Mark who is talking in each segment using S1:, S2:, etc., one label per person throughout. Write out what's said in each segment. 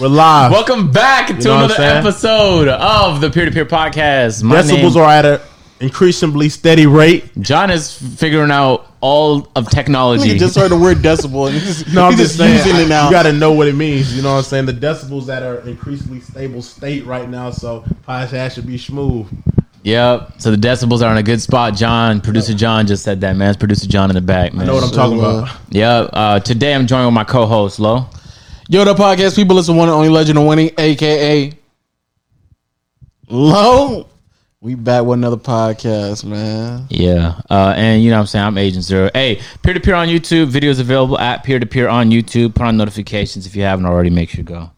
S1: We're live.
S2: Welcome back to
S1: know what I'm
S2: another
S1: saying?
S2: episode of the Peer to Peer Podcast. My
S1: Decibels
S2: name,
S1: are at an increasingly steady rate.
S2: John is figuring out all of
S3: Nigga
S2: technology.
S3: just heard the word decibel and he's just,
S1: No, I'm
S3: he's
S1: just,
S3: just,
S1: saying,
S3: using it now.
S1: You got to know what it means. You know what I'm saying? The decibels that are increasingly stable state right now, so podcast should be smooth.
S2: yep. So the decibels are in a good spot. John, producer John, just said that man. It's producer John in the back, man.
S1: You know what I'm talking about?
S2: Yep. Uh, today I'm joined with my co-host Lo.
S3: Yo, the podcast people listen one and only legend of winning, aka Low. We back with another podcast, man.
S2: Yeah. Uh, and you know what I'm saying? I'm Agent Zero. Hey, peer to peer on YouTube. Videos available at peer to peer on YouTube. Put on notifications if you haven't already. Make sure you go.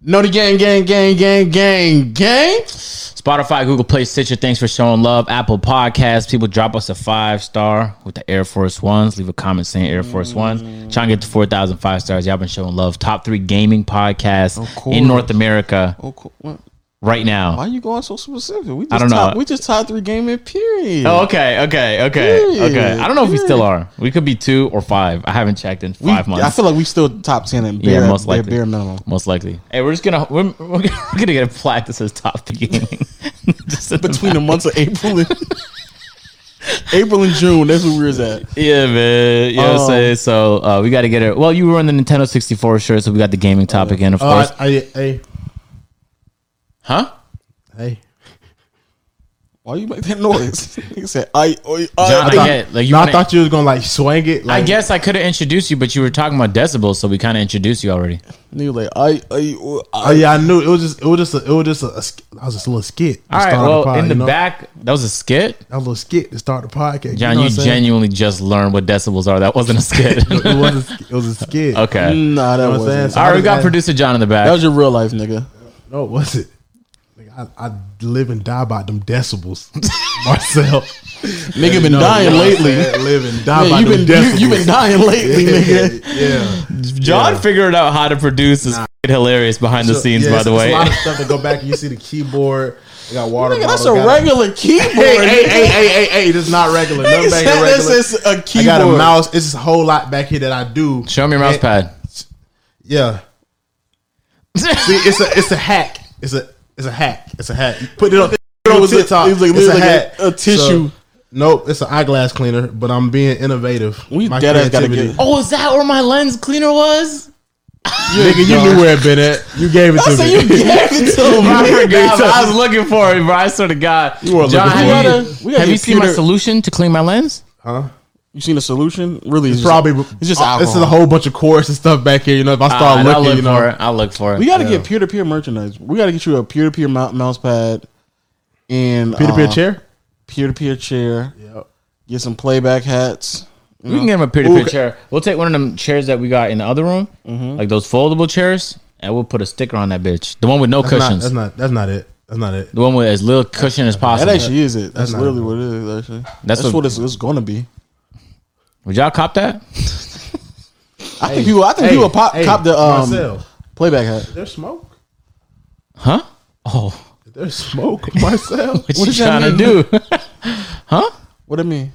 S3: Know the gang, gang, gang, gang, gang, gang.
S2: Spotify, Google Play, Stitcher. Thanks for showing love. Apple Podcasts. People drop us a five star with the Air Force Ones. Leave a comment saying Air Force Ones. Trying to get to 4,000 five stars. Y'all been showing love. Top three gaming podcasts
S3: course.
S2: in North America
S3: Oh, cool. What-
S2: right
S3: Why
S2: now.
S3: you going so specific? We just
S2: I don't know.
S3: Top, we just top three game in period.
S2: Oh, okay, okay, okay,
S3: Period.
S2: okay. I don't know if we
S3: Period.
S2: still are. We could be two or five. I haven't checked in
S3: we,
S2: five months.
S3: I feel like we still top ten and
S2: Yeah,
S3: bare,
S2: most
S3: bare,
S2: likely.
S3: bare minimum.
S2: Most likely. Hey, we're just gonna we're, we're gonna we're gonna get a plaque that says top three gaming. Just at the
S3: Between
S2: back.
S3: the months of April and April and June, that's where we was at.
S2: Yeah, man. You know
S1: Oh.
S2: what I'm
S3: Um,
S2: saying? So uh, we got to get it. Well, you were on the Nintendo 64 shirt, so we got the gaming topic in, of
S1: Oh,
S2: course.
S1: I, I, hey,
S2: huh?
S1: hey.
S3: Why you make that noise? he said, "I, I, I,
S2: John,
S3: I
S2: I,
S3: thought-
S2: get like you.
S1: no, I
S2: wanna-
S1: thought you was gonna like swing it.
S2: I
S1: Like,
S2: guess I could have introduced you, but you were talking about decibels, so we kind of introduced you already.
S3: And he was like, I, I,
S1: Oh yeah, I knew it was just it was just a, it was just a, a sk- I was just a little skit. to
S2: All right.
S1: start
S2: Well,
S1: pod,
S2: in the
S1: you know?
S2: back, that was a skit.
S1: that was a little skit to start the podcast.
S2: John,
S1: know what
S2: you,
S1: I'm saying?
S2: genuinely just learned what decibels are. That wasn't a skit.
S1: It was a, sk- it was a skit.
S2: okay.
S3: nah, that
S1: You know what I'm saying?
S3: wasn't.
S1: So
S2: All
S1: I
S2: right, we
S1: just
S2: got
S1: had-
S2: producer John in the back.
S3: That was your real life, nigga.
S1: No, it wasn't. Like, I, I live and die by them decibels, Marcel.
S3: Nigga been dying lately.
S1: Live and die
S3: Man,
S1: by
S3: you
S1: them
S3: been you,
S1: decibels.
S3: you been dying lately, nigga.
S1: yeah.
S2: John figured out how to produce is f***ing hilarious behind the scenes,
S1: Yeah,
S2: by
S1: it's-
S2: the
S1: it's
S2: way.
S1: A lot of stuff that go back and you see the keyboard. They got water.
S3: Nigga, that's a
S1: bottles, got
S3: regular keyboard.
S1: Hey, hey,
S3: nigga.
S1: hey, hey, hey, hey! This is not regular. Nothing
S3: Nigga
S1: back
S3: said
S1: here
S3: This
S1: regular.
S3: is a
S1: I
S3: keyboard.
S1: got a mouse. It's just a whole lot back here that I do.
S2: Show me your mouse
S1: And-
S2: pad.
S1: Yeah. See, it's a it's a hack. It's a it's a hack. It's a hack. You put it on, put it on
S3: was a-
S1: TikTok.
S3: it was like
S1: it's a
S3: literally
S1: hack.
S3: a- a tissue.
S1: So, nope, it's an eyeglass cleaner. But I'm being innovative.
S3: We dead ass gotta get.
S1: creativity-
S2: Oh, is that where my lens cleaner was?
S1: Nigga, you knew where it been at. You gave it to
S3: I said you
S1: me.
S3: gave it to me.
S2: I forgot.
S1: They
S2: but I
S1: took-
S2: was looking for it, bro. I swear to God.
S1: were
S2: John,
S1: looking for
S2: have
S3: it.
S2: you,
S3: We gotta- we gotta
S2: have you
S3: get
S2: seen my
S3: Peter-
S2: solution to clean my lens?
S1: Huh?
S3: You seen a solution? Really? It's, just-
S1: Probably.
S3: It's just
S1: uh,
S3: alcohol.
S1: This is a whole bunch of chorus and stuff back here. You know, if I
S2: Alright,
S1: start
S2: I'll
S1: looking,
S2: look
S1: you
S2: for
S1: know,
S2: it. I'll look for it.
S3: We gotta
S1: Yeah.
S3: get peer to peer merchandise. We gotta get you a peer to peer mouse pad and
S1: peer to peer
S3: uh,
S1: chair.
S3: peer-to-peer chair.
S1: Yep.
S3: Get some playback hats.
S2: we can get him a peer-to-peer
S1: Ooh.
S2: chair. We'll take one of them chairs that we got in the other room, like those foldable chairs, and we'll put a sticker on that bitch. The one with no
S1: That's not,
S2: cushions.
S1: that's not. That's not it. That's not it.
S2: the one with as little cushion as
S3: That
S2: possible.
S3: actually is it. That's
S1: not-
S3: literally what it is. Actually,
S2: That's
S3: that's,
S2: what-
S3: what, it's, it's gonna be.
S2: Would y'all cop that?
S3: I think people. I think people pop
S1: hey,
S3: cop the um,
S1: Marcel,
S3: playback hat.
S1: is there smoke?
S2: Huh? Oh,
S1: Is there smoke, Marcel?
S2: what,
S3: What
S2: you
S3: does that
S2: trying to
S3: mean?
S2: do? huh?
S3: What I mean?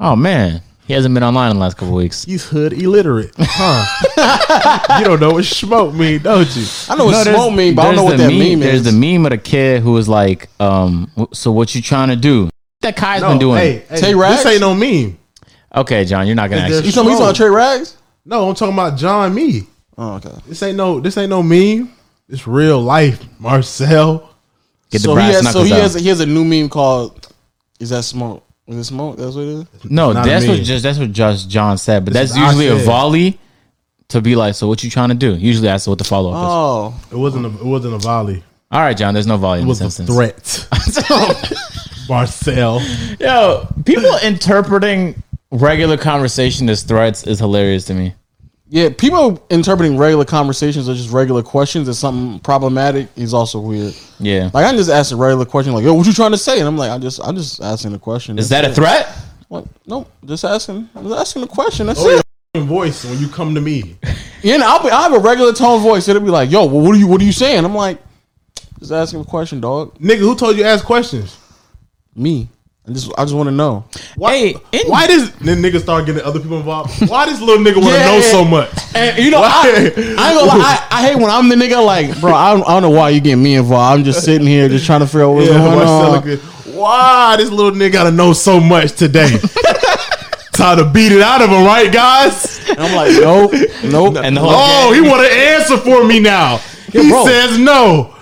S2: Oh man, he hasn't been online in the last couple weeks.
S1: He's hood illiterate, huh? you don't know what smoke mean, don't you?
S3: I know what
S2: there's-
S3: smoke mean, but I don't know
S2: there's
S3: what
S2: the
S3: that meme,
S2: There's
S3: is.
S2: the meme of the kid who was like, um, "Wh- "So what you trying to do?" That Kai's been doing.
S1: Hey, hey,
S3: Tay Rags?
S1: this ain't no meme.
S2: Okay, John, you're not gonna
S1: Is there-
S2: actually.
S3: you talking? You talking about Trey Rags?
S1: No, I'm talking about John Me.
S3: Oh, okay.
S1: This ain't no. This ain't no meme. It's real life, Marcel.
S2: Get the
S3: so he
S2: brass
S3: has. So
S2: knuckles
S3: he
S2: out.
S3: has. He has a new meme called. Is that smoke? Is it smoke? That's what it is.
S2: no,
S1: not
S2: that's
S1: a
S2: what
S1: meme.
S2: just that's what just John said, but
S1: This
S2: that's
S1: is what I
S2: usually a
S1: said.
S2: volley to be like, "So what you trying to do?" Usually that's what the follow up is.
S3: Oh,
S1: It wasn't. A, it wasn't a volley.
S2: All right, John, there's no volley in
S1: It was
S2: this
S1: a
S2: instance.
S1: threat, Marcel.
S2: Yo, people interpreting regular conversation as threats is hilarious to me.
S3: yeah. People interpreting regular conversations as just regular questions as something problematic is also weird.
S2: Yeah,
S3: Like I just asked a regular question, like, "Yo, what you trying to say?" And I'm like, "I just, I'm just asking a question."
S2: is that a threat?
S3: What? Nope. Just asking. Just asking a question. That's
S1: Oh,
S3: it.
S1: your voice when you come to me.
S3: Yeah, and I'll be. I have a regular tone voice. It'll be like, "Yo, well, what are you? What are you saying?" I'm like, "Just asking a question, dog."
S1: Nigga, who told you to ask questions?
S3: Me. I just I just want to know.
S1: Why,
S2: Hey, in-
S1: why does then niggas start getting other people involved? Why does little nigga want to
S3: Yeah.
S1: know so much?
S3: And you know,
S1: Why?
S3: I, I, ain't gonna lie, I, I hate when I'm the nigga like, bro. I don't, I don't know why you getting me involved. I'm just sitting here just trying to figure out what's
S1: Yeah,
S3: going
S1: Marcella
S3: on.
S1: Good. Why this little nigga gotta know so much today? Time to beat it out of him, right, guys?
S3: And I'm like, nope, nope.
S2: And the whole
S1: Oh, he want an answer for me now. He
S3: bro.
S1: says no.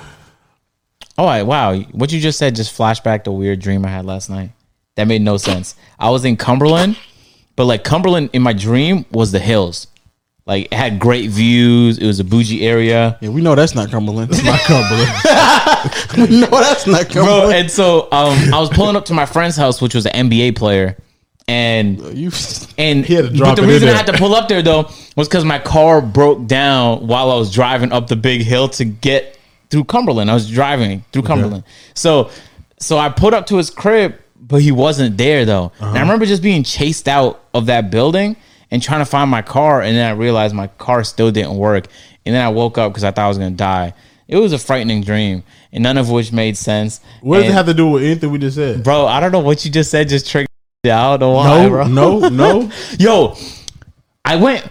S2: All right, Oh, wow. What you just said just flashed back the weird dream I had last night. That made no sense. I was in Cumberland, but like Cumberland in my dream was the hills. Like it had great views. It was a bougie area.
S3: yeah, we know that's not Cumberland. That's not Cumberland. no, that's not
S2: Bro,
S1: eh.
S3: Cumberland.
S2: and so um, I was pulling up to my friend's house, which was an NBA player, and
S3: you,
S2: and
S1: had to
S2: but
S1: drop
S2: the
S1: it in
S2: reason I
S1: there.
S2: had to pull up there though was because my car broke down while I was driving up the big hill to get through Cumberland. I was driving through Cumberland, so so I pulled up to his crib, but he wasn't there though. And
S1: Uh-huh.
S2: I remember just being chased out of that building and trying to find my car, and then I realized my car still didn't work, and then I woke up because I thought I was gonna die. It was a frightening dream, and none of which made sense.
S1: What does
S2: And-
S1: it have to do with anything we just said?
S2: bro? I don't know what you just said. Just triggered. me. I don't know why,
S1: No,
S2: bro.
S1: no, no.
S2: Yo, I went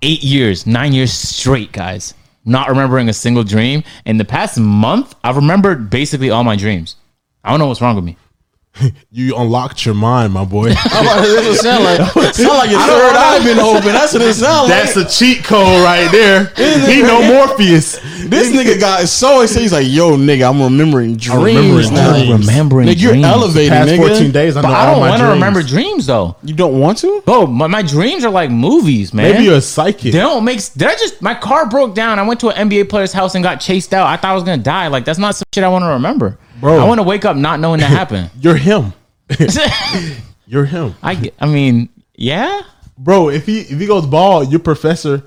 S2: eight years, nine years straight, guys, not remembering a single dream. In the past month, I've remembered basically all my dreams. I don't know what's wrong with me.
S1: You unlocked your mind, my boy.
S3: I'm like, that's what it sound like. Sound like your third eye been open. That's what it sound like.
S1: That's a cheat code right there. He no Morpheus.
S3: This nigga got so excited. He's like, "Yo, nigga, I'm remembering dreams
S1: remembering
S3: now.
S1: dreams.
S2: Remembering
S3: Nigga, you're
S2: dreams.
S3: elevating,
S1: Past
S3: nigga.
S1: 14 days, I know
S2: But
S1: all
S2: I don't
S1: my
S2: want to
S1: dreams.
S2: remember dreams though.
S3: You don't want to?
S2: Bro, my, my dreams are like movies, man.
S1: Maybe you're a psychic.
S2: they don't make. Did I just? My car broke down. I went to an NBA player's house and got chased out. I thought I was gonna die. Like that's not some shit I want to remember.
S1: Bro.
S2: I want to wake up not knowing that happened.
S1: You're him. You're him,
S2: I. get- I mean, yeah.
S1: bro. If he if he goes bald, you're Professor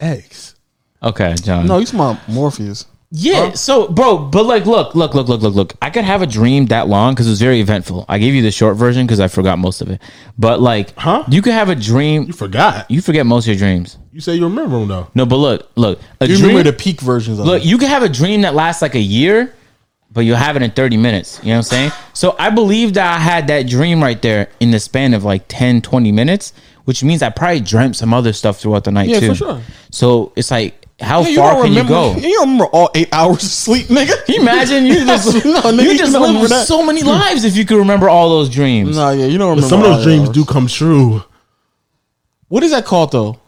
S1: X.
S2: Okay, John.
S3: No, you smart Morpheus.
S2: Yeah, so bro, but like, look, look, look, look, look, look. I could have a dream that long because it was very eventful. I gave you the short version because I forgot most of it. But like,
S1: Huh?
S2: You could have a dream.
S1: You forgot.
S2: You forget most of your dreams.
S1: You say you remember him though.
S2: No, but look, look, a
S3: You
S2: dream.
S3: remember the peak versions of
S2: look,
S3: it.
S2: you could have a dream that lasts like a year, but you'll have it in thirty minutes. You know what I'm saying? So I believe that I had that dream right there in the span of like 10, 20 minutes, which means I probably dreamt some other stuff throughout the night
S3: Yeah,
S2: too.
S3: for sure.
S2: So it's like, how
S3: Yeah, you
S2: far
S3: don't
S2: can
S3: remember,
S2: you go?
S3: You don't remember all eight hours of sleep, nigga.
S2: Can you imagine you just
S3: No, nigga,
S2: you
S3: you
S2: just
S3: don't remember
S2: live
S3: that.
S2: so many lives if you could remember all those dreams.
S3: Nah, yeah, you don't remember.
S1: Some of
S3: all
S1: those
S3: eight
S1: dreams
S3: hours.
S1: do come true,
S3: What is that called though?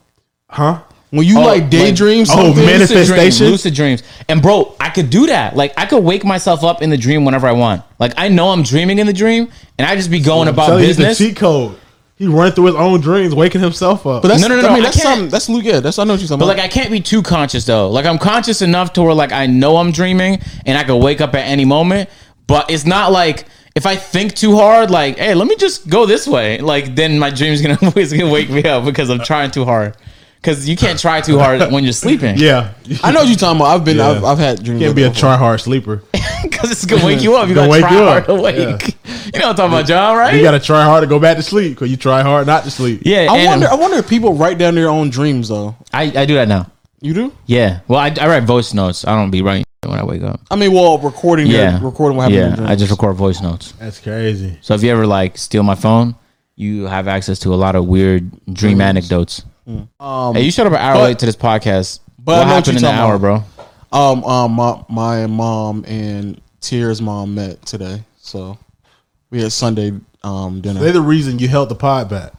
S1: huh?
S3: When you
S2: Oh,
S3: like daydream
S2: like-
S1: oh,
S3: something?
S1: man.
S2: Lucid dreams,
S1: Manifestation?
S2: lucid dreams, and bro, I could do that. Like I could wake myself up in the dream whenever I want. Like I know I'm dreaming in the dream, and I just be going about
S1: Tell you, he's the
S2: business.
S1: cheat code. He run through his own dreams, waking himself up.
S3: But that's,
S2: No, no, no,
S3: I mean,
S2: I
S3: that's
S2: can't.
S3: something. That's Luke. Yeah, that's I know what you're talking
S2: But
S3: about.
S2: like I can't be too conscious though. Like I'm conscious enough to where like I know I'm dreaming and I could wake up at any moment. But it's not like if I think too hard, like hey, let me just go this way. Like then my dream's gonna is gonna wake me up because I'm trying too hard. Because you can't try too hard when you're sleeping.
S1: yeah,
S3: I know what you're talking about. I've been.
S1: Yeah.
S3: I've, I've had dreams.
S1: can't
S3: like
S1: be a
S3: that before.
S1: try hard sleeper.
S2: Because it's gonna wake you up. You
S1: Gonna
S2: gotta
S1: wake
S2: try
S1: you
S2: hard
S1: up.
S2: awake. You know what I'm talking about, John? Right?
S1: You gotta try hard to go back to sleep because you try hard not to sleep.
S2: yeah.
S3: I
S2: and
S3: wonder. I wonder if people write down their own dreams though.
S2: I, I do that now.
S3: You do?
S2: Yeah. Well, I, I write voice notes. I don't be writing when I wake up.
S3: I mean, well, recording.
S2: Yeah.
S3: Yeah, recording what happened. in
S2: Yeah.
S3: your dreams.
S2: I just record voice notes.
S1: that's crazy.
S2: So if you ever like steal my phone, you have access to a lot of weird dream anecdotes.
S3: Um,
S2: Hey, you showed up an hour
S3: but-
S2: late to this podcast.
S3: but I
S2: what
S3: know what
S2: happened
S3: you're
S2: in the
S3: talking
S2: hour, bro?
S3: Um, um, my, my mom and Tier's mom met today, so we had Sunday um dinner.
S1: They're the reason you held the pod back.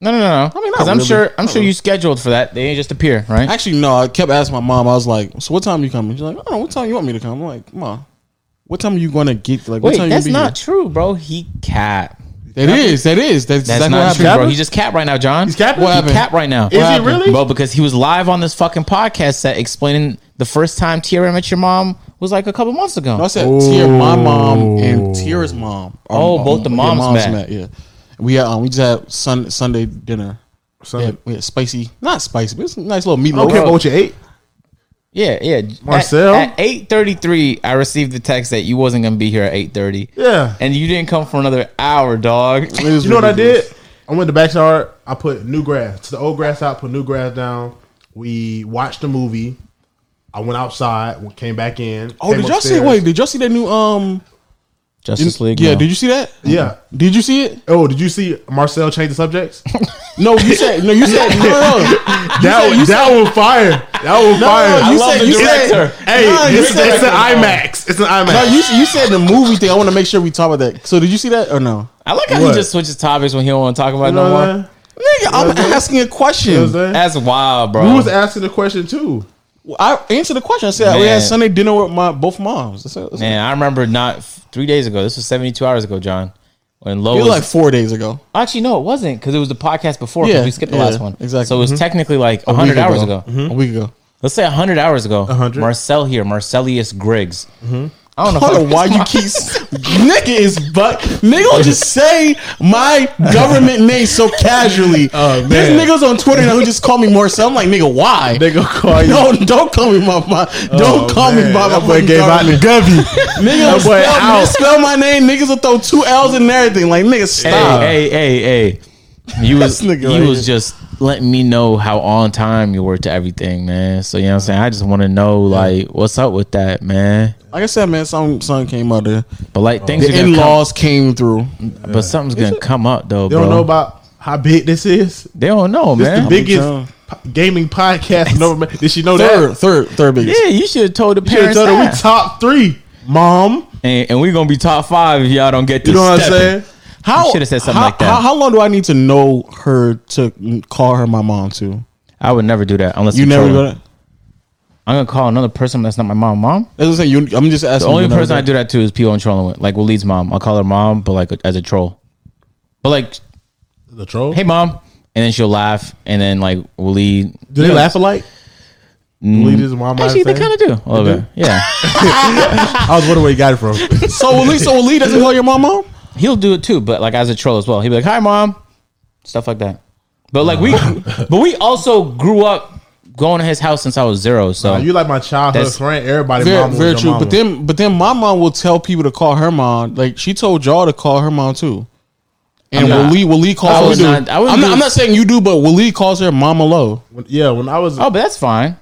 S2: No, no, no, no. I
S3: mean, not
S2: I'm
S3: really.
S2: sure I'm sure you scheduled for that. They ain't just appear, right?
S3: Actually, no, I kept asking my mom. I was like, "So what time you coming?" She's like, "Oh, what time you want me to come?" I'm like, "Mom, what time you gonna get? Like, what
S2: Wait,
S3: time
S2: that's
S3: you
S2: not true, bro. He cap.
S3: Here? That is, that is, that's,
S2: That's
S3: exactly
S2: not
S3: what
S2: true,
S3: happened.
S2: bro. He just cap right now, John. He's
S1: capping? What
S2: He
S3: happened?
S2: cap right now.
S1: Is he
S3: happened?
S1: really?
S2: Bro, because he was live on this fucking podcast set explaining the first time Tierra met your mom was like a couple months ago.
S3: No, I said Tier, my mom and Tier's mom. Um,
S2: Oh, both the
S3: yeah,
S2: moms met.
S3: Yeah, we had, um, we just had sun, Sunday dinner.
S1: So,
S3: We had, we had spicy, not spicy, but it's a nice little meatloaf.
S1: I don't care about what you ate.
S2: Yeah, yeah. At-
S1: Marcel?
S2: At, eight thirty three, I received the text that you wasn't gonna be here at eight thirty.
S1: Yeah.
S2: and you didn't come for another hour, dog.
S3: It was
S1: You know what I
S3: ridiculous.
S1: did? I went to the backyard. I put new grass. To the old grass out, put new grass down. We watched the movie. I went outside, came back in.
S3: Oh,
S1: came
S3: did y'all see?
S1: upstairs.
S3: Wait, did y'all see that new um
S4: Justice League.
S3: yeah,
S4: no.
S3: did you see that?
S1: Yeah.
S3: Did you see it?
S1: Oh, did you see Marcel change the subjects?
S3: No, you said no. You said no. no, no.
S1: that one, that one fire. That one fire.
S3: no, you said you
S1: It's-
S3: said
S1: Hey,
S3: No, you
S1: it's,
S3: said-
S1: it's an IMAX. It's an IMAX.
S3: No, you you said the movie thing. I want to make sure we talk about that. So did you see that or no?
S2: I like how
S1: What?
S2: he just switches topics when he don't want to talk about it
S1: You
S2: no
S1: know what
S2: more.
S1: I'm saying?
S3: Nigga, I'm asking a
S1: You know
S3: question.
S1: what I'm saying?
S2: That's wild, bro.
S1: Who was asking the question too?
S3: I answered the question. I said we
S2: Man.
S3: had Sunday dinner with my both moms. That's it. That's it.
S2: Man, I remember not three days ago. This was seventy two hours ago, John. When Low
S3: It
S2: was,
S3: was like four days ago.
S2: actually no, it wasn't because it was the podcast before. 'cause
S3: Yeah,
S2: we skipped the
S3: yeah,
S2: last one
S3: exactly.
S2: So it was technically like
S3: A
S2: hundred
S3: week
S2: hours ago.
S3: A week ago.
S2: Let's say hundred hours ago.
S1: 100.
S2: Marcel here, Marcellius Griggs. I don't know.
S3: I don't know why you keep nigga is but nigga just say my government name so casually.
S1: Oh, man.
S3: There's niggas on Twitter now who just call me Marcel. I'm like nigga, why?
S1: They gonna call you.
S3: No, don't call me my, my
S1: Oh,
S3: don't call
S1: man.
S3: me by my
S1: That boy
S3: fucking
S1: gave out the
S3: government.
S1: Gubby.
S3: Nigga,
S1: That boy
S3: spell,
S1: out.
S3: misspell my name. Niggas will throw two L's and everything. Like nigga,
S2: Hey,
S3: stop.
S2: hey, hey, hey! You was
S3: This nigga
S2: you
S3: right
S2: was
S3: here.
S2: just letting me know how on time you were to everything, man. So you know what I'm saying. I just want to know like what's up with that, man.
S3: Like I said, man, some son came out there.
S2: But
S1: Oh,
S2: like things are
S3: The
S2: gonna
S3: in
S2: come,
S3: laws came through.
S2: but something's gonna come up though,
S1: They
S2: bro.
S1: don't know about how big this is.
S2: they don't know,
S1: This
S2: man.
S1: the biggest
S3: telling.
S1: po- gaming podcast. No, man. did she know
S3: Third,
S1: that?
S3: third, third biggest.
S2: Yeah, you should have told the
S1: She
S2: parents
S1: told her
S2: that.
S1: we top three, mom.
S2: and, and we're gonna be top five if y'all don't get this.
S1: You know what I'm
S2: step.
S1: saying?
S3: How
S2: You should've said something
S3: how-
S2: like that.
S3: How, how long do I need to know her to call her my mom too?
S2: I would never do that unless
S3: You
S2: I'm
S3: never.
S2: trolling.
S3: Gonna,
S2: I'm gonna call another person that's not my mom. Mom.
S3: that's what I'm saying. You, I'm just asking.
S2: The only person I do that to is people I'm trolling with, like Waleed's mom. I'll call her mom, but like as a troll. But like,
S1: The troll.
S2: hey mom, and then she'll laugh, and then like Waleed.
S1: do they laugh alike?
S3: Mm.
S1: Lead his mom.
S2: Actually, they kind of do a little bit. Yeah,
S1: I was wondering Oh, where you got it from.
S3: So at least, so Lee doesn't call your mom mom.
S2: he'll do it too, but like as a troll as well. He'll be like, "Hi, mom," stuff like that. But like we, but we also grew up going to his house since I was zero. So
S1: you like my childhood
S2: That's-
S1: friend. Everybody,
S3: Very,
S1: mama was
S3: very
S1: your
S3: true.
S1: mama.
S3: But then, but then my mom will tell people to call her mom. Like she told y'all to call her mom too. And
S2: not-
S3: Willie, Willie
S2: I
S3: calls.
S2: would
S3: her-
S2: not- I wouldn't
S3: I'm, not,
S2: do-
S3: I'm not saying you do, but Willie calls her Mama Low.
S1: When- yeah, when I was
S2: oh, but that's fine.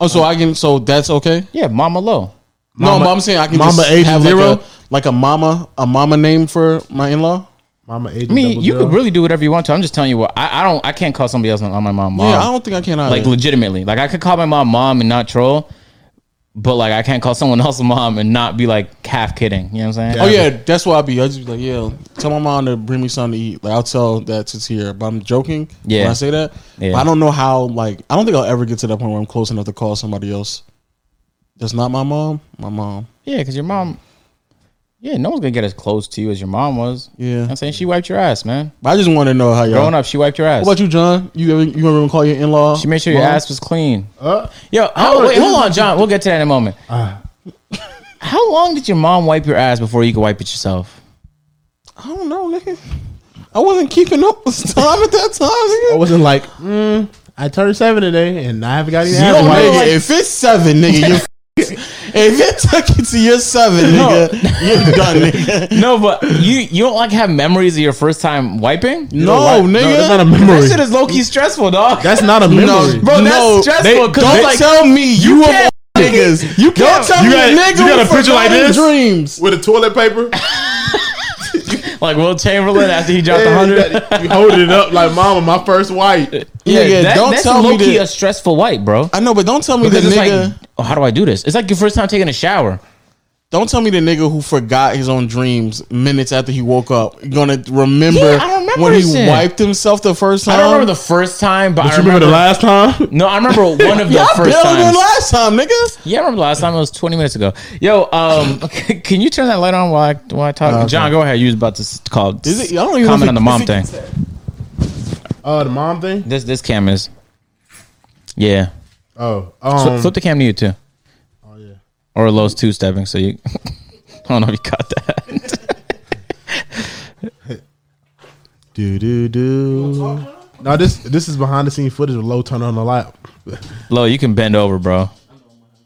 S3: Oh, so I can. So that's okay.
S2: Yeah, Mama Low.
S3: no,
S1: Mama-
S3: but I'm saying I can
S1: Mama
S3: just
S1: age
S3: have
S1: zero?
S3: like a like a mama a mama name for my in law.
S1: mama age.
S2: I mean, you could really do whatever you want to. I'm just telling you what I, I don't. I can't call somebody else on my mom. Mom.
S3: Yeah, I don't think I can either.
S2: like legitimately. Like I could call my mom mom and not troll, but like I can't call someone else mom and not be like half kidding. You know what I'm saying?
S3: oh yeah, that's what I be. I just be like, yeah, tell my mom to bring me something to eat. Like I'll tell that to here, but I'm joking when
S2: Yeah.
S3: I say that.
S2: Yeah.
S3: But I don't know how. Like I don't think I'll ever get to that point where I'm close enough to call somebody else. That's not my mom. My mom.
S2: Yeah, because your mom. Yeah, no one's gonna get as close to you as your mom was.
S3: Yeah.
S2: You know what I'm saying she wiped your ass, man.
S3: But I just want to know how y'all.
S2: Growing up, she wiped your ass.
S3: What about you, John? You ever you ever call your in law?
S2: She made sure your ass was clean.
S1: Uh,
S2: Yo, how, wait, hold on, John. We'll get to that in a moment. how long did your mom wipe your ass before you could wipe it yourself?
S3: I don't know, nigga. I wasn't keeping up with time at that time. Nigga.
S1: I wasn't like, mm, I turned seven today, and I haven't got any.
S3: You
S1: ass
S3: don't
S1: wipes.
S3: nigga, if it's seven, nigga, you if it took it to your seven, nigga, you're done, nigga.
S2: No, but you you don't like have memories of your first time wiping.
S3: No,
S1: wipe- no,
S3: nigga.
S1: that's not a
S2: That
S1: memory.
S2: shit is low key stressful, dog.
S1: That's not a memory.
S3: no,
S2: Bro, that's
S3: no,
S2: stressful, 'cause
S3: They, don't
S2: like-
S3: tell me you, were
S2: can't-
S3: niggas. You
S1: can't-
S3: can't tell
S1: you
S3: me
S1: got-
S3: a nigga
S1: you got a
S3: who
S1: picture like
S3: forgot
S1: this?
S3: his Dreams.
S1: with a toilet paper.
S2: Like Will Chamberlain after he dropped a
S1: Yeah, you
S2: hundred.
S1: got- you holding it up like mama, my first white.
S3: Yeah, yeah,
S2: that-
S3: don't
S2: that's
S3: tell me
S2: low key
S3: that-
S2: a stressful wipe, bro.
S3: I know, but don't tell me the
S2: Because it's
S3: nigga.
S2: like, oh, how do I do this? It's like your first time taking a shower.
S3: don't tell me the nigga who forgot his own dreams minutes after he woke up. Gonna remember,
S2: Yeah, I remember
S3: when he
S2: this shit.
S3: wiped himself the first time.
S2: I don't remember the first time, but, I
S1: You
S2: remember,
S1: remember the last time?
S2: No, I remember one of the
S3: yeah, I
S2: first
S3: barely
S2: times.
S3: did last time, nigga.
S2: yeah, I remember the last time. It was twenty minutes ago. Yo, um, can you turn that light on while I, while I talk? John, go ahead. You was about to s- call.
S3: Is it- I don't even know if
S2: comment
S3: it-
S2: on the
S3: is
S2: mom
S3: it-
S2: thing.
S1: Uh, the mom thing.
S2: This this cam is. Yeah,
S1: Oh,
S2: Fl-
S1: um,
S2: flip the cam to you too,
S1: oh yeah.
S2: or Lowe's two stepping. So you, I don't know if you caught that.
S1: Do do do. No, this this is behind the scene footage of low turn on the light.
S2: Low, you can bend over, bro.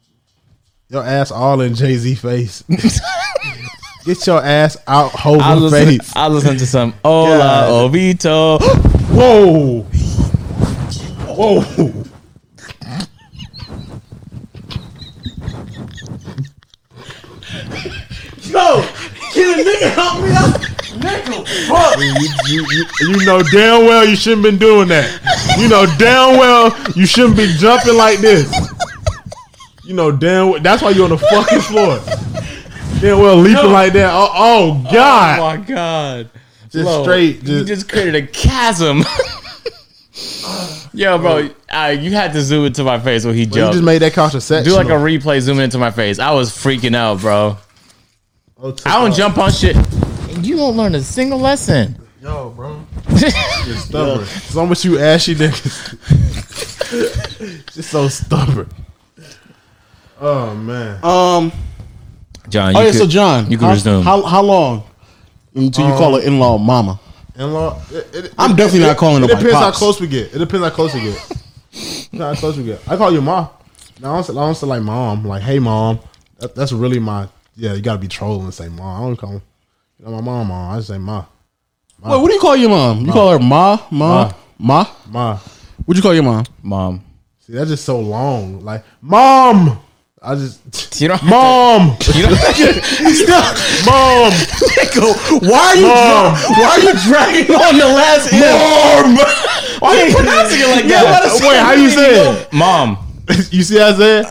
S1: Your ass all in Jay Z face. Get your ass out, hold
S2: I
S1: your
S2: listen,
S1: face.
S2: I listen to some Hola
S1: God.
S2: Ovito.
S1: Whoa, whoa.
S3: Yo, get a nigga, help me out, nigga. Fuck.
S1: You, you, you, you know damn well you shouldn't been doing that. You know damn well you shouldn't be jumping like this. You know damn well, that's why you on the fucking floor. Damn well leaping like that. Oh, oh
S2: Oh
S1: god.
S2: my god.
S1: Just straight,
S2: you
S1: just-
S2: just created a chasm. Yo, bro, I, you had to zoom into my face when he
S1: you
S2: jumped.
S1: just made that controversial.
S2: Do like a replay, zoom into my face. I was freaking out, bro.
S1: Oh,
S2: I don't jump on shit. You don't learn a single lesson.
S1: Yo, bro. You're stubborn. As long as you ashy niggas. just so stubborn. Oh man.
S3: Um.
S2: John, you
S3: Oh yeah.
S2: could-
S3: So John,
S2: you could
S3: how,
S2: resume.
S3: How how long until you call an in law mama?
S1: In-law. It, it,
S3: I'm
S1: it-
S3: definitely
S1: it-
S3: not calling
S1: It
S3: nobody
S1: depends
S3: pops.
S1: how close we get. It depends how close we get. Depends how close we get. I call your mom. No, I don't, say, I don't say like mom. Like hey mom. That, that's really my. Yeah, you gotta be trolling and say mom. I don't call. You know, my mom. Mom. I just say ma.
S3: Wait, what do you call your mom? You call her ma, ma,
S1: Ma.
S3: ma.
S1: Ma.
S3: What'd you call your mom?
S2: Mom.
S1: See, that's just so long. Like mom. I just.
S2: You don't-
S1: Mom.
S2: You don't,
S1: Mom.
S3: Why are you
S1: Mom.
S3: dra- why are you dragging on the last
S1: Mom.
S2: why are you pronouncing it like
S3: Yeah,
S2: that?
S3: what
S1: Wait, how you say
S2: Mom.
S1: it? You see how I said?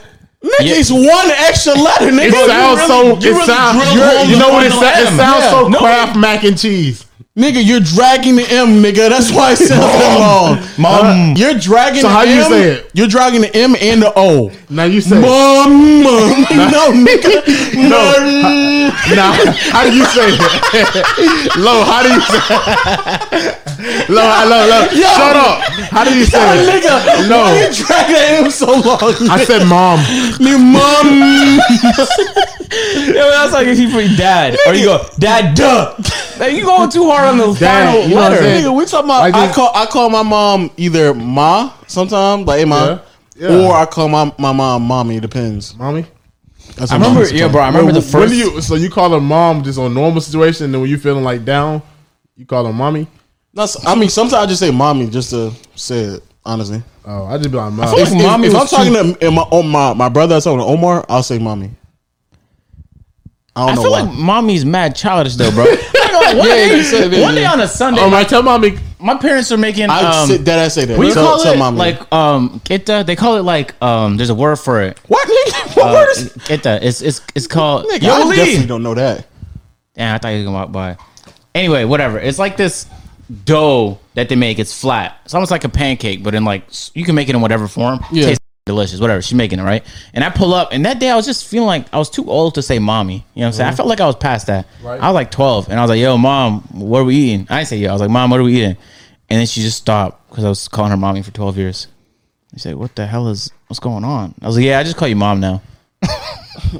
S3: Nigga,
S2: Yeah.
S3: it's one extra letter, nigga.
S1: It sounds so. It sounds.
S2: drilled
S1: You
S2: home
S1: know
S2: the
S1: what it,
S2: final
S1: sa- it
S2: M.
S1: sounds
S3: Yeah.
S1: so.
S2: No.
S1: Kraft mac and cheese.
S3: Nigga, you're dragging the M, nigga. That's why it sounds that long.
S2: Mom.
S3: You're dragging
S1: So
S3: the
S1: how
S3: M.
S1: you say it?
S3: You're dragging the M and the O.
S1: Now you say.
S3: Mom. no, nigga.
S1: No. Nah, how do you say it? Low, how do you say it? Low, I- low, low.
S3: Yo.
S1: Shut up. How do you
S3: Yo,
S1: say it?
S3: nigga.
S1: No.
S3: Why you dragging the M so long?
S1: I said mom.
S3: Nigga, mom.
S2: Yeah, but that's like if you put dad. Or you go, dad, duh. Like, you going too hard on the
S1: Dad,
S2: final
S1: you know what I'm
S2: letter.
S1: saying?
S3: Nigga, we talking about.
S1: Like
S3: I
S1: this-
S3: call I call my mom either ma sometimes, like
S1: Yeah.
S3: hey mom,
S1: Yeah.
S3: or I call my, my mom mommy. It depends.
S1: Mommy.
S3: That's
S2: I
S3: what
S2: remember,
S3: moms
S2: yeah,
S3: call.
S2: bro. I remember the
S1: When- when
S2: first.
S1: do you, so you call her mom just on normal situation, and then when you feeling like down, you call her mommy.
S3: No, s- I mean, sometimes I just say mommy just to say it. Honestly,
S1: Oh, I just be like
S2: feel
S1: mom.
S2: like-
S3: if,
S2: mommy
S3: if, if I'm
S2: was
S3: talking to in my, oh, my my brother, I'm talking to Omar, I'll say mommy. I
S2: I
S3: don't know
S2: feel
S3: why.
S2: like mommy's mad childish though, bro. Like, one, day, one day on a Sunday,
S1: All right, Oh, tell mommy.
S2: my parents are making.
S3: I
S2: um,
S3: sit that I say that.
S2: what do you
S3: Tell-
S2: call
S3: tell
S2: it?
S3: mommy.
S2: Like um, keta. They call it like um. There's a word for it. Uh,
S3: what? Nigga? What word is?
S2: Keta. It's it's it's called.
S3: Nigga,
S2: Yo,
S3: I
S2: Lee.
S3: definitely don't know that.
S2: Damn, I thought you were gonna walk by. Anyway, whatever. It's like this dough that they make. It's flat. It's almost like a pancake, but in like s- you can make it in whatever form.
S3: Yeah.
S2: Tastes delicious. Whatever. She's making it right. And I pull up, and that day I was just feeling like I was too old to say mommy. You know what I'm saying? I felt like I was past that.
S1: Mm-hmm. Right.
S2: I was like 12, and I was like, "Yo, mom, what are we eating?" I didn't say, "Yo." I was like, "Mom, what are we eating?" And then she just stopped because I was calling her mommy for 12 years. She said, "What the hell is what's going on?" I was like, "Yeah, I just call you mom now."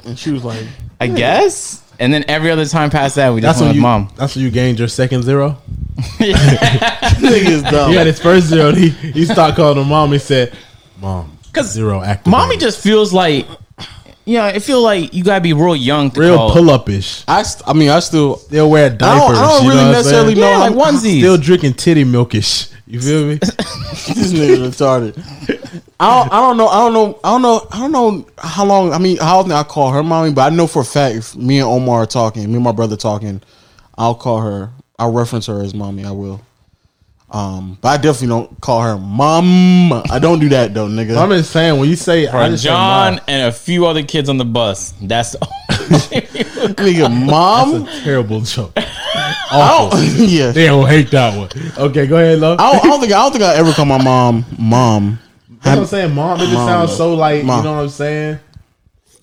S3: And she was like,
S2: I guess. And then every other time past that, we just
S1: That's when
S2: went with
S1: you.
S2: mom.
S1: That's when you gained your second zero.
S3: "Nigga is dumb."
S1: He had his first zero. and He he started calling her mom. He said, "Mom,
S2: 'Cause
S1: zero active.
S2: Mommy just feels like, you know, it feel like you gotta be real young to
S1: real
S2: call.
S1: pull up ish.
S3: I, st- I mean, I still.
S1: They'll wear diapers.
S3: Oh. I don't, I don't
S1: you know
S3: really
S1: what I'm saying?
S3: necessarily know.
S2: Yeah,
S3: how-
S2: like onesies.
S1: Still drinking titty milkish. You feel me?
S3: this nigga retarded. I don't, I don't know. I don't know. I don't know. I don't know how long. I mean, how often I call her mommy, but I know for a fact if me and Omar are talking, me and my brother talking, I'll call her. I'll reference her as mommy. I will. Um, but I definitely don't call her mom. I don't do that though, nigga.
S1: I'm just saying when you say I
S2: Or
S1: just say
S2: John
S1: mom,
S2: and a few other kids on the bus. That's the
S3: nigga, mom.
S1: that's a terrible joke.
S3: I
S1: Awful.
S3: don't. yeah.
S1: They don't hate that one. Okay, go ahead, love.
S3: I don't, I don't think. I don't think I ever call my mom mom.
S1: That's what I'm saying, mom. It just
S3: Mom,
S1: sounds
S3: love.
S1: so like
S3: Mom.
S1: you know what I'm saying.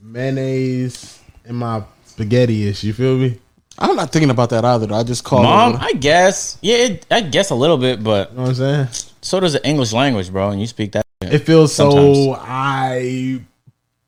S1: Mayonnaise in my spaghetti ish. You feel me?
S3: I'm not thinking about that either. Though. I just call
S2: mom.
S3: Her.
S2: I guess. Yeah, it, I guess a little bit, but
S1: You know what I'm saying?
S2: so does the English language, bro. And you speak that. shit.
S1: It feels so.
S2: Sometimes.
S1: I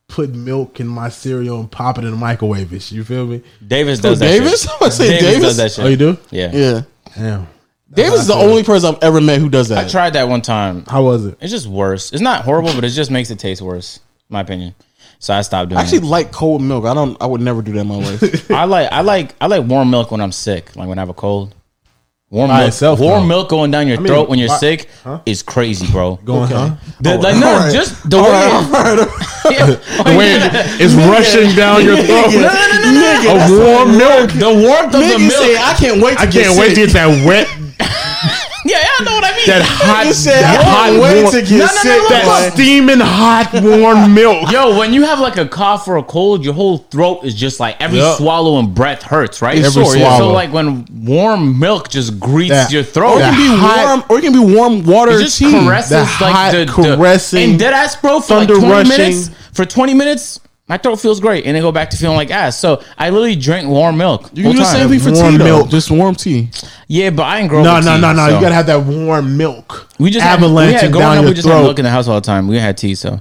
S1: put milk in my cereal and pop it in the microwave ish. You feel me?
S2: Davis does that.
S3: Davis?
S2: Shit.
S3: I'm gonna say Davis.
S2: does that shit.
S1: Oh, you do?
S2: Yeah.
S3: Yeah.
S1: Damn.
S3: Davis is the only person I've ever met who does that.
S2: I tried that one time.
S1: How was it?
S2: It's just worse. It's not horrible, but it just makes it taste worse, in my opinion. So I stopped doing.
S3: I actually
S2: it.
S3: like cold milk. I don't. I would never do that in my life.
S2: I like I like I like warm milk when I'm sick, like when I have a cold. Warm
S1: By
S2: milk,
S1: itself,
S2: warm
S1: though.
S2: milk going down your
S1: mean,
S2: throat when you're
S1: why-
S2: sick is crazy, bro.
S1: Going, huh?
S2: The- like, no, just
S3: Oh,
S2: the way, Yeah.
S1: The way it's rushing down your throat. A warm milk.
S2: the warmth of the
S3: Nigga
S2: milk.
S3: said, I can't wait to
S1: I
S3: get
S1: can't wait to
S3: sick.
S1: get that wet,
S2: yeah, I know what I mean.
S1: that hot,
S3: Nigga said, I
S1: that hot,
S3: can't wait
S1: warm,
S3: to get
S2: no,
S3: sick.
S2: no,
S1: that steaming hot, warm milk.
S2: Yo, when you have like a cough or a cold, your whole throat is just like every
S1: Yeah.
S2: swallow and breath hurts, right?
S1: Every
S2: so,
S1: swallow.
S2: like when warm milk just greets
S1: That-
S2: your
S3: Or
S2: throat,
S3: it
S1: that
S3: can be
S1: hot-
S3: warm, or it can be warm water
S2: it
S3: or
S2: just
S3: tea.
S2: caresses
S1: that
S2: like
S1: hot,
S2: the, the
S1: caressing,
S2: and dead ass bro for like
S1: thunder rushing.
S2: twenty minutes. For twenty minutes, my throat feels great, and then go back to feeling like ass. So I literally drink warm milk.
S3: You can do
S2: whole
S3: the
S2: time.
S3: same thing for
S1: Warm
S3: tea, though.
S1: milk.
S3: Just warm tea.
S2: Yeah, but I ain't grow.
S1: No,
S2: with
S1: no,
S2: tea,
S1: no, no.
S2: so-
S1: You gotta have that warm milk.
S2: We just
S1: avalanching
S2: had, we had, growing
S1: down
S2: up,
S1: your
S2: we just had
S1: throat.
S2: milk in the house all the time. We had tea, so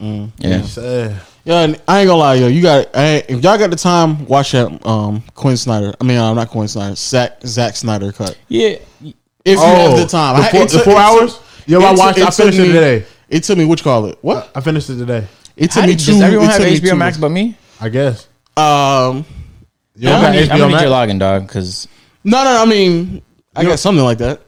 S2: yeah.
S1: Eh,
S3: Yeah, and I ain't gonna lie, yo. You got I, if y'all got the time, watch that um Quinn Snyder. I mean, uh, not Quinn Snyder, Zach Zach Snyder cut.
S2: Yeah,
S3: If you
S1: Oh,
S3: have the time,
S1: the
S3: I-
S1: four-
S3: it
S1: the
S3: took-
S1: four
S3: it took-
S1: hours? Yo, I
S3: took-
S1: watched- I
S3: took
S1: finished it
S3: me-
S1: today.
S3: It took me what you call it? What?
S1: I finished it today.
S3: It took
S2: How
S3: me
S2: did-
S3: two.
S2: does everyone
S3: it
S2: have
S3: took me
S2: HBO
S3: two
S2: Max but me?
S1: I guess. You
S3: Um,
S2: I'm
S1: don't
S2: gonna
S1: got
S2: need, I'm
S1: HBO
S2: gonna need
S1: Max?
S2: your login, dog, because
S3: no, no. I mean, I got something like that.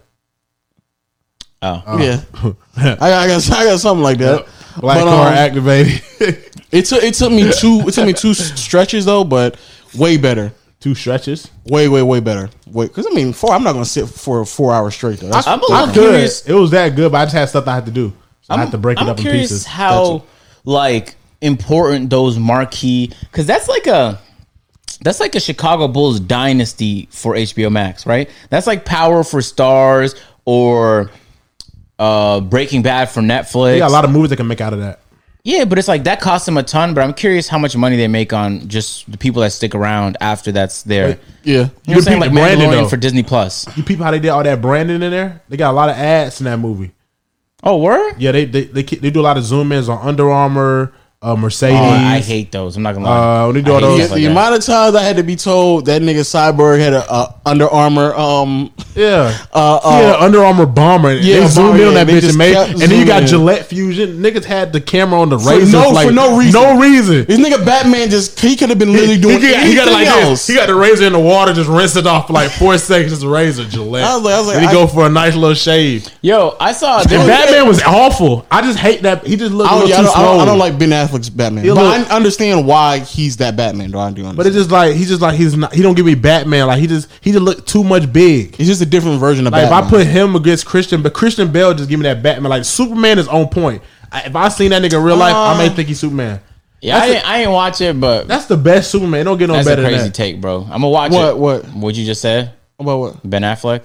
S2: oh,
S3: Yeah, I, I got I got something like that.
S1: Black
S3: But,
S1: car
S3: um,
S1: activated.
S3: It took it took me two. It took me two s- stretches though, but way better.
S1: Two stretches.
S3: Way, way, way better. Wait, because I mean, four. I'm not gonna sit for four hours straight though. That's-
S2: I'm a little
S1: I could.
S2: curious.
S1: It was that good, but I just had stuff I had to do. So I
S2: I'm-
S1: had to break
S2: I'm
S1: it up in
S2: curious
S1: pieces.
S2: How like important those marquee? Because that's like a that's like a Chicago Bulls dynasty for HBO Max, right? That's like Power for Stars or uh Breaking Bad for Netflix.
S1: They got a lot of movies that can make out of that.
S2: Yeah, but it's like that costs them a ton. But I'm curious how much money they make on just the people that stick around after that's there.
S3: yeah.
S2: you know what I'm
S1: You're
S2: saying? Like
S1: peeping branding,
S2: Mandalorian
S1: though.
S2: for Disney Plus.
S1: You peep how they did all that branding in there? They got a lot of ads in that movie.
S2: Oh, were?
S1: Yeah, they they they, they do a lot of zoom ins on Under Armour, uh, Mercedes.
S2: Oh, I hate those. I'm not gonna lie.
S1: Uh, when they do
S2: I
S1: all
S2: hate
S1: those-
S3: Yeah,
S2: stuff
S1: Stuff
S3: the
S2: like that.
S3: amount of times I had to be told that nigga Cyborg had a, uh Under Armour um
S1: yeah,
S3: uh,
S1: yeah,
S3: uh,
S1: Under Armour bomber. And
S3: Yeah,
S1: they zoomed
S3: bomber,
S1: in on
S3: yeah,
S1: that
S3: they
S1: bitch
S3: just
S1: and made.
S3: kept
S1: And then you got
S3: zooming in.
S1: Gillette Fusion. Niggas had the camera on the razor
S3: no- for no reason.
S1: No reason.
S3: this nigga Batman just he could have been literally doing
S1: he, got-
S3: anything
S1: he got it like
S3: else.
S1: this. He got the razor in the water, just rinse it off for like four seconds. Just razor Gillette.
S3: I was like- I was like,
S1: then he
S3: I-
S1: go for a nice little shave.
S2: Yo, I saw
S1: And
S2: there was,
S1: Batman was awful. I just hate that. He just looked a
S3: I don't,
S1: little
S3: Oh, yeah, I,
S1: too
S3: don't, I,
S1: slow.
S3: don't, I don't like Ben Affleck's Batman,
S1: Yeah,
S3: but
S1: look.
S3: I understand why he's that Batman. Though I do understand.
S1: but it's just like he's just like he's not. He don't give me Batman. Like he just he just looked too much big.
S3: it's just a different version of
S1: Like
S3: Batman.
S1: if I put him against Christian, but Christian Bale just give me that Batman. Like Superman is on point. I, if I seen that nigga in real life, I
S3: Uh,
S1: may think he's Superman.
S2: yeah, I
S1: That's
S2: didn't, I didn't watch it, but
S1: That's the best Superman. It don't get no
S2: that's a
S1: better
S2: crazy
S1: than that.
S2: take, bro. I'm gonna watch
S3: What-
S2: it.
S3: what?
S2: What you just said,
S3: about what?
S2: Ben Affleck?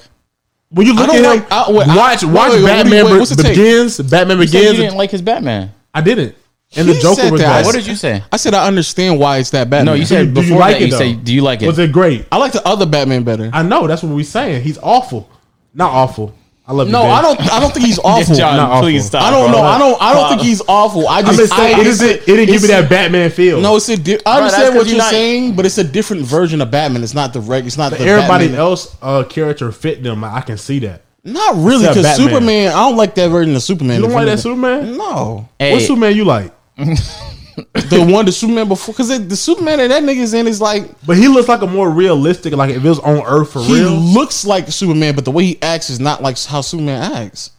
S1: when you look
S3: I
S1: at
S3: don't
S1: him,
S3: like- I- wait, I-
S1: watch
S3: wait,
S1: watch
S3: wait, wait,
S1: Batman
S3: wait,
S1: Be-
S3: what's the take?
S1: Begins. Batman
S2: You said you
S1: Begins.
S2: didn't like his Batman.
S1: I didn't. And the
S3: He
S1: Joker
S3: said
S1: was
S3: that.
S1: bad.
S2: What did you say?
S3: I said I understand why it's that Batman.
S2: No, you
S1: Do you-
S2: said
S1: do you
S2: before
S1: like
S2: that.
S1: it,
S2: you say,
S1: though?
S2: do you like it?
S1: Was it great?
S3: I like the other Batman better.
S1: I know that's what we saying. He's awful, not awful. I love
S3: no,
S1: you,
S3: I
S1: babe.
S3: don't. I don't think he's awful.
S2: Yes, John,
S1: Not awful.
S2: please stop.
S3: I don't
S2: bro.
S3: know. I don't. I don't think
S2: Stop.
S3: he's awful. I
S1: I'm
S3: just.
S1: just saying
S3: I,
S1: it isn't. It didn't give me
S3: it's-
S1: that Batman feel.
S3: No, it's a. Di- I
S2: that's
S3: understand
S2: 'cause
S3: what
S2: you're
S3: you're
S2: not-
S3: saying, but it's a different version of Batman. It's not the regular. It's not the
S1: everybody
S3: Batman.
S1: else uh, character fit them. I I can see that.
S3: Not really,
S1: Except
S3: because
S1: Batman.
S3: Superman. I don't like that version of Superman.
S1: You don't
S3: If
S1: like that
S3: anything.
S1: Superman?
S3: No,
S2: Hey,
S1: What Superman you like?
S3: the one the Superman before, because the Superman that that nigga's in is like
S1: But he looks like a more realistic. Like if it was on Earth for
S3: he
S1: real,
S3: looks like Superman, but the way he acts is not like how Superman acts.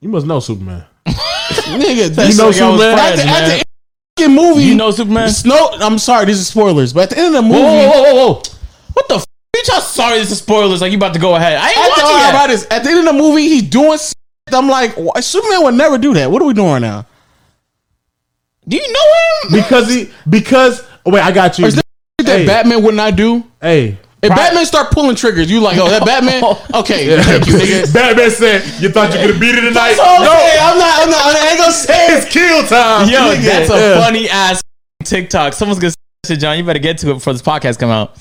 S1: you must know Superman.
S3: Nigga, that's
S1: know
S3: like,
S1: Superman?
S3: at the-
S2: friends,
S3: at the
S2: man.
S3: end of the movie,
S2: you know Superman.
S3: No, I'm sorry, this is spoilers, but at the end of the movie,
S2: Whoa, whoa, whoa, whoa, whoa! What the? F- bitch, I'm sorry. This is spoilers. Like you about to go ahead. I ain't
S3: I
S2: watching
S3: thought
S2: yet.
S3: about this. At the end of the movie, he's doing. s- I'm like, why- Superman would never do that. What are we doing now?
S2: Do you know him?
S1: Because he because oh, wait, I got you.
S3: Is there that
S1: Hey.
S3: Batman would not do?
S1: Hey,
S3: If Batman start pulling triggers, you like, oh, that Batman? Okay, thank you, nigga.
S1: Batman said you thought you could beat it tonight.
S3: That's all I'm saying. I'm not. I'm not. I ain't gonna say it.
S1: it's kill time.
S2: Yo,
S3: nigga,
S2: that's a
S1: yeah.
S2: funny ass TikTok. Someone's gonna say, John, you better get to it before this podcast come out.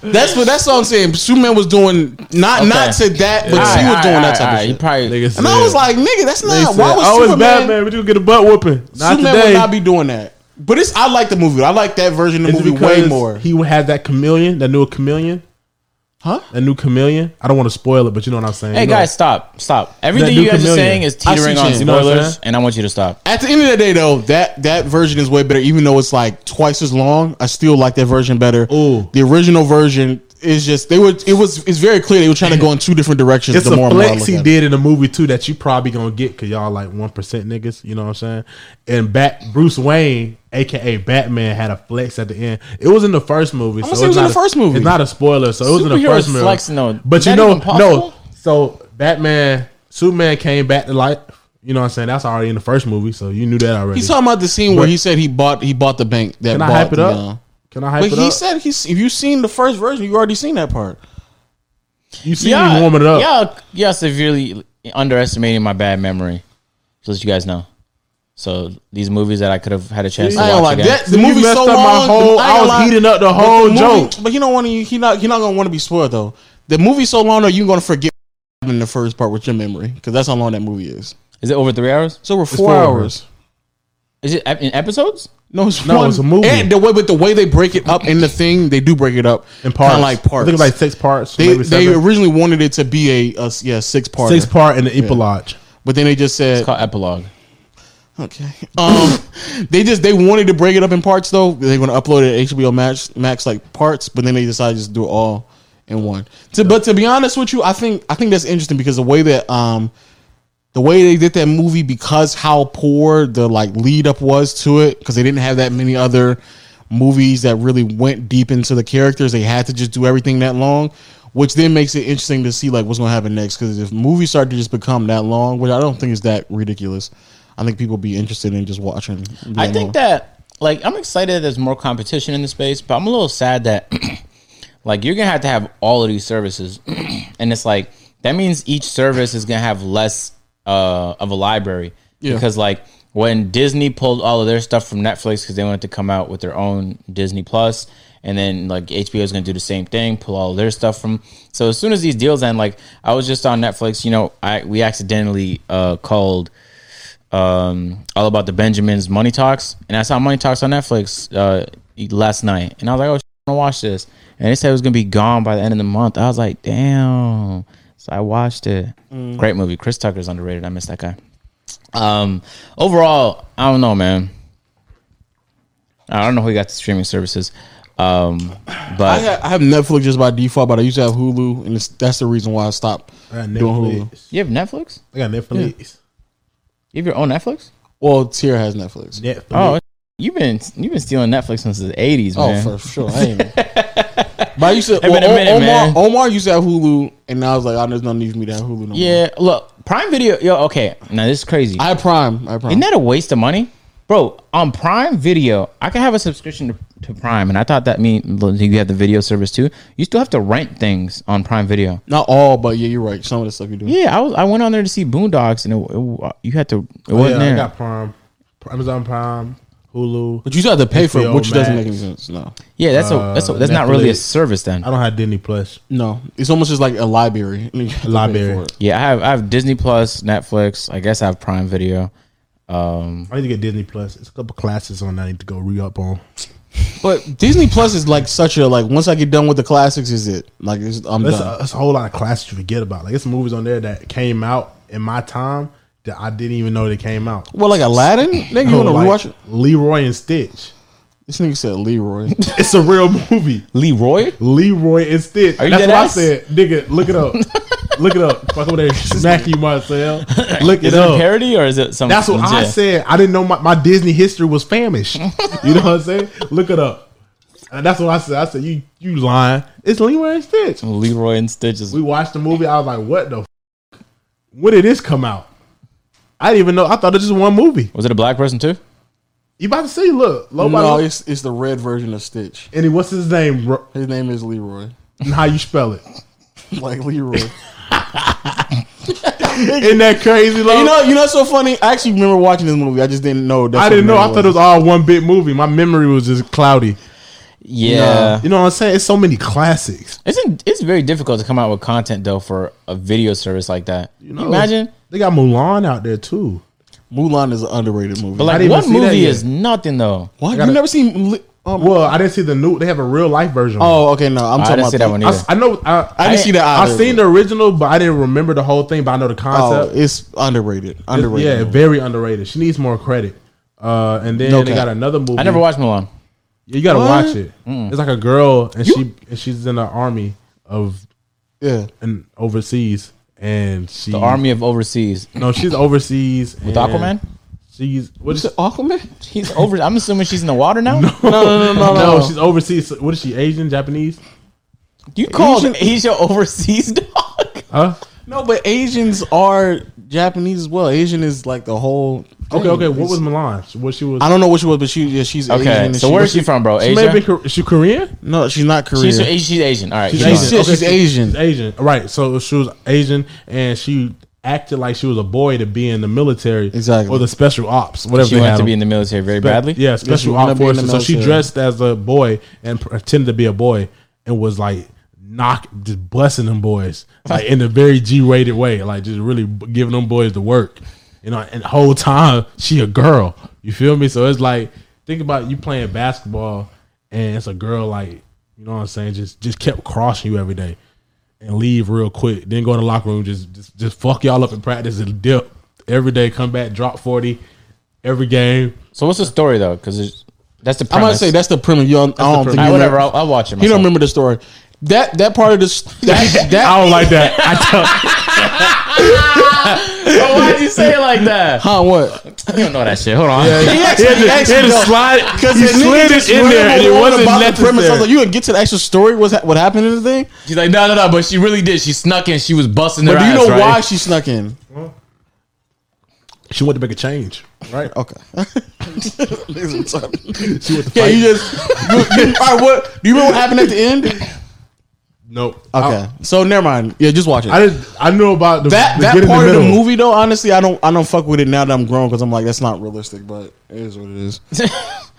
S3: That's what. That's all I'm saying. Superman was doing not
S2: Okay.
S3: not to that, but
S2: All
S3: she
S2: right,
S3: was
S2: all
S3: doing
S2: right,
S3: that
S2: all
S3: type
S2: right.
S3: of
S2: He
S3: shit.
S2: probably
S1: Nigga said,
S3: And I was like, nigga, that's
S1: they
S3: not.
S1: said,
S3: Why was
S1: oh, it's
S3: Superman?
S1: Batman. We just get a butt whooping. Not
S3: Superman
S1: today.
S3: would not be doing that. But it's. I like the movie. I like that version of the
S1: Is it
S3: movie way
S1: because
S3: more.
S1: He had that chameleon, that new chameleon.
S3: Huh?
S1: That new chameleon. I don't want to spoil it, but you know what I'm saying.
S2: Hey
S1: You know-
S2: guys, stop, stop! Everything
S1: new
S2: you guys are
S1: chameleon.
S2: saying is
S3: I see
S2: teetering
S3: you,
S2: on
S3: you know
S1: what I'm
S2: spoilers,
S1: saying?
S2: and I want you to stop.
S3: At the end of the day, though, that that version is way better. Even though it's like twice as long, I still like that version better.
S1: Ooh.
S3: the original version is just they were. It was. It's very clear they were trying to go in two different directions.
S1: It's
S3: the more
S1: a
S3: and more I
S1: flex
S3: look
S1: he
S3: at it.
S1: did in the movie too that you probably gonna get because y'all like one percent niggas. You know what I'm saying? And back Bruce Wayne, aka Batman, had a flex at the end. It was in the first movie.
S3: gonna say it
S1: it's
S3: was in
S1: not
S3: the
S1: a-
S3: first movie.
S1: It's not a spoiler, so it was in the
S2: Superheroes
S1: first movie.
S2: flexing, though.
S1: But
S2: Is
S1: you
S2: that
S1: know,
S2: even
S1: no.
S2: possible?
S1: So Batman, Superman came back to life. You know what I'm saying? That's already in the first movie, so you knew that already.
S3: He's talking about the scene where he said he bought he bought the bank that
S1: Can I
S3: bought
S1: hype it
S3: the,
S1: up?
S3: uh,
S1: Can I hype
S3: But
S1: it
S3: he
S1: up?
S3: said he's. If you've seen the first version, you already seen that part.
S1: you see me warming it up.
S2: Yeah, yeah, severely underestimating my bad memory. So that you guys know. So these movies that I could have had a chance to
S3: I
S2: watch
S3: don't like
S2: again.
S3: that. The
S1: You
S3: movie's
S1: messed
S3: so
S1: up my
S3: long.
S1: whole- I
S3: ain't
S1: was
S3: gonna lie.
S1: heating up the
S3: But
S1: whole
S3: movie-
S1: joke.
S3: But you don't want to. He not. He not gonna want to be spoiled though. The movie's so long that you're gonna forget in the first part with your memory because that's how long that movie is.
S2: Is it over three hours?
S3: So we're four,
S1: four
S3: hours.
S2: Is it ep- in episodes?
S3: No, it's
S1: No,
S3: one-
S1: it's a movie.
S3: And the way, but the way they break it up in the thing, they do break it up
S1: In parts,
S3: kinda like
S1: I
S3: parts.
S1: think it's like six parts.
S3: they
S1: maybe
S3: they
S1: seven.
S3: originally wanted it to be a, a yeah six part,
S1: six part and the epilogue.
S3: but then they just said
S2: It's called epilogue.
S3: Okay. Um, they just they wanted to break it up in parts though. They're gonna upload it to HBO Max, Max like parts, but then they decided to just do it all in one. To, But to be honest with you, I think I think that's interesting because the way that um, the way they did that movie because how poor the like lead up was to it because they didn't have that many other movies that really went deep into the characters. They had to just do everything that long. Which then makes it interesting to see like what's gonna happen next because if movies start to just become that long, which I don't think is that ridiculous, I think people be interested in just watching.
S2: I think that like I'm excited there's more competition in the space, but I'm a little sad that like you're gonna have to have all of these services. and it's like that means each service is gonna have less uh of a library.
S3: Yeah.
S2: Because like when Disney pulled all of their stuff from Netflix because they wanted to come out with their own Disney Plus, and then like HBO is gonna do the same thing, pull all of their stuff from. So as soon as these deals end, like I was just on Netflix, you know, I we accidentally uh called um, all about the Benjamins Money Talks, and I saw Money Talks on Netflix uh, last night, and I was like, "Oh, shit, I want to watch this." And they said it was gonna be gone by the end of the month. I was like, "Damn!" So I watched it.
S3: Mm.
S2: Great movie. Chris Tucker's underrated. I miss that guy. Um, overall, I don't know, man. I don't know who got the streaming services, um,
S3: I
S2: but
S3: have, I have Netflix just by default, but I used to have Hulu, and it's, that's the reason why I stopped
S1: I got
S3: doing Hulu.
S1: uh, Netflix.
S2: you have Netflix.
S1: I got Netflix.
S2: You have your own Netflix.
S3: Well, Tier has Netflix.
S1: Netflix.
S2: Oh, you've been you've been stealing Netflix since the '80s,
S3: Oh,
S2: man.
S3: for sure. I ain't. but I used to.
S2: been
S3: Well,
S2: a
S3: O-
S2: minute,
S3: Omar,
S2: man.
S3: Omar used to have Hulu, and I was like, oh, there's no need for me to have Hulu no more.
S2: Yeah, look, Prime Video. Yo, okay, now this is crazy.
S3: I have Prime. I have Prime.
S2: Isn't that a waste of money, bro? On Prime Video, I can have a subscription to, to Prime, and I thought that mean look, you have the video service too. You still have to rent things on Prime Video.
S3: Not all, but yeah, you're right. Some of the stuff you do.
S2: Yeah, I was I went on there to see Boondocks, and it, it- you had to.
S1: Oh,
S2: It
S1: yeah,
S2: wasn't
S1: I
S2: there.
S1: got Prime, Amazon Prime, Hulu.
S3: But you still have to pay for it,
S1: HBO
S3: which doesn't
S1: Max.
S3: make any sense. No.
S2: yeah, that's a that's a, that's not really a
S1: uh, Netflix.
S2: service then.
S1: I don't have Disney Plus.
S3: No. It's almost just like a library. You have to pay
S1: Library.
S3: for it.
S2: Yeah, I have I have Disney Plus, Netflix. I guess I have Prime Video.
S1: I need to get Disney Plus. It's a couple classes on that I need to go re up on.
S3: But Disney Plus is like such a like. Once I get done with the classics, is it like it's, I'm
S1: That's
S3: done?
S1: a, that's a whole lot of classes you forget about. Like it's movies on there that came out in my time that I didn't even know they came out.
S3: well, like Aladdin. Nigga, you want to
S1: Like,
S3: rewatch it?
S1: Leroy and Stitch.
S3: This nigga said Leroy.
S1: It's a real movie.
S2: Leroy,
S1: Leroy and Stitch.
S2: Are you
S1: That's
S2: dead
S1: what
S2: ass?
S1: I said. Nigga, look it up. look it up. Fuck over there. Smack you, Marcel. Look
S2: is
S1: it
S2: it a
S1: up.
S2: parody or is it something?
S1: That's what I
S2: legit?
S1: said. I didn't know my, my Disney history was famished. you know what I'm saying? Look it up. And that's what I said. I said, you you lying. It's Leroy and Stitch.
S2: Leroy and Stitch is
S1: We watched the movie. I was like, what the f-? When did this come out? I didn't even know. I thought it was just one movie.
S2: Was it a black person too?
S1: You about to see, look. Low by
S3: no,
S1: low.
S3: it's it's the red version of Stitch.
S1: And he- what's his name? bro?
S3: His name is Leroy.
S1: And how you spell it?
S3: Like Leroy.
S1: Isn't that crazy, Lo?
S3: you know, you know, what's so funny. I actually remember watching this movie. I just didn't know. That's
S1: Oh. I
S3: what
S1: didn't know. I
S3: it
S1: thought it was all one big movie. My memory was just cloudy.
S2: Yeah.
S1: You know what I'm saying? It's so many classics.
S2: Isn't it's very difficult to come out with content though for a video service like that? You
S1: know.
S2: imagine,
S1: They got Mulan out there too.
S3: Mulan is an underrated movie.
S2: but like
S1: didn't even
S2: one
S1: see that
S2: movie
S1: yet.
S2: is nothing though.
S3: what?
S1: gotta-
S3: You never seen? Li- Um,
S1: Well, I didn't see the new. They have a real life version.
S3: oh, okay. No, I'm
S2: I
S3: talking
S2: didn't
S3: about
S2: see that one
S1: I,
S2: either.
S1: s- I know. I,
S3: I didn't see that
S1: I
S3: either.
S1: seen the original, but I didn't remember the whole thing. But I know the
S3: Oh,
S1: concept.
S3: it's underrated.
S1: yeah,
S3: Underrated.
S1: very underrated. She needs more credit. Uh, and then
S3: No
S1: they
S3: cap.
S1: got another movie.
S2: I never Mm. watched Milan.
S1: You gotta
S3: What?
S1: watch it. It's like a girl, and she and she's in the army of
S3: Yeah.
S1: and overseas, and she
S2: The Army of Overseas.
S1: No, she's overseas with
S2: Aquaman?
S1: She's what is
S3: Is it Aquaman?
S2: She's over. I'm assuming she's in the water now.
S3: No, no, no,
S1: no,
S3: no, no.
S1: she's overseas. What is she? Asian, Japanese?
S2: You called
S3: Asian-
S2: Asia, overseas dog.
S1: Huh?
S3: No, but Asians are Japanese as well. Asian is like the whole. thing.
S1: Okay, okay. What
S3: It's-
S1: was Milan? What she was?
S3: I don't know what she was, but she yeah, she's Asian.
S2: Okay,
S3: and
S2: so where
S3: was
S2: is she from, bro?
S1: she may be
S2: Asia.
S1: Kor- she Korean.
S3: No, she's not Korean.
S2: She's, she's Asian. All right. keep
S3: Asian.
S2: going.
S3: Shit, she's Asian.
S1: She's Asian. Right. So she was Asian, and she acted like she was a boy to be in the military,
S3: Exactly.
S1: or the special ops, whatever.
S2: She
S1: they
S2: wanted
S1: had
S2: to
S1: them.
S2: be in the military very
S1: But-
S2: badly.
S1: Yeah,
S3: Yes, you
S1: special
S3: wanna
S1: ops
S3: be in the
S1: forces. So she
S3: military.
S1: dressed as a boy and pretended to be a boy and was like knock just blessing them boys like in a very G-rated way, like just really b- giving them boys the work. You know, and the whole time she a girl. You feel me? So it's like think about you playing basketball and it's a girl like you know what I'm saying, just just kept crossing you every day and leave real quick. Then go in the locker room, just just, just fuck y'all up in practice and dip every day. Come back, drop forty every game.
S2: So what's the story though? Because that's the.
S3: I'm
S2: Premise.
S3: gonna say that's the premise. You don't, I don't
S1: the
S3: think
S2: All right,
S3: you
S2: whatever.
S3: remember-
S2: I'll, I'll watch it.
S3: You
S2: myself.
S3: don't remember the story. That that part of this that,
S1: I
S3: that
S1: don't like that. I tell
S2: But why'd you say it like that?
S3: huh what?
S2: You don't know that shit. Hold on.
S3: He
S1: he
S3: actually,
S1: had to, he had to
S3: no.
S1: slide. He
S3: This nigga
S1: slid
S3: just
S1: it in there.
S3: rambled
S1: and It
S3: on
S1: wasn't
S3: about the premise. I was
S1: necessary.
S3: like, you gonna get to the actual story? What's ha- what happened in the thing?
S2: She's like, no, no, no. But she really did. She snuck in. She was busting her
S3: But do you
S2: ass.
S3: know
S2: right?
S3: why she snuck in?
S1: She wanted to make a change.
S3: Right? Okay. Niggas retarded.
S1: She wanted to
S3: yeah,
S1: fight.
S3: you just. You, you, all right, what? Do you remember what happened at the end? Okay,
S1: nope. Uh-uh. I,
S3: so never mind. Yeah, just watch it.
S1: I didn't. I knew about the,
S3: that
S1: the
S3: that
S1: get in
S3: part of the
S1: middle.
S3: movie though, honestly, I don't I don't fuck with it now that I'm grown because I'm like that's not realistic, but it is what it is.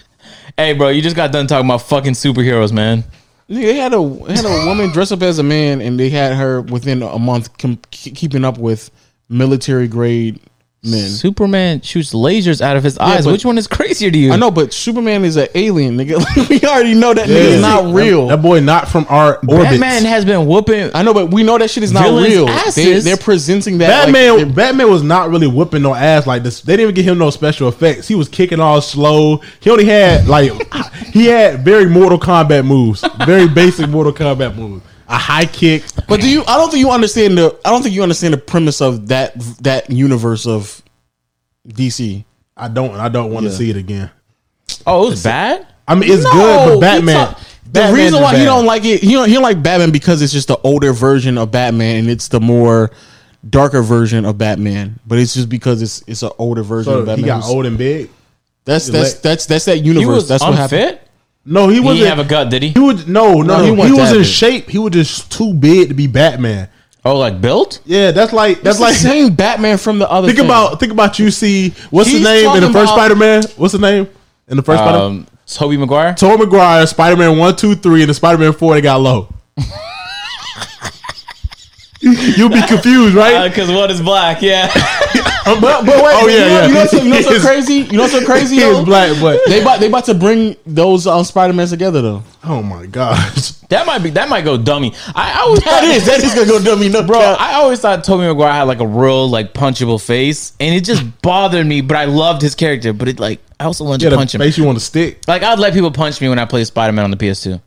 S2: hey, bro, you just got done talking about fucking superheroes, man.
S3: Nigga, they had a they had a woman dress up as a man, and they had her within a month com- ke- keeping up with military grade men.
S2: Superman shoots lasers out of his eyes.
S3: but-
S2: Which one is crazier to you?
S3: I know, but Superman is an alien, nigga. we already know that nigga
S1: Yeah.
S3: is not real.
S1: That, that boy not from our orbit.
S2: Batman has been whooping.
S3: I know, but we know that shit is not
S2: Villains'
S3: real.
S2: asses.
S3: They, are presenting that. like,
S1: Batman,
S3: they're-
S1: Batman was not really whipping no ass like this. They didn't even give him no special effects. He was kicking all slow. He only had like he had very Mortal Kombat moves, very basic Mortal Kombat moves. A high kick.
S3: but do you? I don't think you understand the. I don't think you understand the premise of that that universe of DC.
S1: I don't. I don't want to
S3: Yeah.
S1: see it again.
S2: Oh, it was bad.
S1: I mean, it's
S3: No,
S1: good,
S3: he
S1: but Batman.
S3: talk- the
S1: Batman's
S3: reason
S1: just
S3: why he
S1: bad.
S3: don't like it, he don't, he don't like Batman because it's just the older version of Batman and it's the more darker version of Batman. But it's just because it's it's an older version
S1: So
S3: of
S1: he
S3: Batman.
S1: got old and big.
S3: that's that's
S1: like-
S3: that's that's that universe.
S2: You was
S3: that's what happened.
S2: unfit.
S1: No, he
S2: He
S1: wasn't.
S2: didn't have a gut, did he?
S1: he was no, no.
S3: No,
S1: he,
S3: he wasn't
S1: was in
S3: happy.
S1: shape. He was just too big to be Batman.
S2: Oh, like built?
S1: Yeah, that's like that's
S3: That's like
S1: like.
S3: the same Batman from the other.
S1: Think
S3: thing.
S1: about think about you see what's his
S3: He's
S1: name in the
S3: talking
S1: first
S3: about-
S1: Spider Man. What's his name in the first Spider?
S2: Um, Toby Maguire.
S1: Tobey Maguire, Spider Man one, two, three, and the Spider Man four. They got low. You'll be confused, right?
S2: Because Uh, one is black. Yeah.
S1: but, but wait,
S3: Wait,
S1: oh
S3: you
S1: yeah,
S3: know,
S1: yeah.
S3: You know what's you know what's
S1: He is-
S3: so crazy? You know what's so crazy?
S1: He is
S3: though?
S1: black, but
S3: They about they about to bring those um, Spider Mans together though.
S1: oh my gosh,
S2: that might be. That might go dummy. I, I always
S3: That is that is gonna go dummy no
S2: Bro,
S3: bro.
S2: I always thought Toby Maguire had like a real like punchable face, and it just bothered me. But I loved his character. But it like I also wanted
S1: yeah,
S2: to
S1: the
S2: punch him.
S1: face you want to stick.
S2: Like I'd let people punch me when I played Spider Man on the PS2.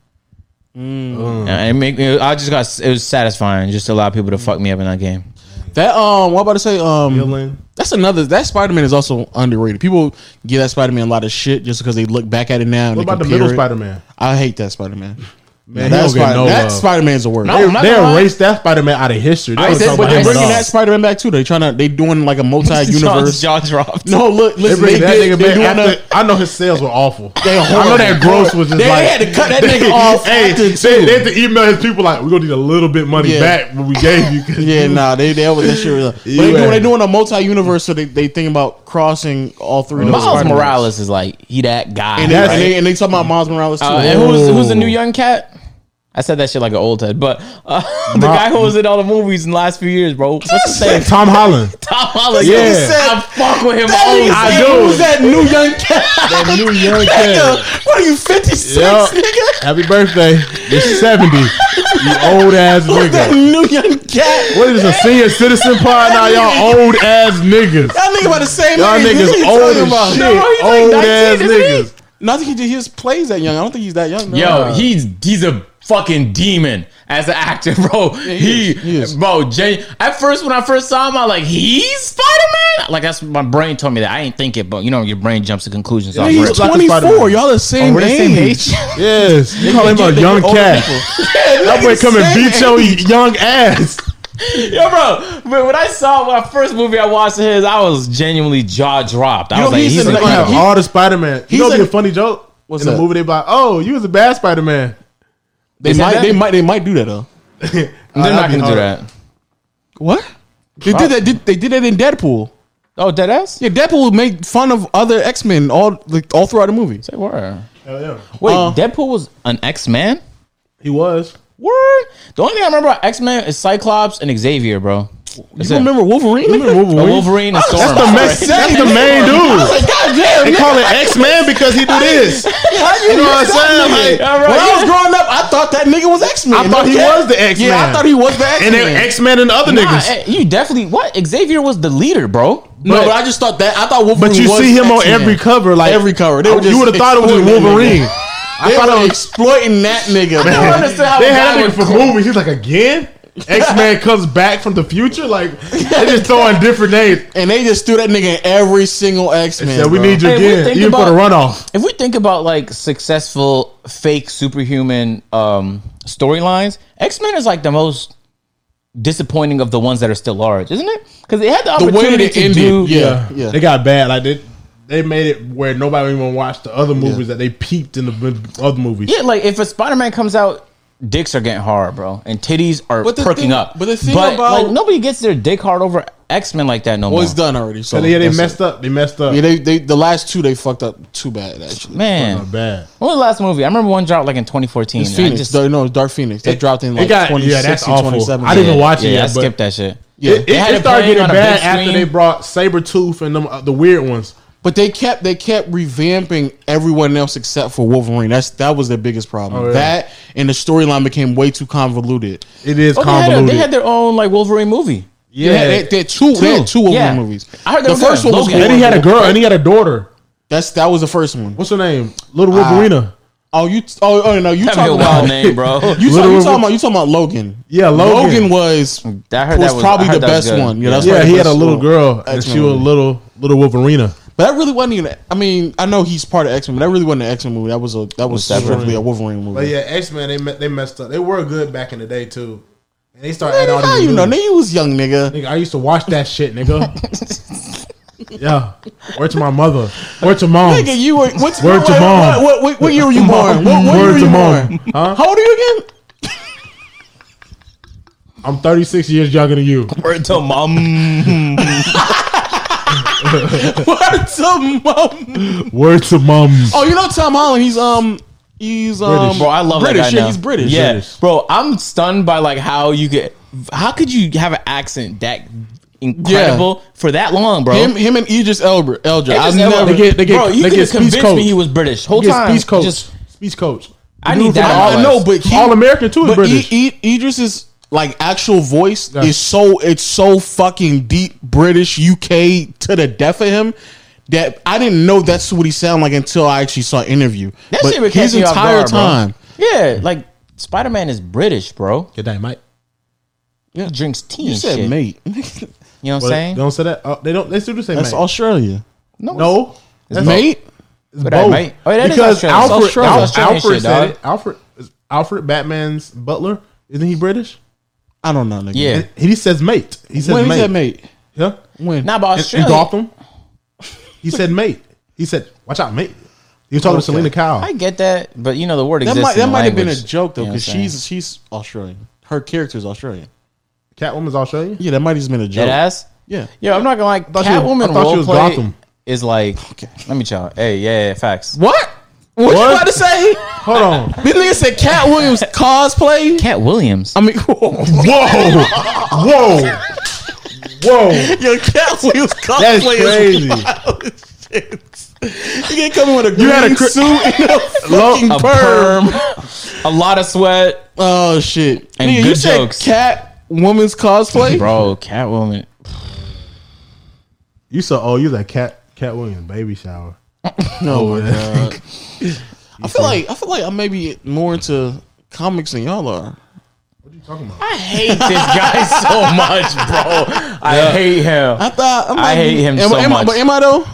S2: And it make, it- I just got it was satisfying just to allow people to fuck me up in that game.
S3: that um, what I'm about to say um,
S1: Villain.
S3: That's another. That Spider Man is also underrated. People give that Spider Man a lot of shit just because they look back at it now. And
S1: What
S3: they
S1: about the
S3: compare
S1: middle
S3: it.
S1: Spider Man?
S3: I hate that Spider Man.
S1: Man,
S3: that
S1: he don't get
S3: Spider
S1: no
S3: that
S1: love.
S3: Spider Man's a word.
S2: No, I'm not
S1: they
S2: gonna lie.
S1: erased that Spider Man out of history. They
S2: I
S1: don't
S2: said-
S1: talk
S3: but
S1: about him
S3: they're
S1: at
S3: bringing
S1: all.
S3: that Spider Man back too. They trying to. They doing like a multi universe.
S2: Jaw, jaw dropped.
S3: No, look,
S1: They
S3: listen,
S1: bring
S3: they,
S1: that
S3: did-
S1: nigga
S3: they
S1: back
S3: doing
S1: after-
S3: a,
S1: I know his sales were awful.
S3: They
S1: I know that
S3: horrible.
S1: gross was just
S3: They
S1: like
S3: had to cut that nigga off
S1: Hey,
S3: after
S1: they,
S3: two.
S1: they had to email his people like, we're gonna need a little bit money
S3: Yeah.
S1: back when we gave you. 'cause
S3: Yeah,
S1: you-
S3: nah, they they over that shit. was- But
S1: Yeah.
S3: they doing they doing a multi universe, so they they think about crossing all three. of those
S2: Miles
S3: Spider-Mans.
S2: Morales is like he that guy.
S3: and they,
S1: That's-
S3: and, they, and they talking about Miles Morales too.
S2: Uh, and who's who's the new young cat? I said that shit like an old head, but uh, the guy who was in all the movies in the last few years, bro. What's his name?
S1: Tom Holland.
S2: Tom Holland.
S1: Yeah.
S2: Yo, I fuck with him all
S1: I
S2: the
S1: do.
S3: Who's that new young cat?
S1: That new young cat.
S3: what are you, 56,
S1: Yo,
S3: nigga?
S1: happy birthday. You're 70. You old ass
S3: Who's
S1: nigga.
S3: that new young cat?
S1: What is this, a senior citizen pod now? Y'all old ass niggas.
S3: Y'all nigga about the same
S1: Y'all
S3: age. What
S1: niggas
S3: you
S1: old
S3: talking
S1: as
S3: about?
S1: shit.
S2: No, he's like
S1: old
S2: 19,
S1: ass
S2: isn't he?
S1: niggas.
S3: No, I think he just, he just plays that young. I don't think he's that young. no.
S2: Yo, he's he's a fucking demon as an actor, bro. he,
S3: is. He is.
S2: bro. Gen- at first, when I first saw him, I was like, he's Spider Man. Like that's my brain told me that. I ain't think it, but you know, your brain jumps to conclusions. off
S3: Nigga,
S2: rip.
S3: he's
S1: like a
S3: 24.
S1: Spider-Man.
S3: Y'all the same,
S2: Oh, We're the same
S3: age.
S2: age.
S1: Yes. You call him a young cat. That boy come and beat your young ass.
S2: Yo, bro, but when I saw my first movie I watched of his, I was genuinely jaw dropped. I
S3: You
S2: was
S3: know,
S2: like,
S3: he's
S2: he's
S1: They're
S3: in the-
S1: gonna have
S3: He-
S1: all the Spider Man. You
S3: he's
S1: know, what'd be
S3: a-
S1: a funny joke.
S3: What's
S1: in the
S3: that?
S1: movie, they be like, "Oh, you was a bad Spider Man."
S3: They
S2: Is it
S3: might,
S2: that?
S3: they might, they might do that though.
S2: they're not gonna do that.
S3: What? They did that. Did, they did that in Deadpool.
S2: Oh, dead ass?
S3: Yeah, Deadpool made fun of other X Men all like, all throughout the movie.
S2: Say word.
S1: that.
S2: Wait,
S3: Uh,
S2: Deadpool was an X Man.
S1: He was.
S2: Word. The only thing I remember about X Men is Cyclops and Xavier, bro. That's
S3: You
S2: it.
S3: remember Wolverine?
S1: You remember
S2: Uh,
S1: Wolverine?
S2: Wolverine and Storm.
S1: That's the, ma- that's the main dude.
S3: God damn!
S1: They call it X Man because he do this.
S3: How you,
S1: You know what I'm saying?
S2: All right.
S1: Like,
S3: When I was growing up, I thought that nigga was X Men.
S1: I thought he was the X-Man.
S3: Yeah, I thought he was the X
S1: and
S3: Men.
S1: they X Men and the other
S2: Nah,
S1: niggas.
S2: eh, you definitely what Xavier was the leader, bro.
S3: no, but I just thought that. I thought Wolverine.
S1: But you
S3: was
S1: see him on
S3: X-Man.
S1: every cover, like
S3: Every cover. They were just
S1: you would have thought it was
S3: exploiting that
S1: Wolverine. I
S3: They
S1: thought
S3: were
S1: it was
S3: exploiting that nigga.
S2: I don't
S3: Man.
S2: understand how
S1: they
S2: a
S1: had
S2: guy
S1: a nigga
S2: would
S1: for
S2: call-
S1: movies. He's like, again? X Man comes back from the future? Like, they just throwing different names.
S3: And they just threw that nigga in every single X Men.
S1: Said, we need you
S2: Hey, we
S1: again,
S2: think
S1: even for the
S2: about-
S1: runoff.
S2: If we think about like successful fake superhuman um storylines, X Men is like the most disappointing of the ones that are still large, isn't it? Because they had the
S3: way
S2: opportunity
S3: that
S2: to
S3: it ended,
S2: do.
S3: yeah. yeah.
S1: They got bad. Like, they, they made it where nobody even watched the other movies that they peeped in the b- other movies.
S2: Yeah, like if a Spider Man comes out, dicks are getting hard, bro, and titties are
S3: But the
S2: perking
S3: thing-
S2: up.
S3: but the thing about-
S2: like nobody gets their dick hard over X Men like that no
S3: Well,
S2: more.
S3: Oh, it's done already. So
S1: And yeah, they
S3: that's
S1: messed up. They messed up.
S3: it. Yeah, they, they the last two they fucked up too bad actually.
S2: Man,
S1: Not Uh, bad.
S2: when was the last movie? I remember one dropped like in 2014.
S3: It's Phoenix.
S2: I just
S3: Dark- no, it's Dark Phoenix. That dropped in
S1: it
S3: like
S1: got- yeah,
S3: 2016,
S1: that's awful.
S3: 2017.
S1: I didn't even watch it
S2: yeah,
S1: yet,
S2: I
S1: but-
S2: skipped that shit.
S3: Yeah.
S1: It,
S2: They
S1: it,
S2: had
S1: it
S2: it
S1: started
S2: playing
S1: getting
S2: on a
S1: bad
S2: big
S1: after
S2: screen.
S1: they brought Sabretooth and them, uh, the weird ones.
S3: But they kept they kept revamping everyone else except for Wolverine. That's that was their biggest problem.
S1: Oh, yeah.
S3: That and the storyline became way too convoluted.
S1: It is
S2: Oh, they had, a,
S1: convoluted.
S2: they had their own like Wolverine movie.
S1: yeah.
S3: They had, they, they had two, They had two Wolverine
S2: Yeah.
S3: movies.
S2: I heard they
S3: the
S2: were
S3: first
S2: good.
S3: one was
S2: Logan.
S1: and he had a
S3: horrible.
S1: girl and he had a daughter.
S3: That's that was the first one.
S1: What's her name? Little Wolverine.
S3: Oh, you oh, oh no,
S2: That'd be
S3: you
S2: a
S3: talking
S2: wild
S3: about
S2: name, bro.
S3: You,
S1: Little
S3: talk, you
S1: Wolver-
S3: talking about you talking about Logan?
S1: Yeah, Logan.
S3: was
S2: I heard
S3: was,
S2: that was-
S3: probably
S2: I heard
S3: the
S2: that was
S3: best
S2: good.
S3: one. Yeah, that's
S1: Yeah,
S3: probably
S1: he
S3: the
S1: had a
S3: best
S1: little
S3: one.
S1: girl and
S3: X-Men
S1: she was a
S3: movie.
S1: little little Wolverine.
S3: But that really wasn't even. I mean, I know he's part of X Men. That really wasn't an X Men movie. That was a that was
S2: Wolverine.
S3: strictly a Wolverine movie.
S5: But yeah, X Men they me- they messed up. They were good back in the day too, and they started adding
S3: Nigga,
S5: all
S3: how
S5: these.
S3: you know?
S5: new-
S3: Nigga, you was young, nigga.
S1: Nigga, I used to watch that shit, nigga. yeah. Word to my mother. Word to mom.
S3: Nigga, you were. What's,
S1: Word
S3: what,
S1: to
S3: what-
S1: mom.
S3: What, what, what year were you born? What, what year
S1: Word to
S3: were you
S1: mom.
S3: born?
S1: Huh?
S3: How old are you again?
S1: I'm 36 years younger than you.
S2: Word to mom.
S3: Word to mom.
S1: Word to mom.
S3: Oh, you know Tom Holland. He's um. He's um.
S1: British.
S2: bro, I love
S3: British.
S2: that guy
S3: yeah,
S2: now.
S3: he's British.
S2: Yeah,
S1: British.
S2: bro, I'm stunned by like how you could, how could you have an accent that incredible for that long, bro?
S3: Him, him, and Idris Elba. Eldra.
S2: Idris
S3: I've
S2: Elba.
S3: never.
S1: They get- they get-
S2: bro, you
S1: they
S2: could
S1: get
S2: have
S1: speech
S2: convinced
S1: coach.
S2: me he was British whole
S1: He gets
S2: time.
S1: speech coach.
S2: Just-
S1: speech coach.
S2: I
S1: The
S2: need
S1: dude
S2: that
S1: from
S2: in my
S1: All-
S2: life.
S3: no, but he,
S1: All American too is
S3: But
S1: British.
S3: E- E- Idris's like actual voice is so it's so fucking deep British UK to the death of him that I didn't know that's what he sounded like until I actually saw an interview.
S2: That
S3: but
S2: shit would catch
S3: his
S2: me off
S3: entire
S2: guard, bro.
S3: time,
S2: Yeah, like Spider Man is British, bro.
S1: Good day, Mike.
S2: He drinks
S1: Oh,
S2: tea.
S3: you
S2: and
S3: said
S2: shit.
S3: mate.
S2: You know what I'm
S1: What,
S2: saying?
S1: Don't say that. Oh, they don't. They still do say
S3: That's
S1: mate.
S3: Australia.
S1: no, that's
S3: mate.
S1: It's
S2: But
S1: both.
S2: that mate- oh, that is
S1: because
S2: Australian. It's
S1: Alfred,
S2: Australian.
S1: Al-
S2: It's Australian
S1: Alfred
S2: shit,
S1: said
S2: dog.
S1: it. Alfred, is Alfred, Batman's butler, isn't he British?
S3: I don't know. Nigga.
S2: Yeah.
S1: And he says mate. He says
S3: When
S1: mate.
S3: he said mate.
S1: Yeah.
S3: When
S2: Nah, but
S1: In-
S2: Australia.
S1: In Gotham, he said mate. He said, "Watch out, mate." He was talking to
S3: Okay.
S1: Selena Kyle.
S2: I get that, but you know the word
S3: that
S2: exists.
S3: might that
S2: in the
S3: might have been a
S2: language.
S3: joke though
S2: You know what
S3: because
S2: I'm saying?
S3: she's she's Australian. Her character's Australian.
S1: Catwoman's Australian.
S3: Yeah, that might have just been a joke.
S2: dead ass.
S3: Yeah.
S2: Yo, I'm not gonna like
S1: she was- I
S2: Catwoman
S1: thought she
S2: role
S1: was
S2: play
S1: Gotham.
S2: is like. Let me tell. Hey, yeah, yeah, facts.
S3: What? What,
S1: What?
S3: you about to say?
S1: Hold on.
S3: This nigga said Cat Williams cosplay.
S2: Cat Williams.
S3: I mean,
S1: Whoa, whoa, whoa.
S3: yo, Cat Williams cosplay
S1: That's
S3: is
S1: crazy.
S3: wild as shit. You can't come in with a green
S1: had a cr-
S3: suit and a
S1: Lo-
S3: fucking
S2: A
S3: perm.
S2: A lot of sweat.
S3: Oh shit!
S2: And
S3: Nigga, you
S2: good
S3: said
S2: jokes.
S3: Cat Woman's cosplay.
S2: Bro, Cat Woman.
S1: You so old. You like Cat Cat Williams baby shower. Oh,
S3: No, God. I feel like I feel like I'm maybe more into comics than y'all are.
S6: What are you talking about?
S2: I hate this guy so much, bro. I hate
S3: I
S2: him.
S3: thought I, might
S2: hate
S3: be-
S2: him
S3: am,
S2: so
S3: am,
S2: much.
S3: But am I though?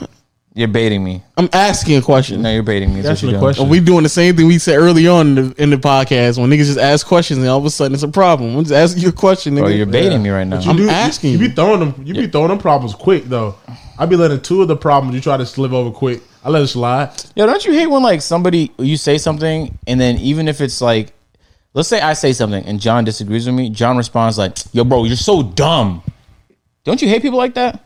S2: You're baiting me.
S3: I'm asking a question.
S2: No, you're baiting me.
S1: That's
S2: what
S1: the
S2: you're doing.
S1: question.
S3: We doing the same thing we said early on in the, in the podcast when niggas just ask questions and all of a sudden it's a problem. I'm just asking you a question, nigga.
S2: Oh, Bro, you're baiting me right now.
S1: But you
S3: I'm
S1: do-
S3: asking
S1: You
S3: you.
S1: be throwing them. You be throwing them problems quick though. I be letting two of the problems you try to slip over quick. I let it slide.
S2: Yo, don't you hate when like somebody you say something and then even if it's like, let's say I say something and John disagrees with me, John responds like, "Yo, bro, you're so dumb." Don't you hate people like that?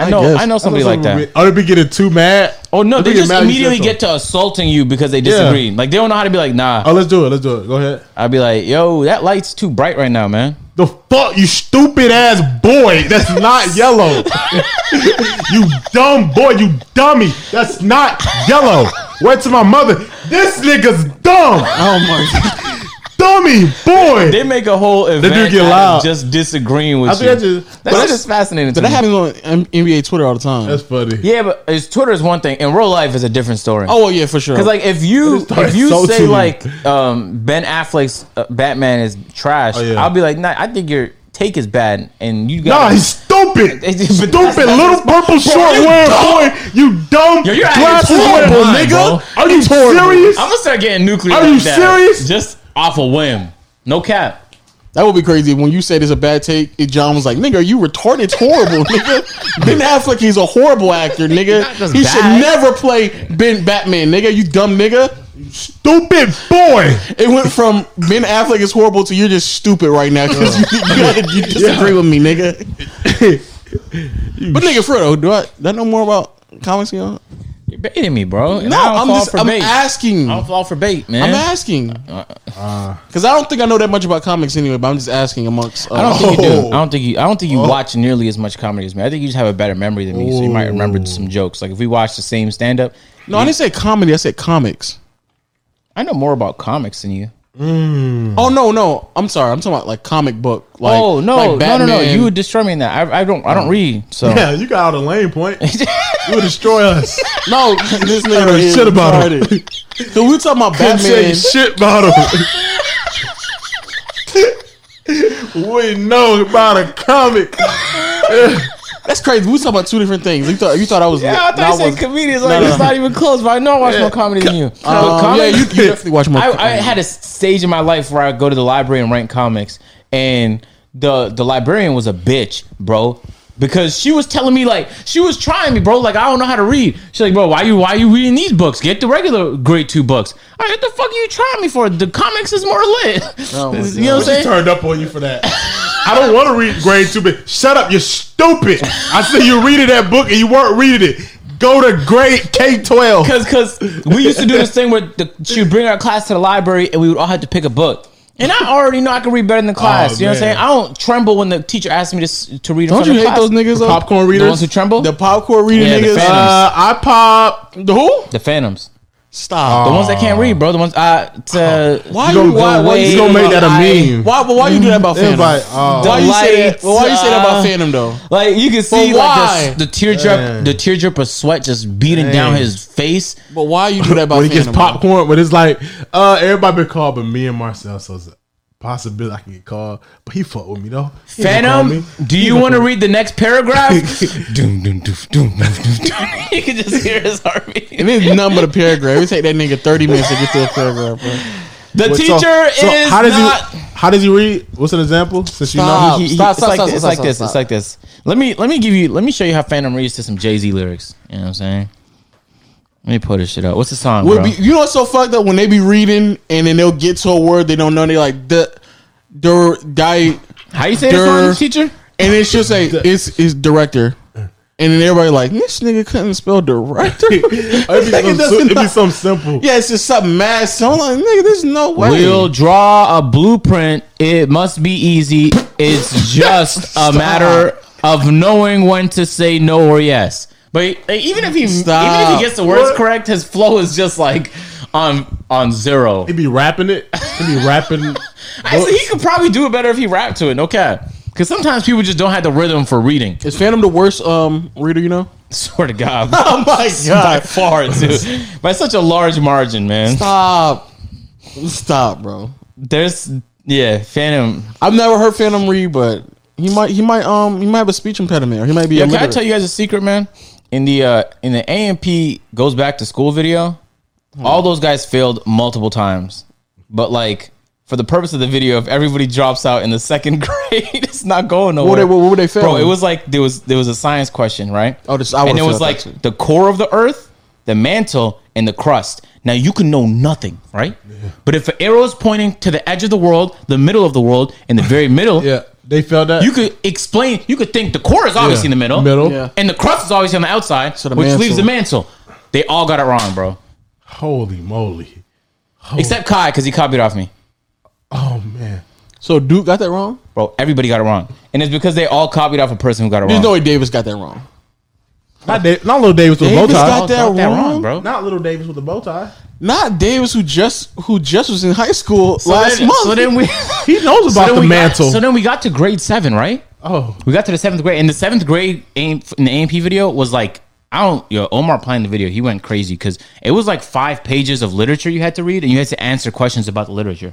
S2: I know,
S3: guess.
S2: I know somebody like that.
S1: Other people Oh, getting too mad.
S2: Oh no, they
S1: get
S2: just
S1: mad you said
S2: immediately
S1: something.
S2: get to assaulting you because they disagree. Like they don't know how to be like, nah.
S1: Oh, let's do it. Let's do it. Go ahead.
S2: I'd be like, yo, that light's too bright right now, man.
S1: The fuck, you stupid ass boy. That's not yellow. you dumb boy. You dummy. That's not yellow. Word to my mother. This nigga's dumb.
S3: Oh my god.
S1: Dummy boy.
S2: They make a whole event
S1: do get
S2: out of
S1: loud.
S2: just disagreeing with
S1: I
S2: you.
S1: think that's just-
S2: that's,
S1: but
S2: just fascinating. To
S3: That
S2: me.
S3: happens on M- NBA Twitter all the time.
S1: That's funny.
S2: yeah, but it's, Twitter is one thing, and real life is a different story.
S3: oh yeah, for sure.
S2: Because like if you
S1: started
S2: if you
S1: so
S2: say
S1: soon.
S2: like um, Ben Affleck's uh, Batman is trash,
S1: Oh, yeah.
S2: I'll be like, nah, I think your take is bad, and you
S1: Nah,
S2: got
S1: he's stupid.
S2: But that's-
S1: stupid
S2: that's-
S1: little purple short
S2: you
S1: wearing boy. You dumb
S2: Yo, you're out of
S1: glasses
S2: your fucking
S1: wearing
S2: mind, bro.
S1: nigga. Are you serious?
S2: I'm gonna start getting nuclear.
S1: Are
S2: like
S1: you
S2: that.
S1: serious?
S2: Just off a whim, no cap.
S3: that would be crazy when you said it's a bad take. and John was like, "Nigga, are you retarded? It's horrible, nigga." Ben Affleck, he's a horrible actor,
S2: not
S3: nigga.
S2: just
S3: He
S2: bad.
S3: should never play Ben Batman, nigga. You dumb nigga.
S1: Stupid boy.
S3: It went from Ben Affleck is horrible to you're just stupid right now because you, you disagree with me, nigga. but nigga, for real, though, do I, do I know more about comics? You know?
S2: You're baiting me, bro. and
S3: No,
S2: I don't
S3: I'm
S2: fall
S3: just
S2: for
S3: I'm
S2: bait.
S3: asking.
S2: I don't
S3: I'm
S2: fall for bait, man.
S3: asking
S1: Uh,
S3: because I don't think I know that much about comics anyway. But I'm just asking amongst. Uh,
S2: I don't think you do.
S1: Oh.
S2: I don't think you. I don't think you watch nearly as much comedy as me. I think you just have a better memory than me, so you might remember some jokes. Like if we watch the same stand up,
S3: no, I didn't say comedy. I said comics.
S2: I know more about comics than you.
S3: Oh no, no, I'm sorry. I'm talking about like comic book. Like,
S2: Hmm. oh no,
S3: like
S2: no, no, no!
S3: Batman.
S2: You would destroy me in that. I, I don't. I don't read. So
S1: Oh. Yeah, you got out of lane point. You would destroy us.
S3: no, this
S1: I
S3: nigga
S1: don't
S3: is
S1: shit about him.
S3: retarded. So we talking about
S1: Couldn't say
S3: Batman.
S1: shit about him. we know about a comic.
S3: That's crazy. We was talking about two different things. You thought you thought I was.
S2: Yeah, I
S3: no,
S2: thought you
S3: was-
S2: said comedians. Like,
S3: no,
S2: it's
S3: no.
S2: not even close. But I know I watch more comedy than you.
S3: Um,
S2: But comedy-
S3: yeah, you, you definitely watch more.
S2: I, I had a stage in my life where I go to the library and rent comics, and the the librarian was a bitch, bro. Because she was telling me like she was trying me, bro. Like I don't know how to read. She's like, bro, why you why you reading these books? Get the regular grade two books. All right, what the fuck are you trying me for? The comics is more lit.
S3: Oh my
S2: you know what I'm
S1: She
S2: saying?
S1: turned up on you for that. I don't want to read grade two, but shut up, you're stupid. I said you reading that book and you weren't reading it. Go to grade K twelve.
S2: Cause, cause we used to do this thing where the, she would bring our class to the library and we would all have to pick a book. And I already know I can read better than the class. you know what I'm
S1: man.
S2: saying? I don't tremble when the teacher asks me to s- to read. In
S3: Oh,
S2: front
S3: Don't you
S2: of
S3: hate
S2: class.
S3: those niggas? Though?
S1: Popcorn
S2: The ones
S1: readers.
S2: who tremble,
S3: The
S2: the,
S3: popcorn reading
S2: Yeah, the
S3: niggas.
S2: fan-
S1: Uh, I pop.
S3: the who?
S2: phantoms,
S3: Stop.
S2: the ones that can't read, bro. The ones uh, to,
S3: why
S1: Oh. You
S3: you
S1: gonna,
S3: why why
S1: you
S3: you
S1: gonna
S3: say
S1: make that
S3: about-
S1: a meme?
S3: Why but why you do that about Phantom?
S1: Everybody, oh.
S3: Why you say that?
S2: Delights,
S3: Why you say that
S2: uh,
S3: about Phantom though?
S2: like you can see like
S3: But why?
S2: the, the teardrop, the teardrop of sweat just beating down his face.
S3: But why you do that about
S1: when he gets
S3: Phantom? though?
S1: popcorn, but it's like uh, everybody been called, but me and Marcel. So it's a possibility I can get called. But he fuck with me though. He ain't gonna
S2: Phantom,
S1: call me.
S2: do you want to read the next paragraph? doom, doom, doom, doom, doom, doom. You can just hear his heartbeat.
S3: It is nothing but a paragraph. It take that nigga thirty minutes to get through a paragraph. Bro.
S2: The
S1: Wait, so- so how does He, how does he read? What's an example? Since you know,
S3: Stop.
S2: He- he-
S3: Stop,
S2: it's
S3: stop,
S2: like
S3: stop,
S2: this, it's
S3: stop,
S2: like
S3: stop,
S2: this.
S3: stop.
S2: It's like this. Let me let me give you let me show you how Phantom reads to some Jay Z lyrics. You know what I'm saying? Let me pull this shit up. What's the song,
S3: Would
S2: bro?
S3: be, you know what's so fucked up when they be reading and then they'll get to a word they don't know. They like the, der, die,
S2: how you say
S3: Durr.
S2: this one, teacher?
S3: and it should say it's it's director. And then everybody like this nigga couldn't spell director.
S1: It'd be,
S3: Nigga
S1: some,
S3: doesn't
S1: it'd
S3: know.
S1: be something simple.
S3: Yeah, it's just something mad. So I'm like, nigga, there's no way.
S2: We'll draw a blueprint. It must be easy. It's just a matter of knowing when to say no or yes. But like, even if he even if
S3: Stop.
S2: he gets the words
S1: What?
S2: correct, his flow is just like on on zero.
S1: He'd be rapping it. He'd be rapping.
S2: Actually, he could probably do it better if he rapped to it. No cap. Because sometimes people just don't have the rhythm for reading.
S3: Is Phantom the worst um reader you know?
S2: Swear to God,
S3: Oh my
S2: by far, dude, by such a large margin, man.
S3: Stop. Stop, bro.
S2: There's yeah, Phantom.
S3: I've never heard Phantom read, but he might he might um he might have a speech impediment or he might be
S2: Yo, can I
S3: illiterate.
S2: tell you guys a secret, man? In the uh in the AMP goes back to school video, all those guys failed multiple times. But like for the purpose of the video, if everybody drops out in the second grade, it's not going nowhere.
S3: they- what would they fail
S2: Bro,
S3: in?
S2: it was like there was there was a science question, right?
S3: Oh, this- I would've
S2: and it was
S3: failed
S2: like
S3: that too.
S2: the core of the earth, the mantle, and the crust. Now you can know nothing, right? But if an arrow is pointing to the edge of the world, the middle of the world, and the very middle,
S1: Yeah, they felt that.
S2: you could explain. You could think the core is obviously in the middle,
S1: Middle.
S3: Yeah.
S2: and the crust is always on the outside,
S3: the
S2: which
S3: mantle.
S2: leaves the mantle. They all got it wrong, bro.
S1: Holy moly!
S2: Except Kai, because he copied off me,
S1: Oh man.
S3: so Duke got that wrong?
S2: bro. Everybody got it wrong, and it's because they all copied off a person who got it wrong.
S3: There's no way Davis got that wrong.
S1: Not, da- not little Davis with a bow
S3: Davis
S1: tie.
S3: got
S2: They all got
S3: that wrong?
S2: bro.
S7: Not little Davis with a bow tie.
S3: Not Davis who just who just was in high school last
S2: then,
S3: month.
S2: so then we.
S1: He knows
S2: so
S1: about
S2: then
S1: the
S2: we got-
S1: mantle.
S2: so then we got to grade seven, right?
S1: oh,
S2: We got to the seventh grade, and the seventh grade aim in the AMP video was like, I don't, yo, Omar playing the video, he went crazy because it was like five pages of literature you had to read, and you had to answer questions about the literature.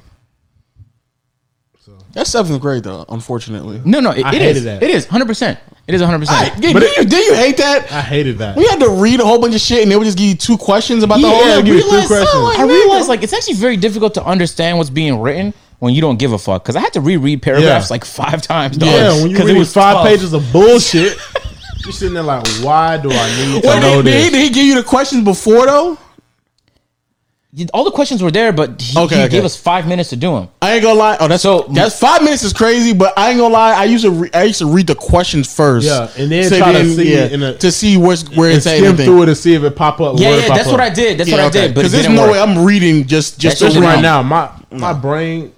S3: That's seventh grade though, unfortunately.
S2: No, no, it,
S1: I
S2: it
S1: hated
S2: is.
S1: that.
S2: It is 100%. It is 100%.
S3: did,
S1: But
S3: you,
S1: it-
S3: did you hate that?
S1: I hated that.
S3: We had to read a whole bunch of shit and they would just give you two questions about the
S1: Yeah,
S3: whole
S1: yeah,
S3: thing.
S1: give you two
S3: Realize-
S1: questions.
S3: oh, like,
S2: I
S3: nigga.
S2: realized like it's actually very difficult to understand what's being written when you don't give a fuck. Because I had to reread paragraphs
S1: Yeah.
S2: like five times. Dog,
S1: yeah, when you
S2: 'cause
S1: read five
S2: tough.
S1: pages of bullshit,
S7: You're sitting there like, why do I need to
S3: Wait,
S7: know
S3: did, did he,
S7: this?
S3: did he give you the questions before though?
S2: all the questions were there, but he,
S3: Okay,
S2: he
S3: okay.
S2: gave us five minutes to do them.
S3: I ain't gonna lie. Oh, that's
S2: So-
S3: so. That's five minutes is crazy, but I ain't gonna lie. I used to re- I used to read the questions first.
S1: Yeah, and then try to see it in a-
S3: to see what's where
S1: and
S3: it's at.
S1: skim
S3: and
S1: through
S3: everything.
S1: it and see if it pop up.
S2: Yeah,
S1: word
S2: yeah,
S1: pop
S2: that's
S1: up.
S2: what I did. That's
S3: Yeah,
S2: what I
S3: okay.
S2: did. But it
S3: there's
S2: didn't
S3: no
S2: work.
S3: way I'm reading just
S2: That's
S3: just those
S1: Just
S2: what
S1: right
S2: No.
S1: now, my my brain,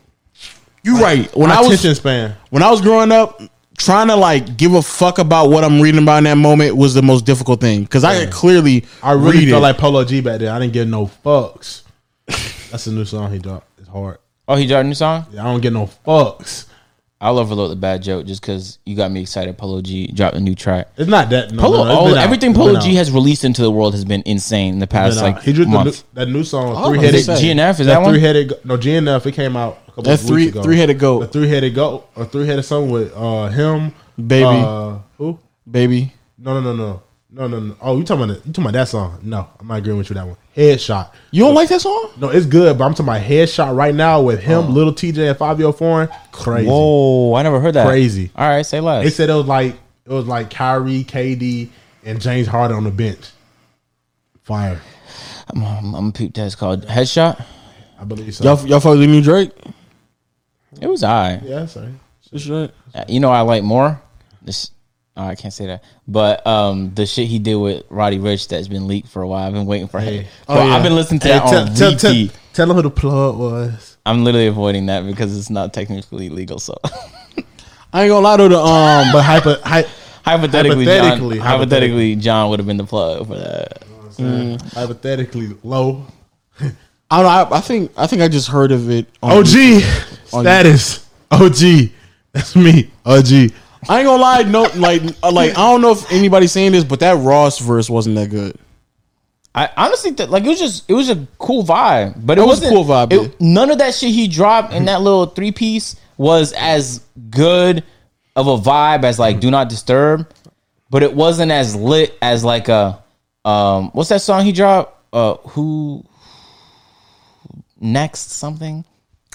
S3: You right. When
S1: my
S3: I was
S1: attention span.
S3: when I was growing up, trying to like give a fuck about what I'm reading about in that moment was the most difficult thing because I could clearly
S1: I really
S3: read
S1: felt
S3: it.
S1: like Polo G back then. I didn't get no fucks. That's a new song he dropped. It's hard.
S2: oh, he dropped a new song.
S1: I don't get no fucks.
S2: I'll overload the bad joke just because you got me excited. Polo G dropped a new track.
S1: It's not that. No,
S2: Polo,
S1: no, no, it's
S2: all,
S1: been out.
S2: everything
S1: It's been
S2: Polo
S1: out.
S2: G has released into the world has been insane in the
S1: Been
S2: past
S1: out.
S2: like
S1: uh, he just the new,
S2: month.
S1: that new song
S3: was
S1: three
S3: Oh, gonna
S1: headed
S3: say.
S2: GNF is that,
S1: that
S2: one?
S1: three headed no GNF. It came out a couple
S3: That
S1: of
S3: three-
S1: weeks ago.
S3: three-headed goat.
S1: The three headed goat. A three headed song with uh him,
S3: Baby.
S1: uh, who?
S3: baby.
S1: No, no, no, no, no, no, no. Oh, you talking about that- you talking about that song? No, I'm not agreeing with you that one. Headshot.
S3: You don't like that song?
S1: No, it's good, but I'm talking about headshot right now with him,
S3: Oh.
S1: little TJ, and Fabio Foreign. Crazy.
S2: Whoa, I never heard that.
S1: Crazy.
S2: All right, say less.
S1: They said it was like it was like Kyrie, KD, and James Harden on the bench. Fire,
S2: I'm, I'm a peep test called Headshot.
S1: I believe so.
S3: Y'all y'all fuck the new Drake?
S2: It was I.
S1: yeah, sorry.
S2: You know, I like more. This oh, I can't say that, but um, the shit he did with Roddy Rich that's been leaked for a while. I've been waiting for. Hey. Bro,
S1: Oh, yeah.
S2: I've been listening to
S1: Hey,
S2: that on
S1: tell, tell, tell,
S2: repeat.
S1: tell them who the plug was.
S2: I'm literally avoiding that because it's not technically legal. So
S3: I ain't gonna lie to the um.
S1: But hyper, hy-
S2: hypothetically,
S1: Hypothetically,
S2: John, hypothetically, John would have been the plug for that.
S3: Mm.
S1: hypothetically low.
S3: I don't know. I, I think I think I just heard of it. On
S1: OG status. OG, that's me. OG.
S3: I ain't gonna lie, no, like, uh, like I don't know if anybody's saying this, but that Ross verse wasn't that good.
S2: I honestly th- like it was just it was a cool vibe, but it,
S3: was a
S2: wasn't
S3: cool vibe,
S2: it-
S3: yeah.
S2: none of that shit he dropped in that little three piece was as good of a vibe as like "Do Not Disturb," but it wasn't as lit as like a um what's that song he dropped? Uh, who next something?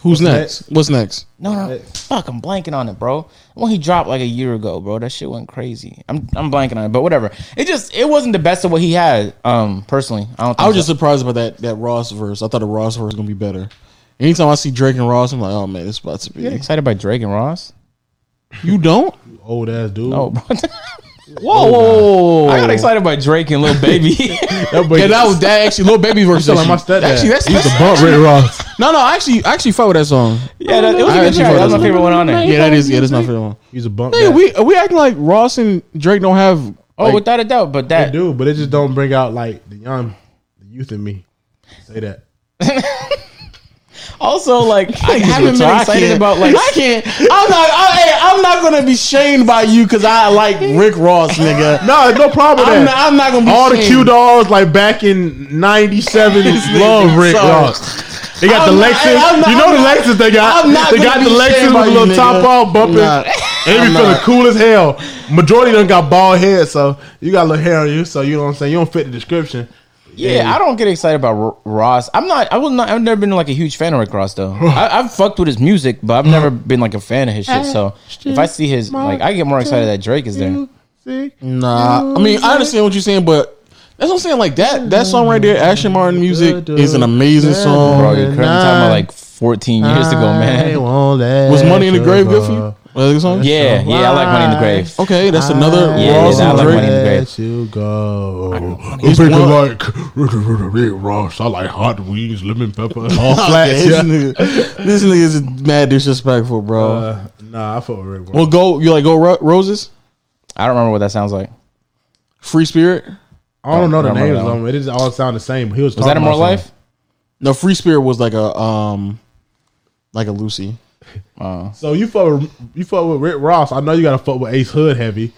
S3: Who's next? What's next?
S2: No, no, fuck, I'm blanking on it, bro. When he dropped like a year ago, bro, that shit went crazy. I'm I'm blanking on it, but whatever. It just it wasn't the best of what he had. Um, personally, I don't. Think
S3: I was
S2: so.
S3: just surprised about that that Ross verse. I thought the Ross verse was gonna be better. Anytime I see Drake and Ross, I'm like, oh man, this about to be.
S2: excited by Drake and Ross.
S3: You don't?
S1: Old ass dude.
S2: Oh, bro. Whoa, whoa, whoa, whoa. I got excited about Drake and Lil Baby.
S8: That boy,
S3: Yeah, that was that actually little baby version.
S8: like my stepdad.
S3: Actually, that's,
S8: He used to
S3: that's
S8: bump Rick Ross.
S3: no, no. I actually, I actually fuck with that song.
S2: yeah, that, it was a
S3: I
S2: good
S3: actually
S2: track.
S3: fuck
S2: That was
S3: with
S2: my
S3: that
S2: favorite one on there.
S3: Yeah, that is. Yeah, that's my favorite one.
S8: He's a bump. guy.
S3: Yeah, we we acting like Ross and Drake don't have.
S2: Oh,
S3: like,
S2: without a doubt, but
S1: I
S2: that
S1: do, but it just don't bring out like the young, the youth in me. Say that.
S2: also like I haven't
S3: So
S2: been
S3: I
S2: excited
S3: can't-
S2: about like
S3: I can't. I'm not. I, hey, I'm not gonna be shamed by you because I like Rick Ross, nigga.
S8: No, it's no problem with
S3: I'm not,
S8: that.
S3: I'm not gonna be
S8: All the
S3: shamed.
S8: Q dogs like back in '97 love Rick
S3: sorry.
S8: Ross. They got
S3: I'm
S8: the
S3: not-
S8: Lexus.
S3: hey, I'm not-
S8: you know
S3: I'm
S8: the
S3: not-
S8: Lexus they got.
S3: I'm not
S8: they
S3: gonna
S8: got the
S3: be
S8: Lexus
S3: shamed
S8: with
S3: by
S8: a
S3: you,
S8: little top
S3: nigga.
S8: off bumping.
S3: Nah.
S8: and
S3: I'm
S8: you feeling
S3: not.
S8: cool as hell. Majority done got bald head, so you got a little hair on you. So you know what I'm saying. You don't fit the description.
S2: yeah, I don't get excited about R- Ross. I'm not. I was not. I've never been like a huge fan of Rick Ross though. I, I've fucked with his music, but I've never been like a fan of his shit. So if I see his, like, I get more excited that Drake is there.
S8: See,
S3: Nah, I mean, I understand what you're saying, but that's what I'm saying. Like that, that song right there, Ashton Martin music is an amazing
S2: Bro,
S3: song.
S2: you're crazy. talking about like 14 years ago, man.
S3: Was Money in the Grave good for you? Was that the song?
S2: Yeah, yeah, I like Money in the Grave.
S3: Okay, that's
S1: Ah,
S3: another
S2: Yeah,
S3: Ross
S2: yeah, I
S3: and
S2: like
S3: Drake.
S2: Money in the Grave.
S1: Let you go.
S8: I'm
S3: It's
S8: thinking
S3: one-
S8: like Rick Ross. I like hot wings, lemon pepper, and all flats.
S3: Okay,
S8: yeah.
S3: this, nigga, this nigga is mad disrespectful, bro.
S1: Uh, nah, I fuck with Rick. Ross.
S3: well, go you like go ro- roses,
S2: I don't remember what that sounds like.
S3: free spirit.
S1: I don't know the
S2: I don't know
S1: names
S2: that
S1: of them. It just all sound the same. He was
S2: Was that in More Life?
S3: No, free spirit was like a um, like a Lucy.
S1: So you fuck with, you fuck with Rick Ross. I know you gotta fuck with Ace Hood heavy.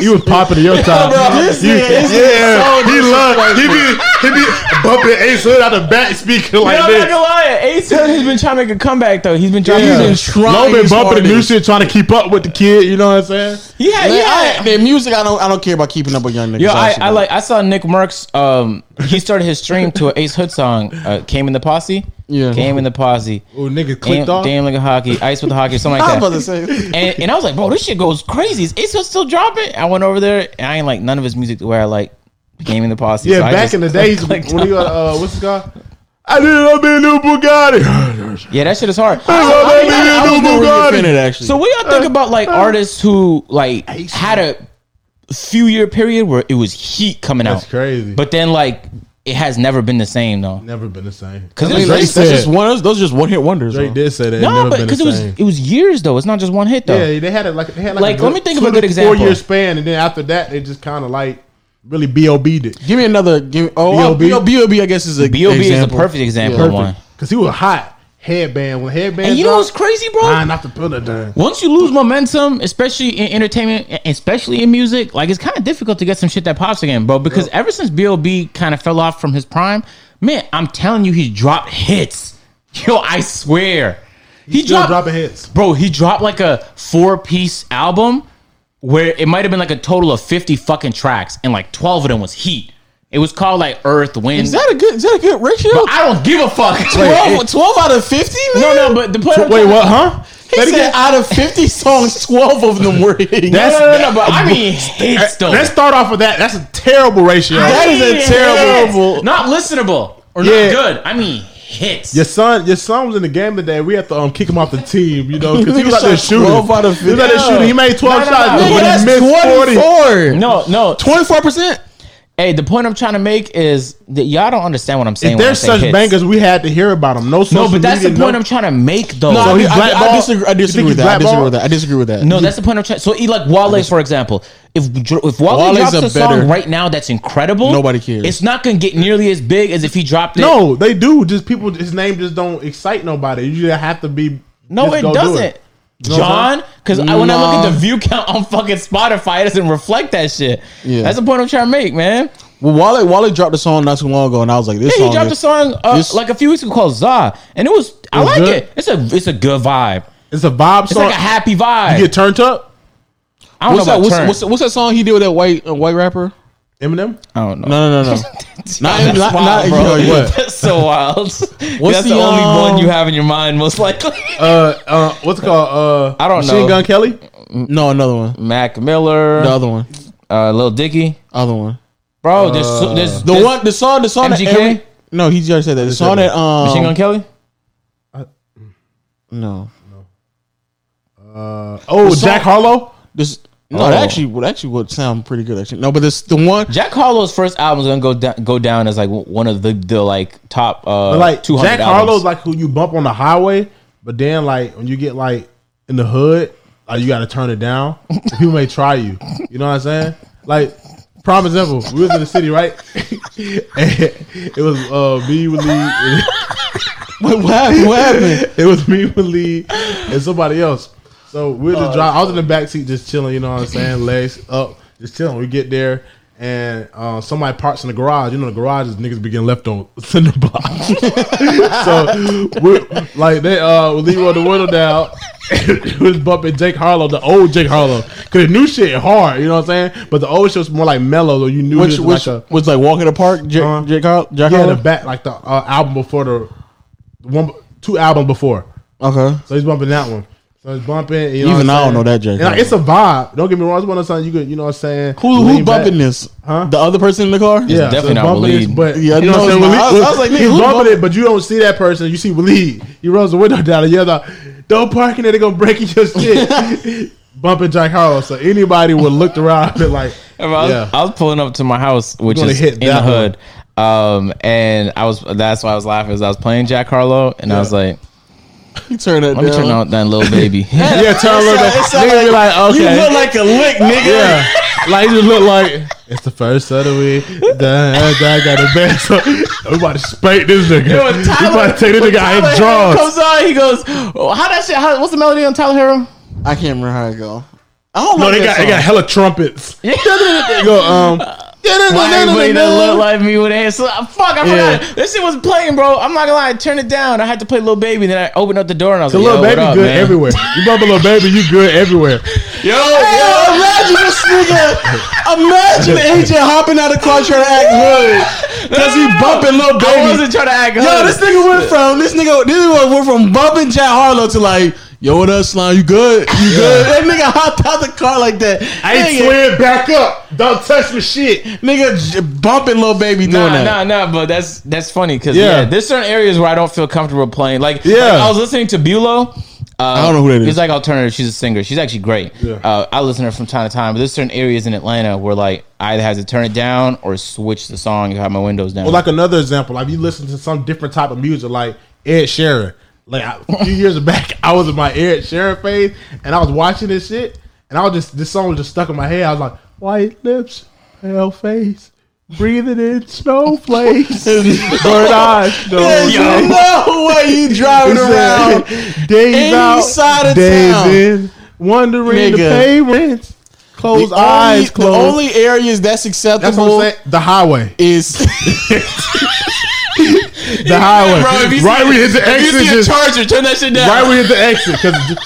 S1: you was popping in your time.
S3: This
S8: You-
S3: nigga is
S8: yeah, he love he be he be bumping Ace Hood out the back speaking like
S2: I'm not
S8: this.
S2: gonna lie. Ace Hood has been trying to make a comeback though. He's been trying.
S3: He's been
S2: to,
S3: trying.
S8: Low been
S3: his
S8: bumping the new
S3: hardest.
S8: shit, trying to keep up with the kid. You know what I'm saying?
S2: he had, he
S3: Man,
S2: had-
S3: I, the music, I don't, I don't care about keeping up with young niggas.
S2: Yo, I,
S3: honestly,
S2: I
S3: though.
S2: like I saw Nick Merckx. Um, he started his stream to an Ace Hood song. Uh, came in the posse.
S3: Yeah.
S2: Came in the posse.
S1: Oh, niggas clicked
S2: Damn,
S1: off.
S2: damn like a hockey, ice with the hockey, something
S3: I
S2: like
S3: was about to
S2: that.
S3: say.
S2: And, and I was like, bro, this shit goes crazy. Is Ace Hood still dropping? I went over there and I ain't like none of his music the way I like. Came in the posse.
S8: Yeah,
S2: So I
S8: back
S2: just
S8: in the days when
S2: clicked
S8: you
S2: off.
S8: uh, what's it called? I didn't love being new Bugatti.
S2: Yeah, that shit is hard.
S8: I
S2: So,
S8: love
S3: I was
S8: being new
S3: never really
S8: Bugatti.
S3: offended actually.
S2: so what y'all think about
S1: Uh,
S2: like artists who like had a few year period where it was heat coming
S1: That's
S2: out,
S1: crazy. But
S2: but then like it has never been the same though.
S1: never been the same.
S2: Because
S3: I mean,
S8: Drake
S3: that's, that's
S8: said-
S3: just one. Of those, those are just one hit wonders.
S1: Drake
S3: though.
S1: did say that.
S2: No,
S1: it never
S2: but
S1: been
S2: because
S1: the
S2: it was
S1: same.
S2: it was years though. It's not just one hit though.
S1: yeah, they had it like they had like,
S2: Like,
S1: a
S2: let me think of a
S1: two
S2: good
S1: to
S2: example.
S1: Four year span, and then after that, they just kind of like really bob'd it
S3: Give me another. Give me, oh,
S1: B.O.B.?
S3: B.O.B. B.O.B. I guess is a
S2: B.O.B. is a
S3: example.
S2: perfect example of one.
S1: because he was hot headband when headband.
S2: And you know what's
S1: dropped,
S2: crazy, bro?
S1: Line after pillar done.
S2: Once you lose momentum, especially in entertainment, and especially in music, like it's kind of difficult to get some shit that pops again, bro. Because ever since B.O.B. kind of fell off from his prime, man, I'm telling you, he's dropped hits. Yo, I swear. He
S1: Still
S2: dropped,
S1: dropping hits.
S2: bro, he dropped like a four piece album where it might have been like a total of 50 fucking tracks, and like 12 of them was heat. It was called like Earth, Wind.
S3: Is that a good? Is that a good ratio?
S2: I don't give a fuck.
S3: 12, 12 out of fifty. Man?
S2: No, no, but the point. I'm
S8: Wait,
S2: trying-
S8: what? Huh?
S3: He said out of fifty songs, twelve of them were hitting.
S2: No,
S8: That's-
S2: no, no, no, but I mean hits though.
S8: Let's start off with that. That's a terrible ratio.
S3: That is a
S2: Hits.
S3: terrible-
S2: not listenable or
S8: Yeah.
S2: not good. I mean hits.
S1: Your son, your son was in the game today. We have to um, kick him off the team, you know, because he
S3: Nigga
S1: was out there
S3: shot
S1: shooting.
S3: 12 out of
S1: he was out there
S3: 50.
S1: shooting. He made twelve
S2: No, no,
S1: shots,
S2: no,
S1: but
S2: no,
S1: he
S3: that's
S1: missed forty.
S3: twenty-four.
S2: No, no.
S3: Twenty-four percent.
S2: Hey, the point I'm trying to make is that y'all don't understand what I'm
S1: If
S2: saying. when I
S1: there's
S2: say
S1: such
S2: hits.
S1: bangers, we had to hear about them. No, social
S2: No, but that's the
S1: media,
S2: point
S1: no,
S2: I'm trying to make though.
S3: No,
S2: No,
S3: I,
S1: he
S3: di- I, di- I
S1: blackballed?
S3: disagree. I disagree
S1: think
S3: with
S1: he
S3: that. I disagree
S1: blackballed?
S3: with that. I disagree with that.
S2: that's the point I'm trying. So, e- like Wale, for example, if Dr- if Wale
S3: Wale's
S2: drops
S3: a
S2: a
S3: better-
S2: song right now that's incredible,
S3: Nobody cares.
S2: It's not gonna get nearly as big as if he dropped it.
S1: No, they do. Just people, his name just don't excite nobody. You just have to be.
S2: No,
S1: just
S2: it
S1: go do
S2: doesn't.
S1: know what I'm
S2: John, because when I look at the
S3: Nah.
S2: view count on fucking Spotify, it doesn't reflect that shit.
S3: Yeah.
S2: That's the point I'm trying to make, man.
S3: Well, Wale Wale dropped a song not too long ago, and I was like, "This
S2: He
S3: song."
S2: dropped
S3: is-
S2: a song uh,
S3: this-
S2: like a few weeks ago called Za, and it was I
S1: It's
S2: like
S1: good?
S2: it. It's a it's a good vibe.
S1: It's a vibe
S2: It's
S1: song.
S2: like a happy vibe.
S1: you get turned up.
S2: I don't
S3: What's
S2: know
S3: that?
S2: about
S3: What's,
S2: turn.
S3: what's, what's that song he did with that white uh, white rapper?
S1: Eminem.
S2: I don't know.
S3: No, no, no, no. Not-
S2: that's
S3: not-
S2: wild,
S3: not-
S2: bro.
S3: yo, what?
S2: That's so wild. that's the,
S3: the,
S2: only
S3: um,
S2: one you have in your mind, most likely.
S1: Uh, uh, what's it called? Uh,
S2: I don't
S1: Machine
S2: know.
S1: Gun Kelly.
S3: no, another one.
S2: Mac Miller,
S3: The other one.
S2: uh, Lil Dicky,
S3: Other one.
S2: bro. there's so, there's
S3: Uh, The
S2: there's
S3: one. The song. The song.
S2: MGK?
S3: That every- no, he just said that. The song that. Um,
S2: Machine Gun Kelly.
S3: No.
S1: Oh,
S3: song-
S1: Oh, Jack Harlow.
S3: This. No, that actually would actually would sound pretty good actually. No, but this the one
S2: Jack Harlow's first album is gonna go down, go down as like one of the, the like top uh
S1: But like
S2: two hundred
S1: Jack Harlow's
S2: albums.
S1: like who you bump on the highway, but then like when you get like in the hood, like you got to turn it down. People may try you. You know what I'm saying? Like prime example, we was in the city, right? And it was uh, me with Lee.
S3: Wait, what happened? What happened?
S1: It was me with Lee and somebody else. So we
S3: Oh,
S1: we're just driving. I was in the back seat just chilling. You know what I'm saying? Legs up, just chilling. We get there. And uh, somebody parks in the garage. You know the garage is niggas be getting left on cinder blocks. so we like they uh when Lee rolled the window down, it was bumping Jake Harlow, the old Jake Harlow, because the new shit hard. You know what I'm saying? But the old shit was more like mellow. So you knew
S3: Which
S1: it was
S3: which
S1: like a,
S3: was like walking the park, Jack
S1: Uh-huh.
S3: Jack, Har- Jack
S1: yeah,
S3: Harlow?
S1: the back like the uh, album before the one two albums before.
S3: Okay.
S1: So he's bumping that one. So he's bumping. You know
S3: Even
S1: what I'm
S3: I don't
S1: saying?
S3: know that Jake
S1: And, like, it's a vibe. Don't get me wrong. It's one of those things you could, you know what I'm saying?
S3: Who who
S1: lean back.
S3: bumping this?
S1: Huh?
S3: The other person in the car?
S1: Yeah,
S2: definitely
S1: so
S2: not
S1: bumping
S2: Waleed.
S1: this, but
S3: Yeah, I
S1: you know what
S3: know
S1: I'm saying?
S3: it's not.
S1: Waleed-
S3: I was like, nigga,
S1: he's
S3: who
S1: bumping
S3: bump-
S1: it, but you don't see that person. You see Waleed. He rolls the window down and yells out, "Don't park in there. They're gonna break in your shit." bumping Jack Harlow. So anybody would looked around and been like,
S2: I was,
S1: yeah.
S2: I was pulling up to my house, which
S1: gonna
S2: is
S1: hit
S2: in
S1: that
S2: the hood, um, and I was that's why I was laughing. Is I was playing Jack Harlow, and I was like,
S3: You turn that
S2: "Let me
S3: down.
S2: turn out that little baby."
S1: yeah, turn
S3: It
S1: look
S3: sound-
S1: like,
S3: it sound
S1: nigga be like, okay,
S3: You look like a lick, nigga.
S1: Yeah. Like, it just look like it's the first of the week. Da, da, got a bad. So, we about to spank this nigga.
S2: Yo, when
S1: we
S2: Tyler-
S1: about to take this
S2: when
S1: nigga out
S2: Tyler
S1: and
S2: Hero
S1: draws.
S2: Comes on, he goes, oh, "How that shit? How, what's the melody on Tyler Hero?"
S3: I can't remember how it go. I don't
S1: No,
S3: know.
S1: they got, they got hella trumpets.
S2: Yeah.
S1: They go, um,
S2: Why everybody that look like me with hands? Fuck, I
S1: Yeah.
S2: forgot. it. This shit was playing, bro. I'm not gonna lie. I turned it down. I had to play Lil Baby. Then I opened up the door and I was
S1: The
S2: like,
S1: little
S2: "Yo,
S1: baby
S2: what up,
S1: good
S2: man?"
S1: everywhere. You bump a little baby, you good everywhere.
S2: Yo,
S3: Yo, imagine this nigga. Imagine agent hopping out of the car trying to act hood. Cause he bumping little
S2: I
S3: baby.
S2: wasn't trying to act.
S3: Yo, this nigga went from this nigga this nigga went from bumping Jack Harlow to like, yo, what up, slime? You good? You good? That nigga hopped out the car like that.
S1: I ain't
S3: nigga,
S1: swim back up. Don't touch my shit.
S3: nigga j- bumping little baby doing
S2: Nah,
S3: that.
S2: nah, nah, but that's that's funny because
S1: Yeah.
S2: yeah. there's certain areas where I don't feel comfortable playing. Like,
S1: Yeah.
S2: like, I was listening to Bulo. Uh, I
S3: don't know who that is.
S2: He's like alternative. She's a singer. She's actually great.
S1: Yeah.
S2: Uh, I listen to her from time to time. But there's certain areas in Atlanta where like I either have to turn it down or switch the song and have my windows down.
S1: Or like another example, like you listen to some different type of music, like Ed Sheeran. Like I- a few years back, I was in my Ed Sheeran phase, and I was watching this shit, and I was just this song was just stuck in my head. I was like, white lips, pale face, breathing in snowflakes, bird eyes, no
S3: There's
S1: day.
S3: no way you driving around.
S1: days out,
S3: inside of
S1: days
S3: town.
S1: in, wondering the
S3: Nigga.
S1: payments. Close
S3: The
S1: eyes,
S3: only,
S1: close.
S3: The only areas that's
S1: That's what I'm
S3: acceptable
S1: saying. The highway.
S3: is
S1: The highway.
S2: Bro, if you see-
S1: right we hit the
S2: if you
S1: exit.
S2: see a
S1: just-
S2: charger, turn that shit down.
S1: Right we hit the exit because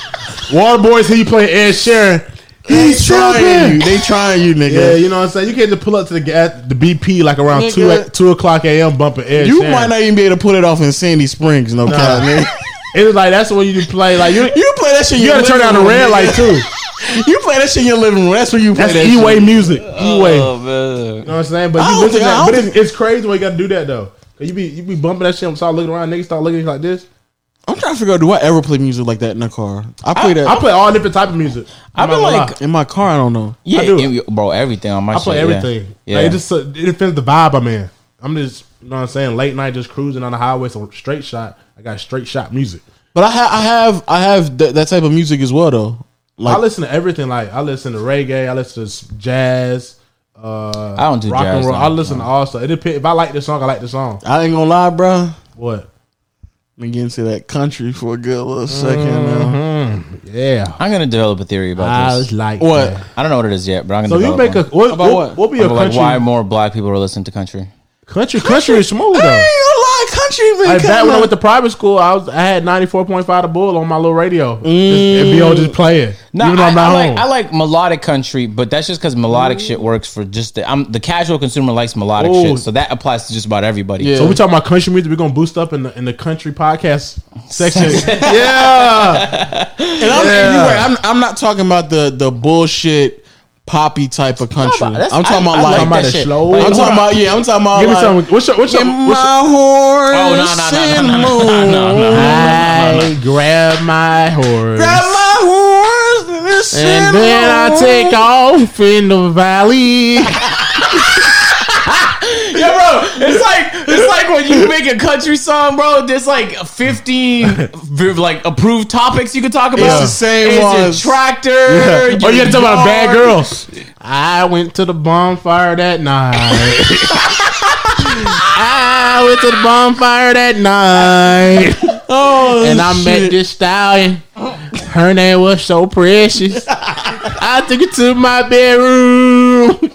S1: Water Boys he playing Ed Sheeran. He's
S3: trying you.
S1: tripping.
S3: They trying you, nigga.
S1: Yeah, you know what I'm saying. You can't just pull up to the gas, the BP like around
S3: Nigga.
S1: two at two o'clock a.m. bumping Ed.
S3: You
S1: Sheeran.
S3: might not even be able to put it off in Sandy Springs, no cap, man.
S1: It was like that's when you just play like you. You,
S3: You play that shit. in your
S1: gotta turn down
S3: living
S1: the
S3: room,
S1: red
S3: nigga.
S1: light too.
S3: You play that shit in your living room. That's where you play
S1: That's
S3: that.
S1: E way
S3: shit. Uh,
S1: music. E way.
S2: Oh, man.
S1: You know what I'm saying? But
S3: I
S1: you
S3: don't
S1: listen
S3: think-
S1: to
S3: I
S1: that,
S3: don't
S1: but it's, it's crazy when you got to do that though. 'Cause you be you be bumping that shit and start looking around. Niggas start looking at you like this.
S3: I'm trying to figure out do I ever play music like that in the car? I play that
S1: I play all different type of music. I'm
S2: I've been
S1: not gonna
S2: like,
S1: lie.
S3: in my car. I don't know.
S2: yeah,
S1: do.
S2: and- bro, everything on my.
S1: I play
S2: shit, yeah.
S1: everything.
S2: Yeah,
S1: Like, it just uh, it depends the vibe I'm in. I'm just you know what I'm saying. Late night, just cruising on the highway. So straight shot. I got straight shot music.
S3: But I, ha- I have I have th- that type of music as well though.
S1: I
S3: Like
S1: listen to everything. Like I listen to reggae. I listen to s- jazz. Uh,
S2: I don't do
S1: rock and
S2: jazz,
S1: roll.
S2: no.
S1: I listen to all stuff. It depends. If I like the song, I like the song.
S3: I ain't gonna lie, bro.
S1: What?
S3: Let me get into that country for a good little 2nd
S1: Mm-hmm. Yeah.
S2: I'm gonna develop a theory about
S1: I
S2: this.
S1: was like
S3: What?
S1: that.
S2: I don't know what it is yet, but I'm gonna.
S1: So you make
S2: develop
S1: a
S2: one.
S1: what?
S3: About
S1: What,
S3: what?
S1: what be your
S2: About, like
S1: country?
S2: why more black people are listening to country.
S1: country? Country is smooth though.
S3: I ain't gonna lie, country. Been
S1: Like back
S3: kinda-
S1: when I went to private school, I was I had ninety four point five to bull on my little radio. Just- It be on just playing.
S2: No,
S1: even though
S2: Mm. I,
S1: I'm not
S2: I
S1: home.
S2: like I like melodic country, but that's just because melodic shit works for just the I'm the casual consumer likes melodic
S1: Oh.
S2: shit, so that applies to just about everybody.
S3: Yeah.
S1: so we talking about country music. We're gonna boost up in the in the country podcast section. yeah,
S3: And I'm,
S1: Yeah.
S3: you're right, I'm, I'm not talking about the the bullshit poppy type of country.
S2: No, but that's-
S3: I'm talking
S2: I-
S3: about
S2: I
S3: like,
S1: like that shit. Like,
S3: I'm
S1: hold on.
S3: talking about yeah. I'm talking about
S1: give me
S3: like,
S1: something. What's your what's your,
S3: Get
S1: what's your
S3: my horse
S2: Oh, no, no, no,
S3: and
S2: no, no, no, no, no, no, no, no,
S3: move.
S2: no, no.
S1: I grab my horse.
S3: Grab my horse. this
S1: And then I take off in the valley.
S2: Yeah, bro. It's like it's like when you make a country song, bro. There's like 15 v- like approved topics you could talk about.
S3: the same
S2: It's your
S3: ones.
S2: tractor.
S1: oh, you
S2: your
S1: gotta talk about bad
S2: yard.
S1: girls. I went to the bonfire that night. I went to the bonfire that night.
S3: Oh,
S1: And
S3: and
S1: I
S3: I'm
S1: met this stallion. Her name was so precious. I took her to my bedroom.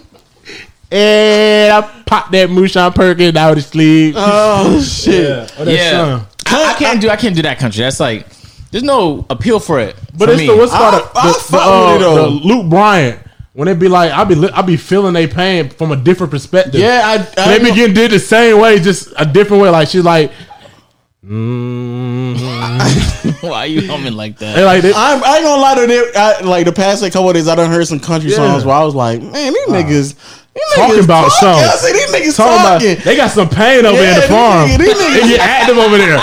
S1: And I popped that moonshine perkin out of his sleeve.
S3: Oh shit!
S1: Oh,
S2: Yeah. I, I can't do I can't do that country. That's like there's no appeal for it.
S1: But
S2: for
S1: it's
S2: me.
S1: the what's
S3: I-
S1: called
S3: I
S1: the, the,
S3: fuck
S1: the,
S3: with it,
S1: uh,
S3: though.
S1: the Luke Bryant when they be like, I be li- I be feeling they pain from a different perspective.
S3: Yeah, I, I
S1: they be getting did the same way, just a different way. Like she's like, mm-hmm.
S2: why are you humming like that?
S1: they like they,
S3: I'm, I ain't gonna lie to them. I, like the past like, couple of days, I done heard some country
S1: Yeah.
S3: songs where I was like, man, these niggas, these
S1: Talking
S3: niggas
S1: about
S3: talking. I
S1: something.
S3: said, these niggas
S1: talking about
S3: talking.
S1: they got some pain over
S3: Yeah,
S1: in the
S3: these
S1: farm.
S3: niggas- these niggas-
S1: They get active over there.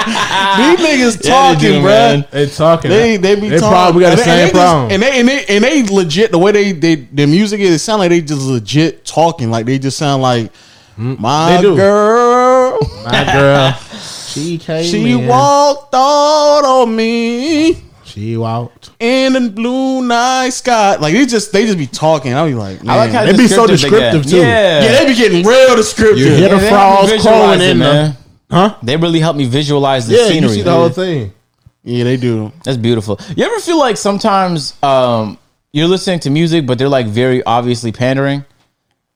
S3: These
S2: Yeah,
S3: niggas
S2: they do,
S3: talking, bruh.
S2: man.
S1: They talking.
S3: They they be talking.
S1: Probably, we got
S3: and
S1: the
S3: they-
S1: same
S3: and they just-
S1: problem.
S3: And they, and they and they legit the way they they their music is. It sound like they just legit talking. Like they just sound like my
S1: they do.
S3: girl.
S1: My girl, she came.
S3: She
S1: in.
S3: walked out on me
S1: She walked.
S3: in the blue night sky. Like they just they just be talking. I be like, man.
S1: They be so descriptive, too.
S2: Yeah,
S3: yeah, they be getting real descriptive.
S1: You hear
S2: Yeah,
S1: the
S2: they help me
S1: frogs crowing
S2: visualize it,
S1: in there.
S2: man.
S1: Huh?
S2: They really help me visualize the
S1: Yeah,
S2: scenery.
S1: you see the whole thing.
S3: Yeah, they do.
S2: That's beautiful. You ever feel like sometimes um, you're listening to music, but they're like very obviously pandering?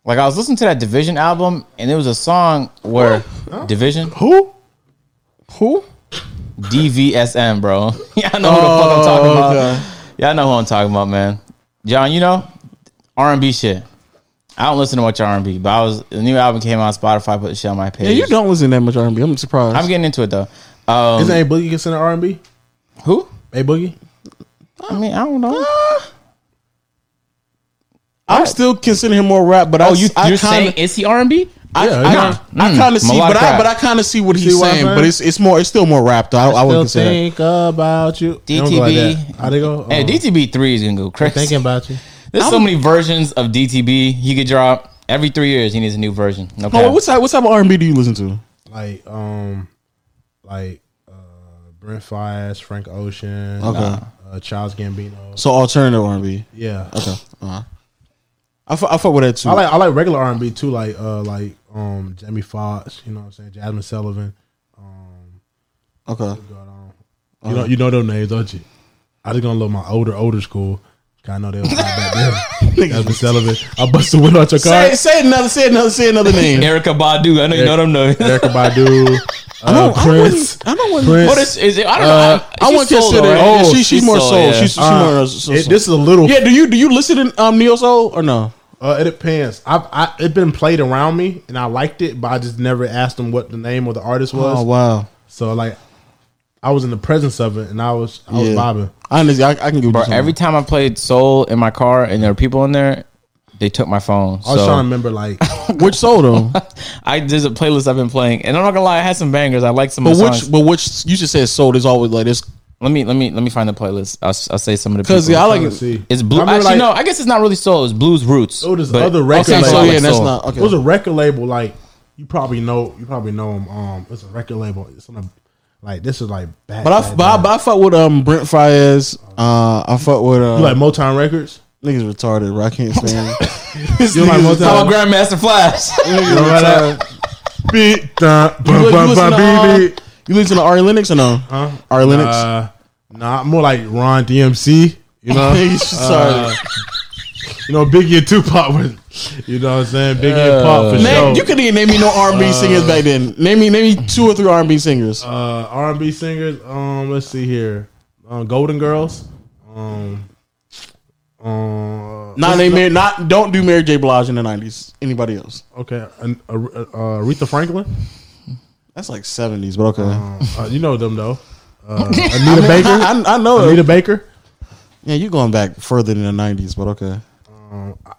S2: Like I was listening to that Division album, and there was a song where Division
S1: Who?
S3: Who?
S2: DVSM, bro. Y'all know who the
S1: Oh,
S2: fuck I'm talking about. Y'all know who I'm talking about, man. John, you know R and B shit. I don't listen to much R and B, but I was the new album came out on Spotify. Put the shit on my page.
S3: Yeah, you don't listen that much R&B. I'm surprised.
S2: I'm getting into it though. Um,
S1: Isn't A Boogie considered R and B?
S2: who?
S1: A Boogie.
S2: I mean, I don't know.
S1: Ah,
S3: I'm still considering him more rap, but I,
S2: Oh, you,
S3: I
S2: you're saying
S3: kinda,
S2: is he R and B?
S3: I,
S1: Yeah,
S3: I,
S1: yeah.
S3: I,
S2: Mm,
S3: kind of see,
S2: Malak
S3: but I
S2: rap.
S3: but I kind of see what he's
S1: See what I'm
S3: saying.
S1: saying?
S3: But it's it's more it's still more wrapped. I, I
S1: Still
S3: wouldn't consider. That.
S1: think about you. They don't go like
S2: DTB.
S1: that. How they go?
S2: Hey,
S1: Oh,
S2: DTB three is gonna go crazy.
S1: Thinking about you.
S2: There's so many versions of DTB he could drop. Every three years, he needs a new version. No
S3: Oh,
S2: cap.
S3: what type what type of R&B do you listen to?
S1: like um like uh Brent Fires, Frank Ocean,
S3: Okay.
S1: uh, Charles Gambino.
S3: So alternative R&B.
S1: Yeah.
S3: Okay. Uh-huh. I fu- I fuck with that too.
S1: I like I like regular R and B too, like uh like um Jamie Foxx, you know what I'm saying, Jasmine Sullivan.
S3: okay.
S1: But, um, you know you know those names, don't you? I just gonna love my older, older school. I know they was back then. Jasmine Sullivan. I bust the window out your car.
S3: Say, say another say another say another name.
S2: Erica Badu. I know you know them names.
S1: Erica Badu, uh,
S3: No, I
S1: Prince.
S3: wouldn't- I don't want.
S1: Prince.
S2: What is, is it? I don't know.
S3: Uh, I
S2: she's
S3: want
S2: soul,
S3: consider.
S2: though, right?
S3: Yeah, she, she's, more soul.
S2: yeah.
S3: She's, she's more soul.
S1: Uh, It- this is a little
S3: yeah. Do you do you listen to um, neo soul or no?
S1: Uh, it depends. I've I, it been played around me, and I liked it, but I just never asked them what the name of the artist was.
S3: Oh wow.
S1: So like, I was in the presence of it, and I was I was
S3: Yeah.
S1: bobbing.
S3: Honestly, I, I can give
S2: Bro,
S3: you some.
S2: every time I played Soul in my car and there were people in there, they took my phone.
S3: Oh,
S1: I was trying to
S2: So
S1: remember like
S3: which soul though?
S2: I there's a playlist I've been playing, and I'm not gonna lie, I had some bangers. I like some
S3: but
S2: of the
S3: which
S2: songs.
S3: but which you just said soul. There's always like this
S2: Let me let me let me find the playlist. I'll, I'll say some of the
S3: because
S2: people.
S3: I
S1: trying
S3: like
S1: to see.
S2: it's blue.
S1: I remember,
S2: Actually,
S1: like,
S2: no. I guess it's not really soul. It's blues roots.
S1: It was this
S2: But-
S1: other record
S3: Okay,
S1: label.
S3: so
S2: I like
S3: yeah, that's
S2: soul.
S3: not okay.
S1: It was a record label. Like you probably know, you probably know him. Um, it's a record label. It's on a, like this is like bad.
S3: But I,
S1: bad,
S3: but I,
S1: bad.
S3: but I fuck with um Brent Fires. Uh, I fuck with uh,
S1: you like Motown Records.
S3: niggas retarded, bro. I can't stand. it.
S1: You like
S3: nigga's
S2: How
S1: Motown?
S2: about Grandmaster Flash?
S1: You know about that? Beat, dun,
S3: you,
S1: bum,
S3: li- you
S1: bum,
S3: listen
S1: bum,
S3: to, uh,
S1: beat, beat.
S3: you listen to Ari Lennox or no?
S1: Huh?
S3: Ari Lennox.
S1: Uh, nah, more like Ron DMC. You know,
S3: He's
S1: Uh,
S3: sorry.
S1: you know, Biggie and Tupac was, you know what I'm saying? Biggie and Pop for
S3: Name,
S1: sure.
S3: you couldn't even name me no R and B singers back then. Name me, name me two or three R and B singers.
S1: uh, R&B singers. Um, let's see here. Um, Golden Girls. Um, uh,
S3: not name, Mary- not don't do Mary J. Blige in the nineties. Anybody else?
S1: okay, an- uh, uh, Aretha Franklin.
S3: That's like seventies, but okay.
S1: Uh, you know them though. Uh, Anita Baker.
S3: I, I, I know.
S1: Anita Baker.
S3: yeah, you going back further than the nineties, but okay.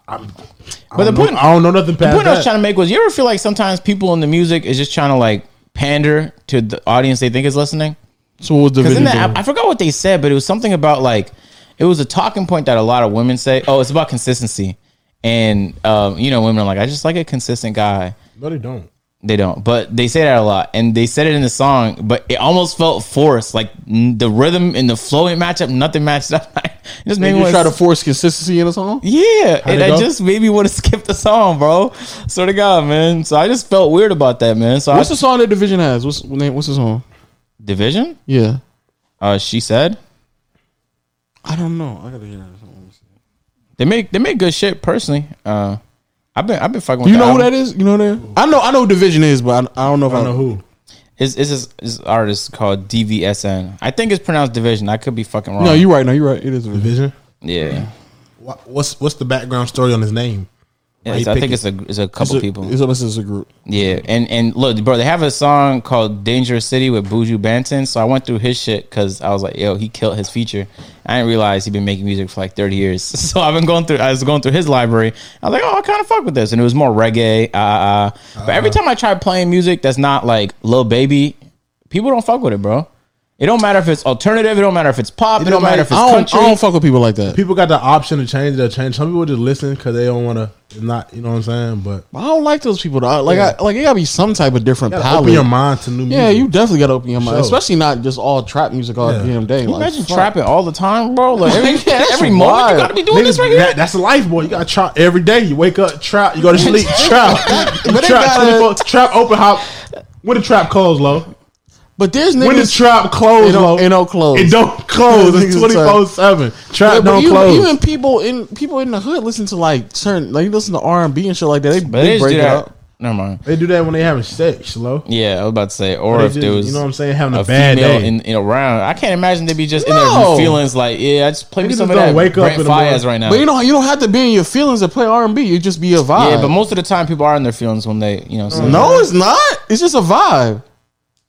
S1: But the point, I don't know nothing
S2: The
S1: past
S2: point I was
S1: that.
S2: trying to make was you ever feel like sometimes people in the music is just trying to like pander to the audience they think is listening?
S3: So what was the
S2: Because in
S3: video?
S2: that, I, I forgot what they said, but it was something about like it was a talking point that a lot of women say. Oh, it's about consistency, and um, you know, women are like, I just like a consistent guy.
S1: No, they don't.
S2: They don't, but they say that a lot, and they said it in the song. But it almost felt forced, like n- the rhythm and the flow didn't match up. Nothing matched up. it just made me
S3: You
S2: wanna
S3: try to force consistency in a song.
S2: yeah, and
S1: it
S2: I
S1: go?
S2: just made me want to skip the song, bro. Swear to God, man. So I just felt weird about that, man. So I
S3: What's the song that Division has? What's what name? What's the song?
S2: division.
S3: Yeah,
S2: Uh, she said
S3: I don't know. I gotta hear that song.
S2: they make they make good shit. Personally, uh, I've been I've been fucking. With
S3: You know who
S2: album.
S3: that is? You know that? I know. I know who Division is, but I, I don't know if
S1: I don't know who.
S2: It's, it's this, this artist called DVSN. I think it's pronounced division. I could be fucking wrong.
S3: No, you're right. No, you're right. It is. Division.
S1: Vision.
S2: yeah.
S1: Wha- What's what's the background story on his name?
S2: Yeah,
S1: Why
S2: it's-
S1: you
S2: I
S1: pick
S2: think
S1: it?
S2: it's a it's a couple people.
S3: It's, it's, it's a group.
S2: Yeah, and and look, bro, they have a song called "Dangerous City" with Buju Banton. So I went through his shit because I was like, "Yo, he killed his feature." I didn't realize he'd been making music for like thirty years. So I've been going through. I was going through his library. I was like, "Oh, I kind of fuck with this," and it was more reggae. Uh, uh. But every
S3: Uh-huh.
S2: time I try playing music that's not like Lil Baby, people don't fuck with it, bro. It don't matter if it's alternative. It don't matter if it's pop. It, don't matter if it's
S3: I don't,
S2: country.
S3: I don't fuck with people like that.
S1: People got the option to change their change. Some people just listen because they don't want to not. You know what I'm saying? But
S3: I don't like those people. Though. I- Like, I, like it gotta be some type of different
S1: gotta
S3: palette.
S1: open your mind to new music.
S3: yeah, you definitely gotta open your mind,
S1: Sure.
S3: especially not just all trap music all
S1: Yeah.
S3: damn day.
S2: Can you
S3: Like,
S2: imagine
S3: fuck.
S2: trapping all the time, bro. Like every,
S3: Yeah, that's
S2: every moment
S3: wild.
S2: you gotta be doing
S1: Niggas,
S2: this right here.
S1: that- that's a life, boy. You got to trap every day. You wake up, trap. You go to sleep, trap. You
S3: But they
S1: trap,
S3: gotta-
S1: 24 trap, open hop. When the trap close, low.
S3: But there's niggas.
S1: When the trap close,
S3: It don't-
S1: low.
S3: it don't close.
S1: It don't close. It's
S3: Niggas is tight.
S1: twenty four seven. Trap
S3: Yeah, but
S1: don't
S3: even,
S1: close.
S3: even people in people in the hood listen to like certain like you listen to R and B and shit like that. They,
S2: But
S3: they
S2: they just
S3: break
S2: do
S3: it
S2: that.
S3: up.
S2: Never mind.
S1: they do that when they having sex, low.
S2: Yeah, I was about to say,
S1: They
S2: or if
S1: just-
S2: there was,
S1: you know what I'm saying, having
S2: a,
S1: a, bad
S2: female
S1: day.
S2: in, in around, I can't imagine they'd be just in
S3: No.
S2: their feelings like, yeah, I just play me
S1: Niggas
S2: some of
S1: just don't
S2: that
S1: wake up
S2: Brent
S1: in the
S2: Fires
S1: morning.
S2: right now.
S3: But you know you don't have to be in your feelings to play R and B. You just be a vibe.
S2: yeah, but most of the time people are in their feelings when they, you know, what I'm saying?
S3: no, it's not. It's just a vibe.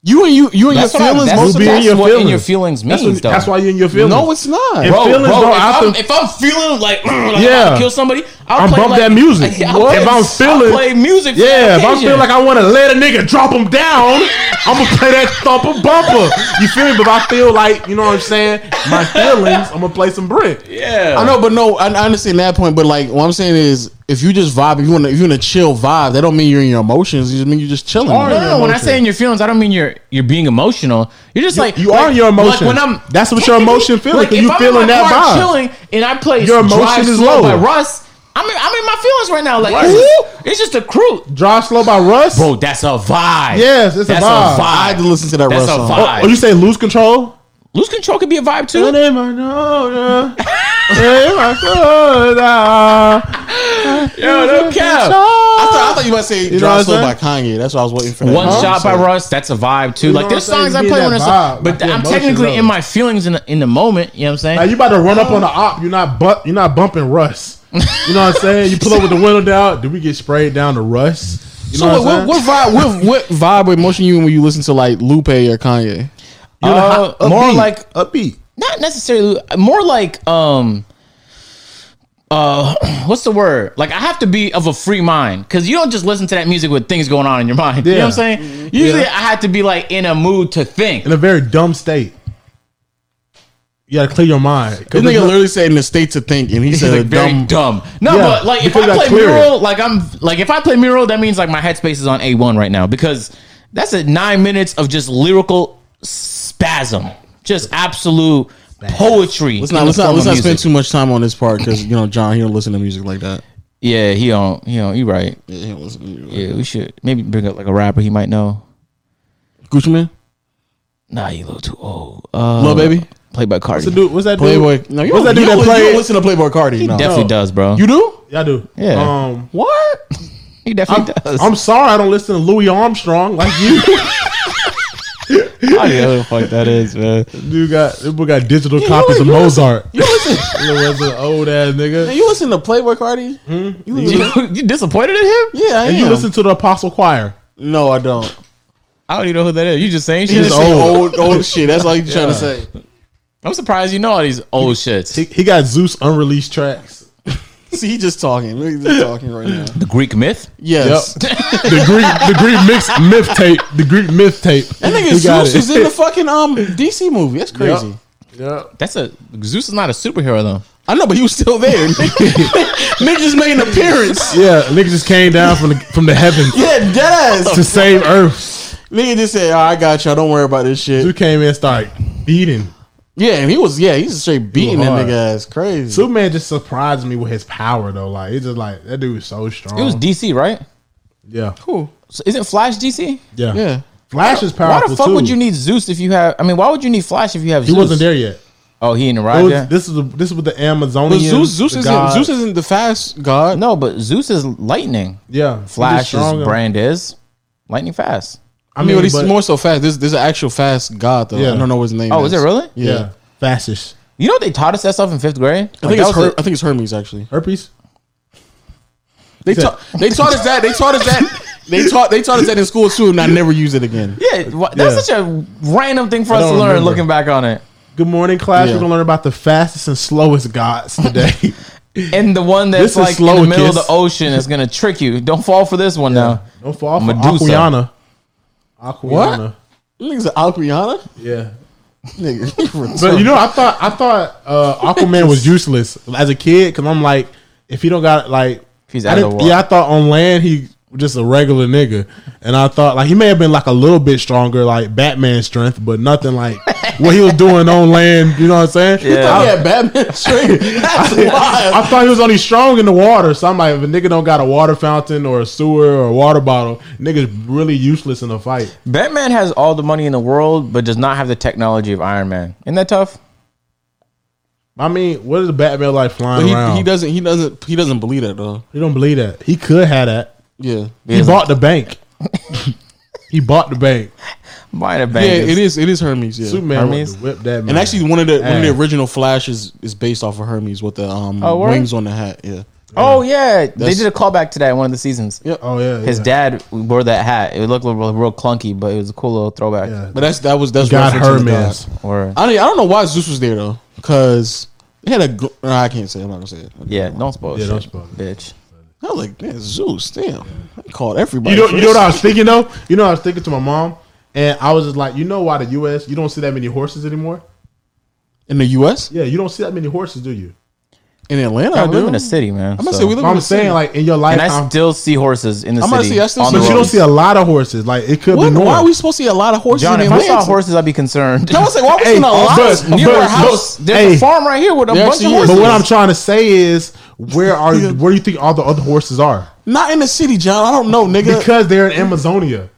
S3: You and you you and
S2: that's
S3: your
S2: what, I,
S3: feelings.
S2: that's,
S3: most
S2: what,
S3: of
S1: be in
S2: that's
S1: your
S2: what in
S1: feelings.
S2: your feelings means.
S1: That's, what,
S2: though.
S1: that's why you're in your feelings.
S3: no, it's not.
S1: If
S2: Bro,
S1: feelings
S2: bro,
S1: don't
S2: if,
S1: have
S2: I'm,
S1: to-
S2: if I'm feeling like, mm, like I'm
S1: Yeah.
S2: gonna kill somebody, I'll
S1: I
S2: play
S1: bump
S2: like,
S1: that music.
S2: I'll
S1: What?
S2: play-
S1: If I'm feeling-
S2: I'll play music. for
S1: Yeah, if I
S2: occasion.
S1: feel like I want to let a nigga drop him down, I'm gonna play that thumper bumper. You feel me? But if I feel like you know what I'm saying, my feelings, I'm gonna play some Brit.
S2: yeah,
S3: I know, but no, I, I understand that point. But like, what I'm saying is, if you just vibe, if you want, to, if you want a chill vibe, that don't mean you're in your emotions. It just mean you're just chilling.
S2: No, no, no, when I say in your feelings, I don't mean you're you're being emotional. You're just like
S1: you are
S2: like-
S1: in your emotions.
S2: Like when I'm,
S1: That's what your emotion feels like,
S2: if
S1: you
S2: I'm
S1: feeling
S2: in my
S1: that
S2: car
S1: vibe.
S2: Chilling, and I play
S1: Your emotion
S2: Drive
S1: is
S2: Slow by
S1: lower.
S2: Russ. I'm in, I'm in my feelings right now. Like
S1: Right.
S2: it's, just, it's just a crew,
S1: Drive slow by Russ.
S2: bro. That's a vibe.
S1: Yes, it's a
S2: that's
S1: vibe.
S3: I had to listen to that
S2: That's
S3: Russ
S2: a
S3: song.
S2: vibe.
S1: Oh, you say lose control?
S2: Lose control could be a vibe
S1: Your
S2: too.
S1: name I know, yeah. Yeah, my soul, ah.
S2: Yo, no cap.
S3: I, thought, I thought you might say
S1: know what
S3: "Drive
S1: I'm
S3: Slow"
S1: saying?
S3: by Kanye. That's what I was waiting for. that.
S2: One
S3: Huh?
S2: shot by
S3: So-
S2: Russ, that's a vibe too.
S1: You
S2: like
S1: know
S2: there's
S1: what I'm saying?
S2: songs I
S1: Be
S2: play
S1: that
S2: when it's
S1: vibe,
S2: but
S1: like your
S2: I'm
S1: emotion,
S2: technically
S1: though.
S2: in my feelings in the, in the moment. You know what I'm saying?
S1: Now you about to run up on the op. You're not but you're not bumping Russ. You know what I'm saying? You pull up with the window down. Do we get sprayed down to Russ? You
S3: So
S1: know
S3: what,
S1: what I'm
S3: what, what vibe? What, what vibe or emotion you in when you listen to like Lupe or Kanye?
S1: saying? You're
S2: Uh,
S1: hot-
S2: more
S1: upbeat.
S2: like
S1: upbeat.
S2: not necessarily more like um uh what's the word like i have to be of a free mind because you don't just listen to that music with things going on in your mind you know what i'm
S1: Yeah.
S2: saying
S3: Mm-hmm.
S2: usually i have to be like in a mood to think
S1: in a very dumb state. You gotta clear your mind.
S3: This nigga literally said in the state to think, and he
S2: It's
S3: said
S2: like
S3: a
S2: very
S3: dumb.
S2: dumb. No,
S1: Yeah,
S2: but like if
S1: because
S2: I
S1: I
S2: play
S1: clear it.
S2: mural, like I'm like if I play mural, that means like my headspace is on a one right now because that's a nine minutes of just lyrical spasm, just absolute poetry.
S3: Let's not let's not let's not spend too much time on this part because you know John he don't listen to music like that.
S2: Yeah, he on he on. You right.
S3: Yeah, he don't listen to music.
S2: Yeah, we should maybe bring up like a rapper he might know.
S3: Gucci Man,
S2: Nah, you a little too old. Uh,
S3: Lil baby,
S2: Played by
S1: What's
S2: Cardi.
S1: that dude? What's that
S3: Playboy.
S1: dude?
S3: No, you
S1: What's
S3: don't,
S1: that
S3: you,
S1: dude
S3: don't,
S1: that
S3: you don't
S1: played?
S3: listen to Playboy Cardi. No.
S2: definitely
S1: No.
S2: does, bro.
S3: You do?
S1: Yeah, I do.
S2: Yeah.
S1: Um,
S3: What?
S2: he definitely does.
S1: I'm sorry, I don't listen to Louis Armstrong like you.
S2: I don't know what the fuck that is, man.
S1: dude got this boy got digital copies
S3: you
S1: of Mozart. You
S3: listen-
S1: was an old ass nigga.
S3: Man, you listen to Playboy Cardi? You listen to-
S2: You, you disappointed in him?
S3: yeah, I
S1: and
S3: am.
S1: you listen to the Apostle Choir.
S3: no, I don't.
S2: I don't even know who that is. You just saying shit.
S3: Just old. old shit. That's all you trying to say.
S2: I'm surprised you know all these old shits.
S1: He, he got Zeus unreleased tracks.
S3: See, he just talking. He's just talking right now.
S2: The Greek myth.
S1: Yep.
S3: Yes.
S1: the Greek the Greek mix myth tape. The Greek myth tape.
S3: That nigga
S1: He got
S3: Zeus
S1: it.
S3: was in the fucking um DC movie. That's crazy.
S1: Yeah.
S2: That's a Zeus is not a superhero though.
S3: I know, but he was still there. Nigga just made an appearance.
S1: Yeah, nigga just came down from the from the heavens
S3: Yeah, dead ass.
S1: to save Earth.
S3: Nigga just said, "All right, I got y'all. Don't worry about this
S1: Who
S3: shit."
S1: came in and started beating?
S3: Yeah, and he was. Yeah, he's straight beating that
S1: hard.
S3: nigga ass. Crazy.
S1: Superman just surprised me with his power though. Like it's just like that dude was so strong.
S2: It was DC, right?
S1: yeah,
S3: Cool.
S2: So isn't Flash DC?
S1: yeah,
S3: Yeah.
S1: Flash is
S2: Why
S1: powerful
S2: the fuck
S1: too.
S2: would you need Zeus if you have? I mean, why would you need Flash if you have?
S1: he
S2: Zeus?
S1: wasn't there yet.
S2: Oh, he didn't
S1: It
S2: arrive
S1: was-
S2: yet.
S1: This is the, this is with the
S3: But
S1: Amazonian.
S3: Zeus, Zeus
S1: the
S3: isn't.
S1: god.
S3: Zeus isn't the fast god.
S2: No, but Zeus is lightning.
S1: Yeah,
S2: Flash is
S1: brand.
S2: brand is lightning fast.
S3: I mean, but he's more so fast. This, this is an actual fast god though.
S1: Yeah.
S3: I don't know what his name.
S2: Oh, is it really?
S1: Yeah.
S3: Yeah.
S1: fastest
S2: You know they taught us that stuff in fifth grade.
S3: I
S2: Like,
S3: think
S2: that
S3: it's
S2: was
S3: Her-
S2: the-
S3: I think it's Hermes actually.
S1: herpes.
S3: They taught they taught us that. They taught us that. They taught they taught us that in school too, and I never use it again.
S2: yeah, wha- that's
S1: Yeah.
S2: such a random thing for us to
S1: don't
S2: learn.
S1: remember.
S2: Looking back on it,
S1: Good morning, class.
S3: Yeah.
S1: We're gonna learn about the fastest and slowest gods today.
S2: and the one
S1: This
S2: that's
S1: is
S2: like in
S1: slow,
S2: the middle
S1: kiss.
S2: of the ocean is gonna trick you. Don't fall for this one now.
S1: Don't fall for
S2: Medusa.
S1: Aquilana. Aquilana.
S3: You niggas Aquariana?
S1: Yeah.
S3: Nigga, you
S1: But
S3: retarded.
S1: you know, I thought I thought uh, Aquaman was useless as a kid because I'm like, if he don't got like,
S2: He's
S1: I
S2: out of
S1: didn't-
S2: the water.
S1: yeah, I thought on land he just a regular nigga, and I thought like he may have been like a little bit stronger, like Batman strength, but nothing like what he was doing on land. You know what I'm saying?
S2: Yeah.
S1: I-
S3: yeah, Batman straight. That's
S1: I
S3: wild.
S1: thought he was only strong in the water. So I'm like, if a nigga don't got a water fountain or a sewer or a water bottle, nigga's really useless in a fight.
S2: Batman has all the money in the world, but does not have the technology of Iron Man. Isn't that tough?
S1: I mean, what is Batman like flying
S3: But
S1: around?
S3: he,
S1: He,
S3: he doesn't he doesn't he doesn't believe that though.
S1: don't believe that. He could have that.
S3: Yeah.
S1: He
S2: Yeah.
S1: bought the bank. he bought the bank.
S2: Might have
S3: Yeah,
S2: been.
S3: it is it is Hermes, yeah.
S1: Superman wanted
S2: Hermes?
S1: to whip that man.
S3: And actually one of the one of
S1: Yeah.
S3: the original flashes is based off of Hermes with the um
S2: Oh, word?
S3: wings on the hat. Yeah.
S2: Oh yeah, they did a callback to that in one of the seasons.
S3: Yeah.
S1: oh yeah,
S2: His
S1: yeah.
S2: dad wore that hat. It looked real, real clunky, but it was a cool little throwback.
S1: Yeah.
S3: But that's that was that's
S1: God
S3: referencing the
S1: Hermes.
S3: god.
S2: Or
S3: I don't, I don't know why Zeus was there though, because they had a. Gl- nah, I can't say. it. I'm not gonna say it.
S2: yeah, don't spoil.
S1: Yeah,
S2: shit,
S1: don't spoil it.
S2: bitch.
S3: I was like, man, Zeus, damn. I called everybody.
S1: You know,
S3: for
S1: you know what
S3: this.
S1: I was thinking though. You know, what I was thinking to my mom, and I was just like, you know, why the U.S. You don't see that many horses anymore.
S3: in the U.S.
S1: Yeah, you don't see that many horses, do you?
S3: in Atlanta,
S2: I
S3: I
S2: live
S3: do.
S2: in a city, man.
S3: I'm gonna
S2: so-
S3: say we live.
S1: But
S3: in
S1: I'm
S3: a city.
S1: saying, like in your
S2: and I
S1: lifetime,
S2: still see horses in the
S3: I'm gonna
S2: city.
S3: say, I still
S2: on
S3: see-
S2: the
S1: but you don't
S2: roads.
S1: see a lot of horses. Like it could
S3: What-
S1: be normal.
S3: why are we supposed to see a lot of horses
S2: John,
S3: in
S2: if I
S3: Atlanta?
S2: saw horses, I'd be concerned.
S3: I was like, why are we seeing a lot?
S1: but-
S2: Near our
S1: but-
S2: house,
S1: but-
S2: there's
S1: hey.
S2: a farm right here with a
S3: There
S2: bunch of
S3: actually is.
S2: horses.
S1: But what I'm trying to say is, where are you? Where do you think all the other horses are?
S3: Not in the city, John. I don't know, nigga.
S1: Because they're in Amazonia.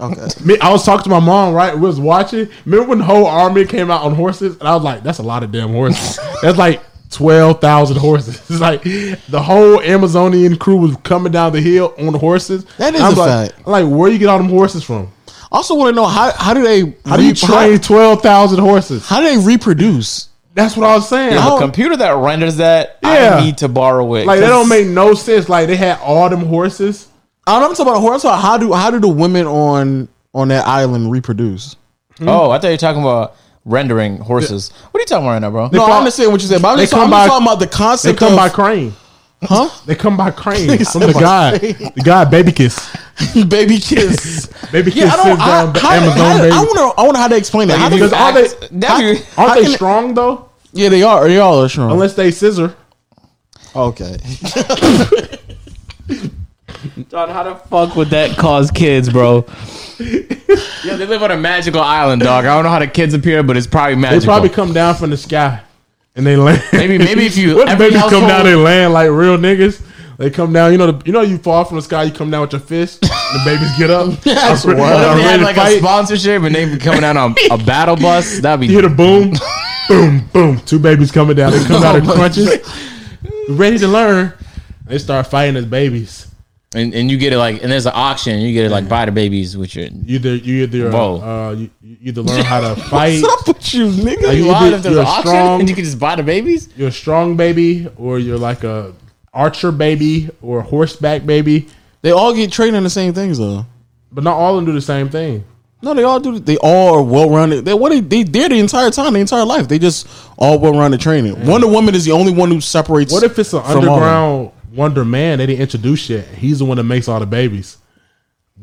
S3: okay.
S1: Me, I was talking to my mom, right? We was watching. Remember when the whole army came out on horses? And I was like, that's a lot of damn horses. that's like 12,000 horses. It's like the whole Amazonian crew was coming down the hill on the horses.
S3: That is
S1: I'm
S3: a
S1: like,
S3: fact.
S1: I'm like, where you get all them horses from?
S3: Also, want to know how how do they
S1: How do you
S3: repro-
S1: train 12,000 horses?
S3: How do they reproduce?
S1: That's what I was saying.
S2: I
S1: I
S2: have a
S1: don't-
S2: computer that renders that.
S1: Yeah.
S2: I need to borrow it.
S1: like, that don't
S2: 'cause
S1: make no sense. Like, they had all them horses.
S3: I don't know. I'm talking about horses. How do how do the women on on that island reproduce?
S2: Oh, I thought you were talking about rendering horses. What are you talking about right now, bro?
S3: No,
S1: call-
S3: I understand what you said, but I'm
S1: they
S3: just,
S1: come
S3: I'm just
S1: by-
S3: talking about the
S1: They
S3: concept.
S1: come by
S3: of,
S1: crane.
S3: huh?
S1: They come by crane from
S3: said
S1: the
S3: by
S1: god. The god Baby Kiss.
S3: Baby kiss.
S1: Baby um,
S3: Yeah,
S1: Kiss
S3: I
S1: sends
S3: don't. I,
S1: down
S3: how,
S1: Amazon
S3: how,
S1: baby.
S3: I wonder. I wonder how they explain that. How
S2: If
S3: they-
S2: you
S1: because all they-
S2: act- that'd be-
S1: Aren't
S3: How
S1: they
S3: can-
S1: strong though?
S3: yeah, they are. They all are strong.
S1: Unless they scissor.
S3: okay.
S2: John, how the fuck would that cause kids, bro? yeah, they live on a magical island, dog. I don't know how the kids appear, but it's probably
S1: They
S2: magical.
S1: probably come down from the sky and they land.
S2: Maybe- maybe if you-
S1: what if
S2: every
S1: babies come
S2: household-
S1: down, they land like real niggas. They come down, you know, the, you know, you fall from the sky, you come down with your fist, the babies get up.
S3: That's
S1: I'm re-
S3: wild.
S1: I'm
S2: What if they
S1: ready
S2: had
S1: to
S2: like
S1: fight.
S2: a sponsorship and they be coming out on a battle bus? That'd be
S1: You hit a boom, boom, boom. Two babies coming down. They come down in crunches. Ready to learn. They start fighting as babies.
S2: and, and you get it like and there's an auction. You get it like buy the babies with your.
S1: Either you either
S2: Whoa.
S1: uh, you, you either learn how to fight,
S3: What's up with you,
S1: Are
S3: nigga?
S1: you-
S2: Why
S1: be-
S2: if there's
S1: you're
S2: an auction
S1: strong.
S2: and you can just buy the babies?
S1: you're a strong baby, or you're like a archer baby or a horseback baby.
S3: They all get trained in the same things though.
S1: But not all of them do the same thing.
S3: No, they all do. They all are well rounded. They what they they did the entire time, the entire life. They just all well rounded training. Wonder Woman is the only one who separates.
S1: What if it's an
S3: from all of them.
S1: underground Wonder Man? They didn't introduce yet. He's the one that makes all the babies.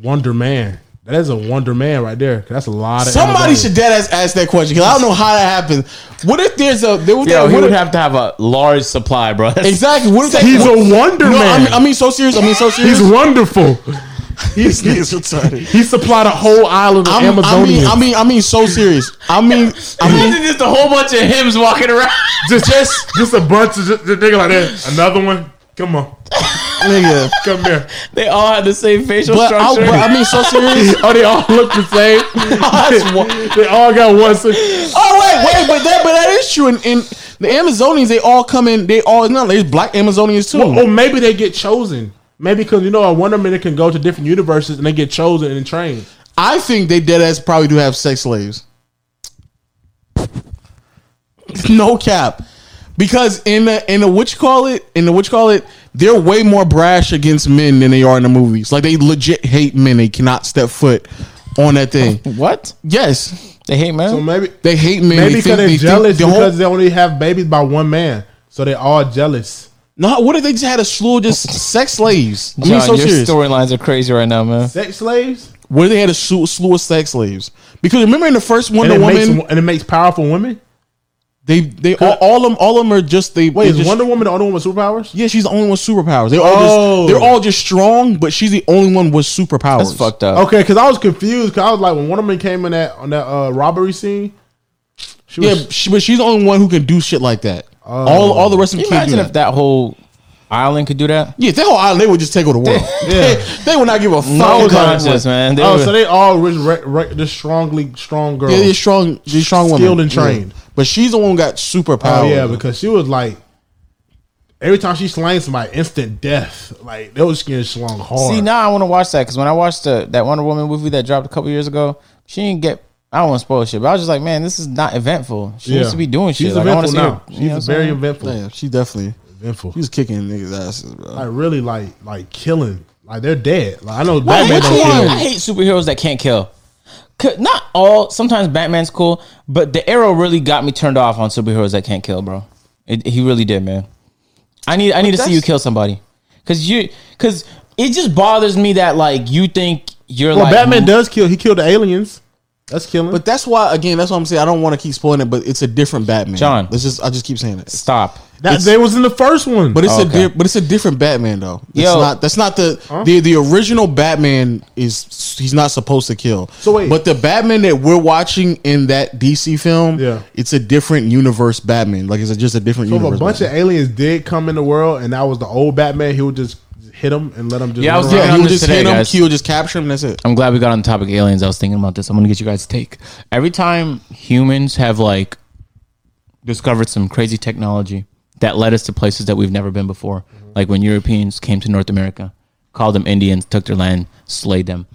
S1: Wonder Man. That is a wonder man right there. 'cause That's a lot of
S3: Somebody
S1: antibodies.
S3: should dead ass ask that question because I don't know how that happens. What if there's a there was
S2: Yo,
S3: that,
S2: he
S3: what
S2: would
S3: if-
S2: have to have a large supply, bro.
S3: exactly what if that,
S1: He's a wonder
S3: no, I
S1: man.
S3: mean, I mean so serious. I mean so serious.
S1: He's wonderful.
S3: This nigga's retarded.
S1: He supplied a whole island of
S3: I'm, I
S1: Amazonians.
S3: mean, I mean, I mean, so serious. I mean, I mean,
S2: Imagine just a whole bunch of hymns walking around.
S1: just, just, just a bunch of just, just nigga like that. Another one. Come on,
S3: nigga.
S1: come here.
S2: They all have the same facial
S3: But I,
S2: structure.
S3: but I mean, so serious.
S1: Oh, they all look the same.
S3: That's one-
S1: they all got one. si-
S3: Oh wait, wait, but that, but that is true. And, and the Amazonians, they all come in. They all no, there's black Amazonians too.
S2: oh
S1: Or maybe they get chosen. Maybe because you know a Wonder Man can go to different universes and they get chosen and trained.
S3: I think they dead ass probably do have sex slaves. no cap, because in the in the what you call it in the what you call it, they're way more brash against men than they are in the movies. Like they legit hate men. They cannot step foot on that thing.
S2: what?
S3: Yes,
S2: They hate man.
S1: So maybe
S3: they hate men.
S1: maybe
S3: they
S1: because
S3: think,
S1: they're
S3: they
S1: jealous
S3: think the
S1: because
S3: whole,
S1: they only have babies by one man, so they all jealous.
S3: no. What if they just had a slew of just sex slaves? I mean,
S2: John,
S3: so
S2: your
S3: serious.
S2: storylines are crazy right now, man.
S1: Sex slaves
S3: Where they had a slew, slew of sex slaves? Because remember in the first
S1: and
S3: Wonder
S1: it
S3: Woman,
S1: makes and it makes powerful women.
S3: they they all, all of them all of them are just they
S1: Wait,
S3: they
S1: is
S3: just-
S1: Wonder Woman the only one with superpowers?
S3: Yeah, she's the only one with superpowers. They're all
S1: Oh.
S3: just they're all just strong, but she's the only one with superpowers.
S2: That's fucked up.
S1: Okay, because I was confused. Because I was like, when Wonder Woman came in that on that uh, robbery scene, she
S3: Yeah,
S1: was Oh.
S3: she, but she's the only one who can do shit like that. All all the rest of
S2: Can
S3: them
S2: you
S3: can't do
S2: imagine
S3: that.
S2: if that whole island could do that?
S3: yeah, that whole island they would just take over the world.
S1: Yeah.
S3: they, they would not give a fuck.
S2: No
S3: about
S2: conscience,
S3: what-
S2: man. They
S1: oh,
S2: were-
S1: so they all was re- re- just strongly strong girls.
S3: Yeah, they're strong, they're strong women,
S1: Skilled and trained.
S3: Yeah. But she's the one who got superpowers.
S1: Oh yeah, because she was like every time she slangs somebody, instant death. Like they was getting slung hard.
S2: See, now I want to watch that because when I watched the, that Wonder Woman movie that dropped a couple years ago, she didn't get. I don't want to spoil shit, but I was just like, man, this is not eventful. She
S1: Yeah.
S2: needs to be doing shit.
S1: She's
S2: like, I want
S1: eventful
S2: to see her.
S1: now.
S2: you
S1: She's
S2: know what I'm
S1: very
S2: saying?
S1: eventful.
S3: Damn, she definitely
S1: Eventful.
S3: she was kicking niggas' asses, bro.
S1: like really like like killing. Like they're dead. Like I know
S2: I
S1: Batman
S2: hate,
S1: don't
S2: I
S1: kill.
S2: hate- I hate superheroes that can't kill. 'Cause Not all. Sometimes Batman's cool, but the Arrow really got me turned off on superheroes that can't kill, bro. It, he really did, man. I need I need to see you kill somebody, cause you cause it just bothers me that like you think you're
S1: Well,
S2: like
S1: Batman does kill. He killed the aliens. That's killing.
S3: But that's why again, that's what I'm saying. I don't want to keep spoiling it, but it's a different Batman.
S2: John.
S3: Let's just I just keep saying it.
S2: stop.
S1: that they was in the first one.
S3: But it's
S2: Oh,
S3: a
S2: okay.
S3: di- but it's a different Batman though. It's
S2: Yo.
S3: not that's not the the the original Batman is he's not supposed to kill.
S1: So wait.
S3: but the Batman that we're watching in that DC film,
S1: Yeah.
S3: it's a different universe Batman. Like it's a, just a different
S1: so if
S3: universe.
S1: a bunch of aliens did come in the world, and that was the old Batman. He would just hit them and let them just.
S2: Yeah, I
S1: run
S2: was
S1: around.
S2: thinking-
S3: yeah,
S2: on
S3: he'll
S2: this
S3: just
S2: today,
S3: hit him,
S2: guys.
S3: he'll just capture him. That's it.
S2: I'm glad we got on the topic of aliens. I was thinking about this. I'm gonna get you guys' take. Every time humans have like discovered some crazy technology that led us to places that we've never been before, like when Europeans came to North America, called them Indians, took their land, slayed them.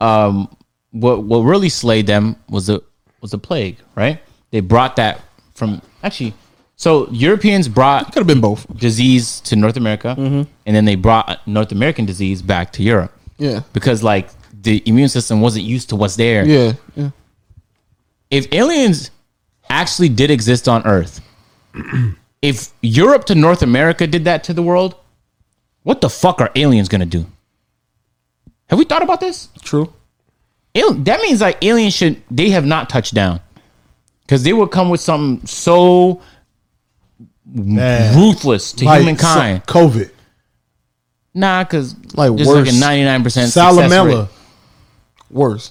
S2: Um, what what really slayed them was the was the plague, right? They brought that from actually. So Europeans brought
S3: Could have been both.
S2: disease to North America, and then they brought North American disease back to Europe.
S3: Yeah.
S2: because like the immune system wasn't used to what's there.
S3: Yeah, yeah.
S2: If aliens actually did exist on Earth, if Europe to North America did that to the world, what the fuck are aliens gonna do? Have we thought about this?
S3: True.
S2: Al- that means like aliens should they have not touched down because they would come with something so
S1: Bad.
S2: ruthless to
S1: Like,
S2: humankind.
S1: so- COVID,
S2: Nah, because
S3: Like
S2: like just
S3: worse.
S2: like a ninety nine percent
S1: Salamella.
S3: Worse.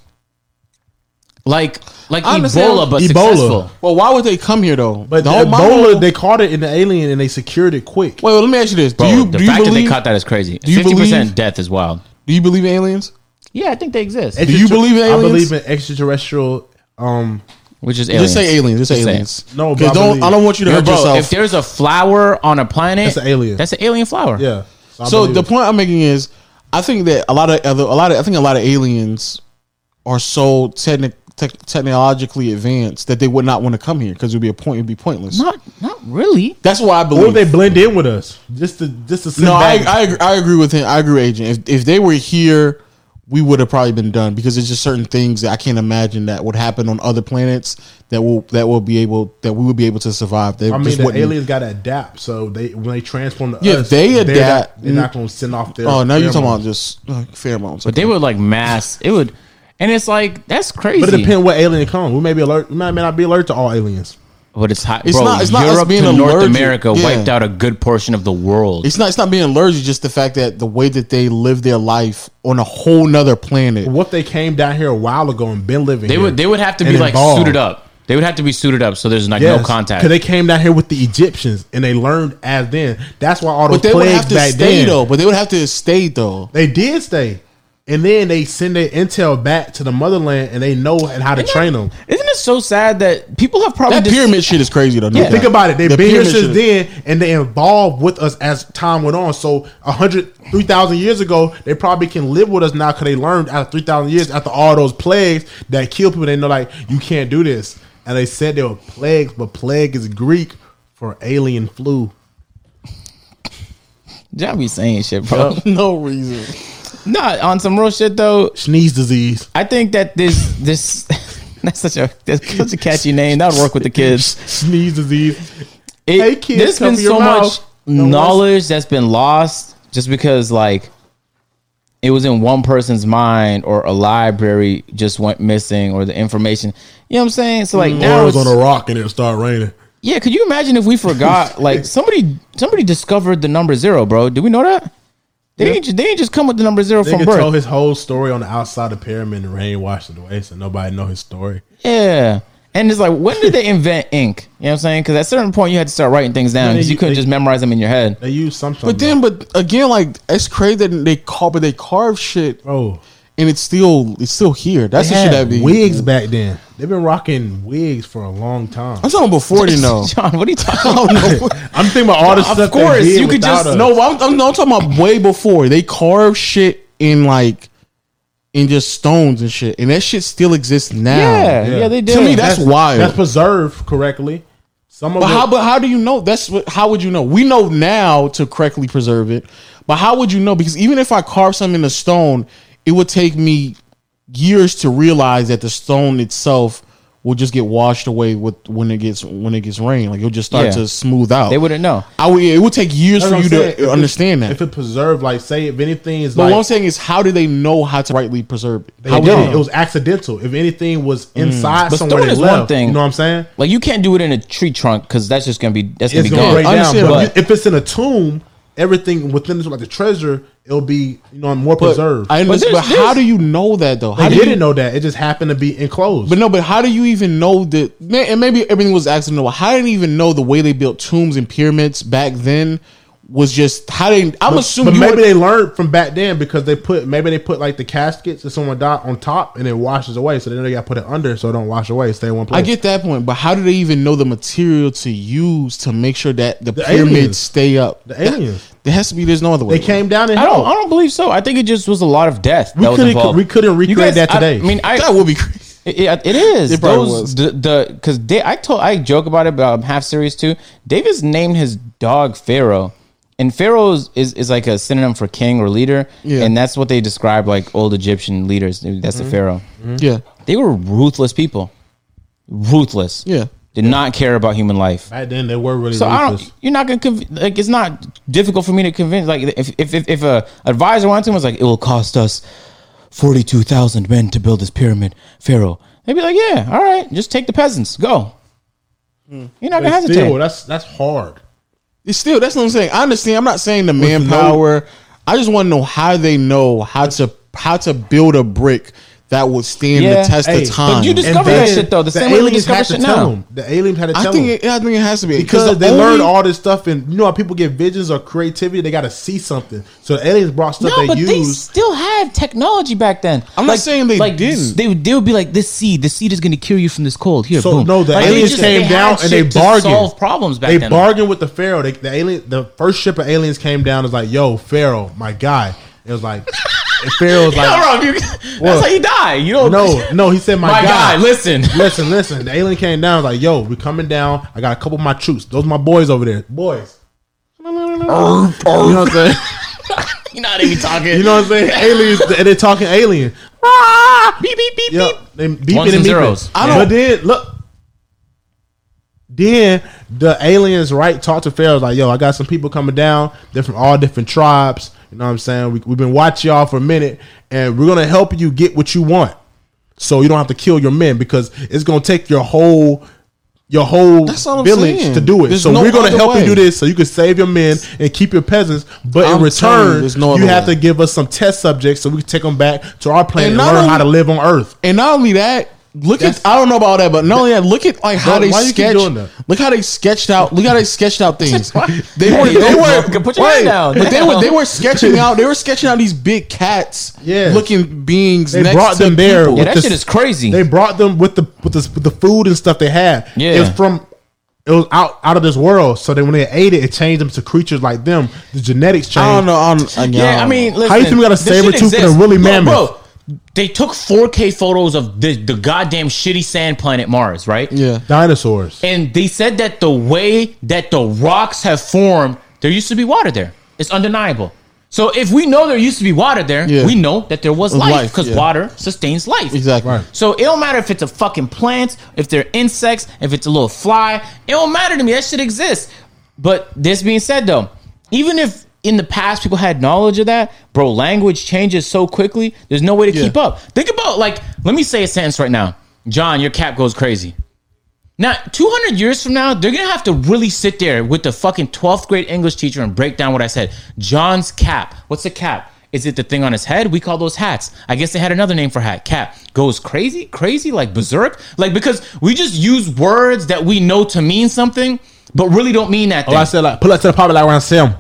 S2: like like
S3: I understand-
S2: Ebola, but
S1: Ebola.
S2: successful.
S3: Well, why would they come here though?
S1: But the
S3: The whole- my
S1: Ebola,
S3: whole-
S1: they caught it in the alien and they secured it quick.
S3: Wait, well, let me ask you this: Do
S2: Bro,
S3: you
S2: the
S3: do you
S2: fact that they
S3: believe
S2: caught that is crazy.
S3: you
S2: Fifty
S3: believe-
S2: percent death is wild.
S3: do you believe in aliens?
S2: Yeah, I think they exist.
S3: Do you believe in aliens?
S1: I believe in extraterrestrial. Um,
S2: Which is aliens.
S3: Just say aliens. Just say
S2: Just say it.
S3: aliens.
S1: No, but
S3: 'Cause
S1: I
S3: don't.
S1: believe-
S3: I don't want you to
S2: Yo,
S3: hurt
S2: bro,
S3: yourself.
S2: if there's a flower on a planet,
S1: That's an alien.
S2: That's an alien flower.
S1: yeah. So, I
S3: So
S1: believe
S3: the
S1: it.
S3: point I'm making is, I think that a lot of other, a lot of, I think a lot of aliens are so techni- tech technologically advanced that they would not want to come here because it would be a point, it'd be pointless.
S2: Not not really.
S3: That's why I
S1: or
S3: believe.
S1: they blend in with us just to just to sit
S3: no, I,
S1: back.
S3: I agree- I agree with him. I agree, with Agent. If if they were here, we would have probably been done because it's just certain things that I can't imagine that would happen on other planets that will that will be able that we would be able to survive. They
S1: I mean,
S3: just
S1: the
S3: wouldn't.
S1: aliens got to adapt. So they when they transform to
S3: Yeah,
S1: us,
S3: they
S1: they're
S3: adapt-
S1: Not, they're not going to send off their.
S3: oh, now you're Oh, talking about
S1: pheromones.
S3: just uh, pheromones.
S2: But they would like mass. It would. And it's like that's crazy.
S1: But it depends what alien comes. We may be alert. We might may not be alert to all aliens.
S2: But it's hot.
S3: It's
S2: bro,
S3: not- it's not us
S2: Europe
S3: being
S2: to North
S3: allergic.
S2: America
S3: Yeah.
S2: wiped out a good portion of the world.
S3: It's not. It's not being allergic. Just the fact that the way that they live their life on a whole nother planet.
S1: What if they came down here a while ago and been living?
S2: they
S1: here
S2: would they would have to
S1: and
S2: be like
S1: involved?
S2: suited up. They would have to be suited up so there's like no
S1: Yes,
S2: contact.
S1: Cause they came down here with the Egyptians and they learned as then. That's why all those
S3: But they would
S1: plagues
S3: have to
S1: back
S3: stay
S1: then.
S3: though. But they would have to stay though.
S1: They did stay, and then they send their intel back to the motherland, and they know and how to train them.
S2: Isn't it so sad that people have probably
S3: That
S2: just-
S3: pyramid shit is crazy though. no
S2: Yeah.
S3: doubt.
S1: Think about it. They've
S3: The
S1: been here
S3: pyramid
S1: since
S3: shit-
S1: then, and they evolved with us as time went on. So, 100, 3,000 years ago, they probably can live with us now because they learned after 3,000 years, after all those plagues that kill people, they know, like, you can't do this. And they said there were plagues, but plague is Greek for alien flu.
S2: Y'all be saying shit, bro.
S3: No reason.
S2: Nah, on some real shit though.
S1: Sneeze disease.
S2: I think that this this that's such a that's such a catchy name. That'll work with the kids.
S1: Sneeze disease.
S2: It,
S1: Hey, kids,
S2: there's been
S1: cover your
S2: so much
S1: mouth. No one's-
S2: knowledge that's been lost just because like it was in one person's mind or a library just went missing or the information. You know what I'm saying? So like now it's,
S1: rock and it'll start raining.
S2: yeah. Could you imagine if we forgot? like somebody somebody discovered the number zero, bro. Do we know that? They ain't ain't, they ain't just come with the number zero from
S1: Nigga
S2: birth.
S1: told his whole story on the outside of the pyramid and the rain washed it away, so nobody know his story.
S2: Yeah. And it's like, when did they invent ink? You know what I'm saying? Because at a certain point, you had to start writing things down
S1: Yeah,
S2: because you
S1: you-
S2: couldn't
S1: they-
S2: just memorize them in your head.
S1: They use something.
S3: But then, but again, like it's crazy that they carve, but they carve shit,
S1: bro,
S3: and it's still it's still here. That's the
S1: they
S3: shit
S1: had
S3: that be.
S1: wigs back then. They've been rocking wigs for a long time.
S3: I'm talking before they know.
S2: John, what are you talking
S3: I
S1: Oh,
S2: about?
S3: don't know.
S1: I'm thinking about all the stuff.
S2: Of course,
S1: they did
S2: you could
S1: without
S2: just-
S1: us.
S3: No, I'm, I'm, no, I'm talking about way before they carved shit in like in just stones and shit, and that shit still exists now.
S2: Yeah, yeah, they did.
S3: To me, that's, wild.
S1: That's preserved correctly. Some of
S3: but
S1: it,
S3: how? But how do you know? That's what. How would you know? We know now to correctly preserve it, but how would you know? Because even if I carve something in a stone, it would take me years to realize that the stone itself will just get washed away with when it gets when it gets rain. Like it'll just start
S2: Yeah.
S3: to smooth out.
S2: They wouldn't know.
S3: I would. It would take years
S1: that's
S3: for
S1: what
S3: you
S1: I'm saying. If
S3: to
S1: it-
S3: understand that.
S1: If it preserved, like say, if anything is
S3: But
S1: like
S3: what I'm saying is, how do they know how to rightly preserve it?
S1: How
S3: How
S1: we
S3: would
S1: did.
S3: they
S1: It was accidental. If anything was
S2: Mm.
S1: inside
S2: But
S1: somewhere,
S2: stone
S1: they
S2: is one
S1: left.
S2: thing.
S1: You know what I'm saying?
S2: Like, you can't do it in a tree trunk because that's just going to be, that's going
S1: It's
S2: to be
S1: gonna
S2: gone.
S1: break down.
S3: understand,
S1: But
S2: but-
S1: if it's in a tomb, everything within this, like the treasure, it'll be you know more preserved.
S3: I
S2: But
S3: understand, but,
S2: there's-
S3: how
S2: there's-
S3: do you know that though? How
S1: I
S3: do
S1: didn't
S3: you,
S1: know that. It just happened to be enclosed.
S3: But no, but how do you even know that? ma- And maybe everything was accidental. How did you even know the way they built tombs and pyramids back then was just how they? I'm
S1: But
S3: assuming you
S1: maybe
S3: would-
S1: they learned from back then because they put maybe they put like the caskets that someone died on top and it washes away. So then they got to put it under so it don't wash away, stay in one place.
S3: I get that point, but how do they even know the material to use to make sure that the, pyramids
S1: aliens.
S3: stay up?
S1: the aliens.
S3: There has to be. There's no other way.
S1: They came down and
S2: I don't, I
S1: helped.
S2: don't believe so. I think it just was a lot of death.
S1: We
S2: that was
S1: couldn't-
S2: involved.
S1: we couldn't
S2: You
S1: recreate that
S2: I-
S1: today.
S2: I mean, I,
S3: That would be crazy.
S2: Yeah, it is.
S3: It probably
S2: Those,
S3: was.
S2: The the because I told I joke about it, but I'm half serious too. David's named his dog Pharaoh, and Pharaoh is, is, is like a synonym for king or leader,
S3: Yeah. Mm-hmm.
S2: and that's what they describe like old Egyptian leaders. That's the Pharaoh.
S3: Yeah,
S2: They were ruthless people, ruthless.
S3: yeah.
S2: did not care about human life.
S1: Back then they were really
S2: So I
S1: ruthless.
S2: don't. You're not gonna conv- like. It's not difficult for me to convince. Like if if if, if a advisor went to him and was like, it will cost us forty two thousand men to build this pyramid, Pharaoh. They'd be like, yeah, all right, just take the peasants, go. You're not gonna
S1: But
S2: hesitate.
S1: still, that's that's hard.
S3: It's still that's what I'm saying. I understand. I'm not saying the manpower. I just want to know how they know how to how to build a brick that will stand
S2: Yeah.
S3: the test
S1: Hey,
S3: of
S1: but
S3: time.
S2: you just- Discover
S1: then
S2: that shit, though, the same way we discover
S1: had to
S2: shit
S1: tell
S2: now.
S1: them. The aliens had to
S3: I
S1: tell
S3: think
S1: them.
S3: it, I think it has to be
S1: because
S3: the
S1: they learned
S3: only-
S1: all this stuff, and you know how people get visions or creativity, they got to see something. So the aliens brought stuff
S2: no,
S1: they
S2: but they
S1: used.
S2: still had technology back then.
S3: I'm not saying they
S2: like,
S3: didn't.
S2: They would, they would be like, this seed, this seed is going to cure you from this cold. Here,
S1: So,
S2: boom.
S1: no, the
S2: Like, they
S1: aliens
S2: just-
S1: came
S2: had
S1: down and they
S2: shit to
S1: bargained.
S2: solve problems back
S1: they
S2: then.
S1: bargained with the pharaoh. They, the alien, the first ship of aliens came down. Is like, yo, pharaoh, my guy. It was like, and pharaoh was
S2: No,
S1: like,
S2: Rob, you-
S1: What?
S2: that's how you die. You don't.
S1: no, no. He said, my,
S2: my
S1: guy.
S2: God, listen.
S1: listen, listen. The alien came down. Was like, yo, we coming down. I got a couple of my troops. Those my boys over there. Boys. you know what I'm saying?
S2: You're not even talking.
S1: You know what I'm saying? Aliens, and they're talking alien.
S2: Ah, beep beep beep
S1: Yep,
S2: beep.
S1: they beeping
S2: Ones
S1: and beeping.
S2: and zeros.
S1: I
S2: Yeah.
S1: don't. But then look, then the aliens right talk to Pharaoh like, "Yo, I got some people coming down. They're from all different tribes. You know what I'm saying? We, we've been watching y'all for a minute, and we're gonna help you get what you want. So you don't have to kill your men because it's gonna take your whole your whole
S3: That's all I'm
S1: village
S3: saying.
S1: to do it.
S3: There's
S1: so
S3: no
S1: we're gonna
S3: other
S1: help
S3: way.
S1: you do this so you can save your men and keep your peasants. But
S3: I'm
S1: in
S3: telling you,
S1: return,
S3: there's no
S1: you
S3: other
S1: have
S3: way.
S1: to give us some test subjects so we can take them back to our planet and,
S3: not
S1: learn how
S3: only-
S1: to live on Earth.
S3: And not only that, look
S1: That's-
S3: at I don't know about that, but not only that, look at like how
S1: Bro,
S3: they
S1: why you keep
S3: sketched.
S1: doing that?
S3: Look how they sketched out. Look how they sketched out things. they
S2: Yeah,
S3: were
S2: you
S3: they
S2: don't
S3: were
S2: smoke. Put your hand down.
S3: but they were they were sketching out. They were sketching out these big cats,
S1: Yes.
S3: looking beings.
S1: They
S3: next
S1: brought
S3: to
S1: them there
S3: people.
S2: Yeah,
S1: with
S2: that
S1: this-
S2: shit is crazy.
S1: They brought them with the with the, with the food and stuff they had.
S2: Yeah.
S1: it was from it was out out of this world. So then when they ate it, it changed them to creatures like them. The genetics changed.
S3: I don't know. I don't, I
S2: yeah, I
S3: don't
S2: mean,
S3: know.
S2: listen,
S1: How you think we got a
S2: this shit
S1: saber tooth and a
S2: exists.
S1: woolly
S2: Bro,
S1: mammoth?
S2: Bro, they took 4K photos of the, the goddamn shitty sand planet Mars, right?
S3: yeah.
S1: Dinosaurs.
S2: And they said that the way that the rocks have formed, there used to be water there. It's undeniable. So if we know there used to be water there,
S3: Yeah.
S2: we know that there was life
S3: life,
S2: because
S3: yeah.
S2: water sustains life.
S3: Exactly.
S1: Right.
S2: So it don't matter if it's a fucking plant, if they're insects, if it's a little fly. It don't matter to me. That shit exists. But this being said, though, even if in the past people had knowledge of that, bro, language changes so quickly. There's no way to
S3: Yeah.
S2: keep up. Think about like, let me say a sentence right now. John, your cap goes crazy. Now, 200 years from now, they're gonna have to really sit there with the fucking 12th grade English teacher and break down what I said. John's cap. What's a cap? Is it the thing on his head? We call those hats. I guess they had another name for hat. Cap goes crazy, crazy, like berserk. Like, because we just use words that we know to mean something, but really don't mean that
S1: Oh,
S2: thing.
S1: I said like pull up to the public like around Sim.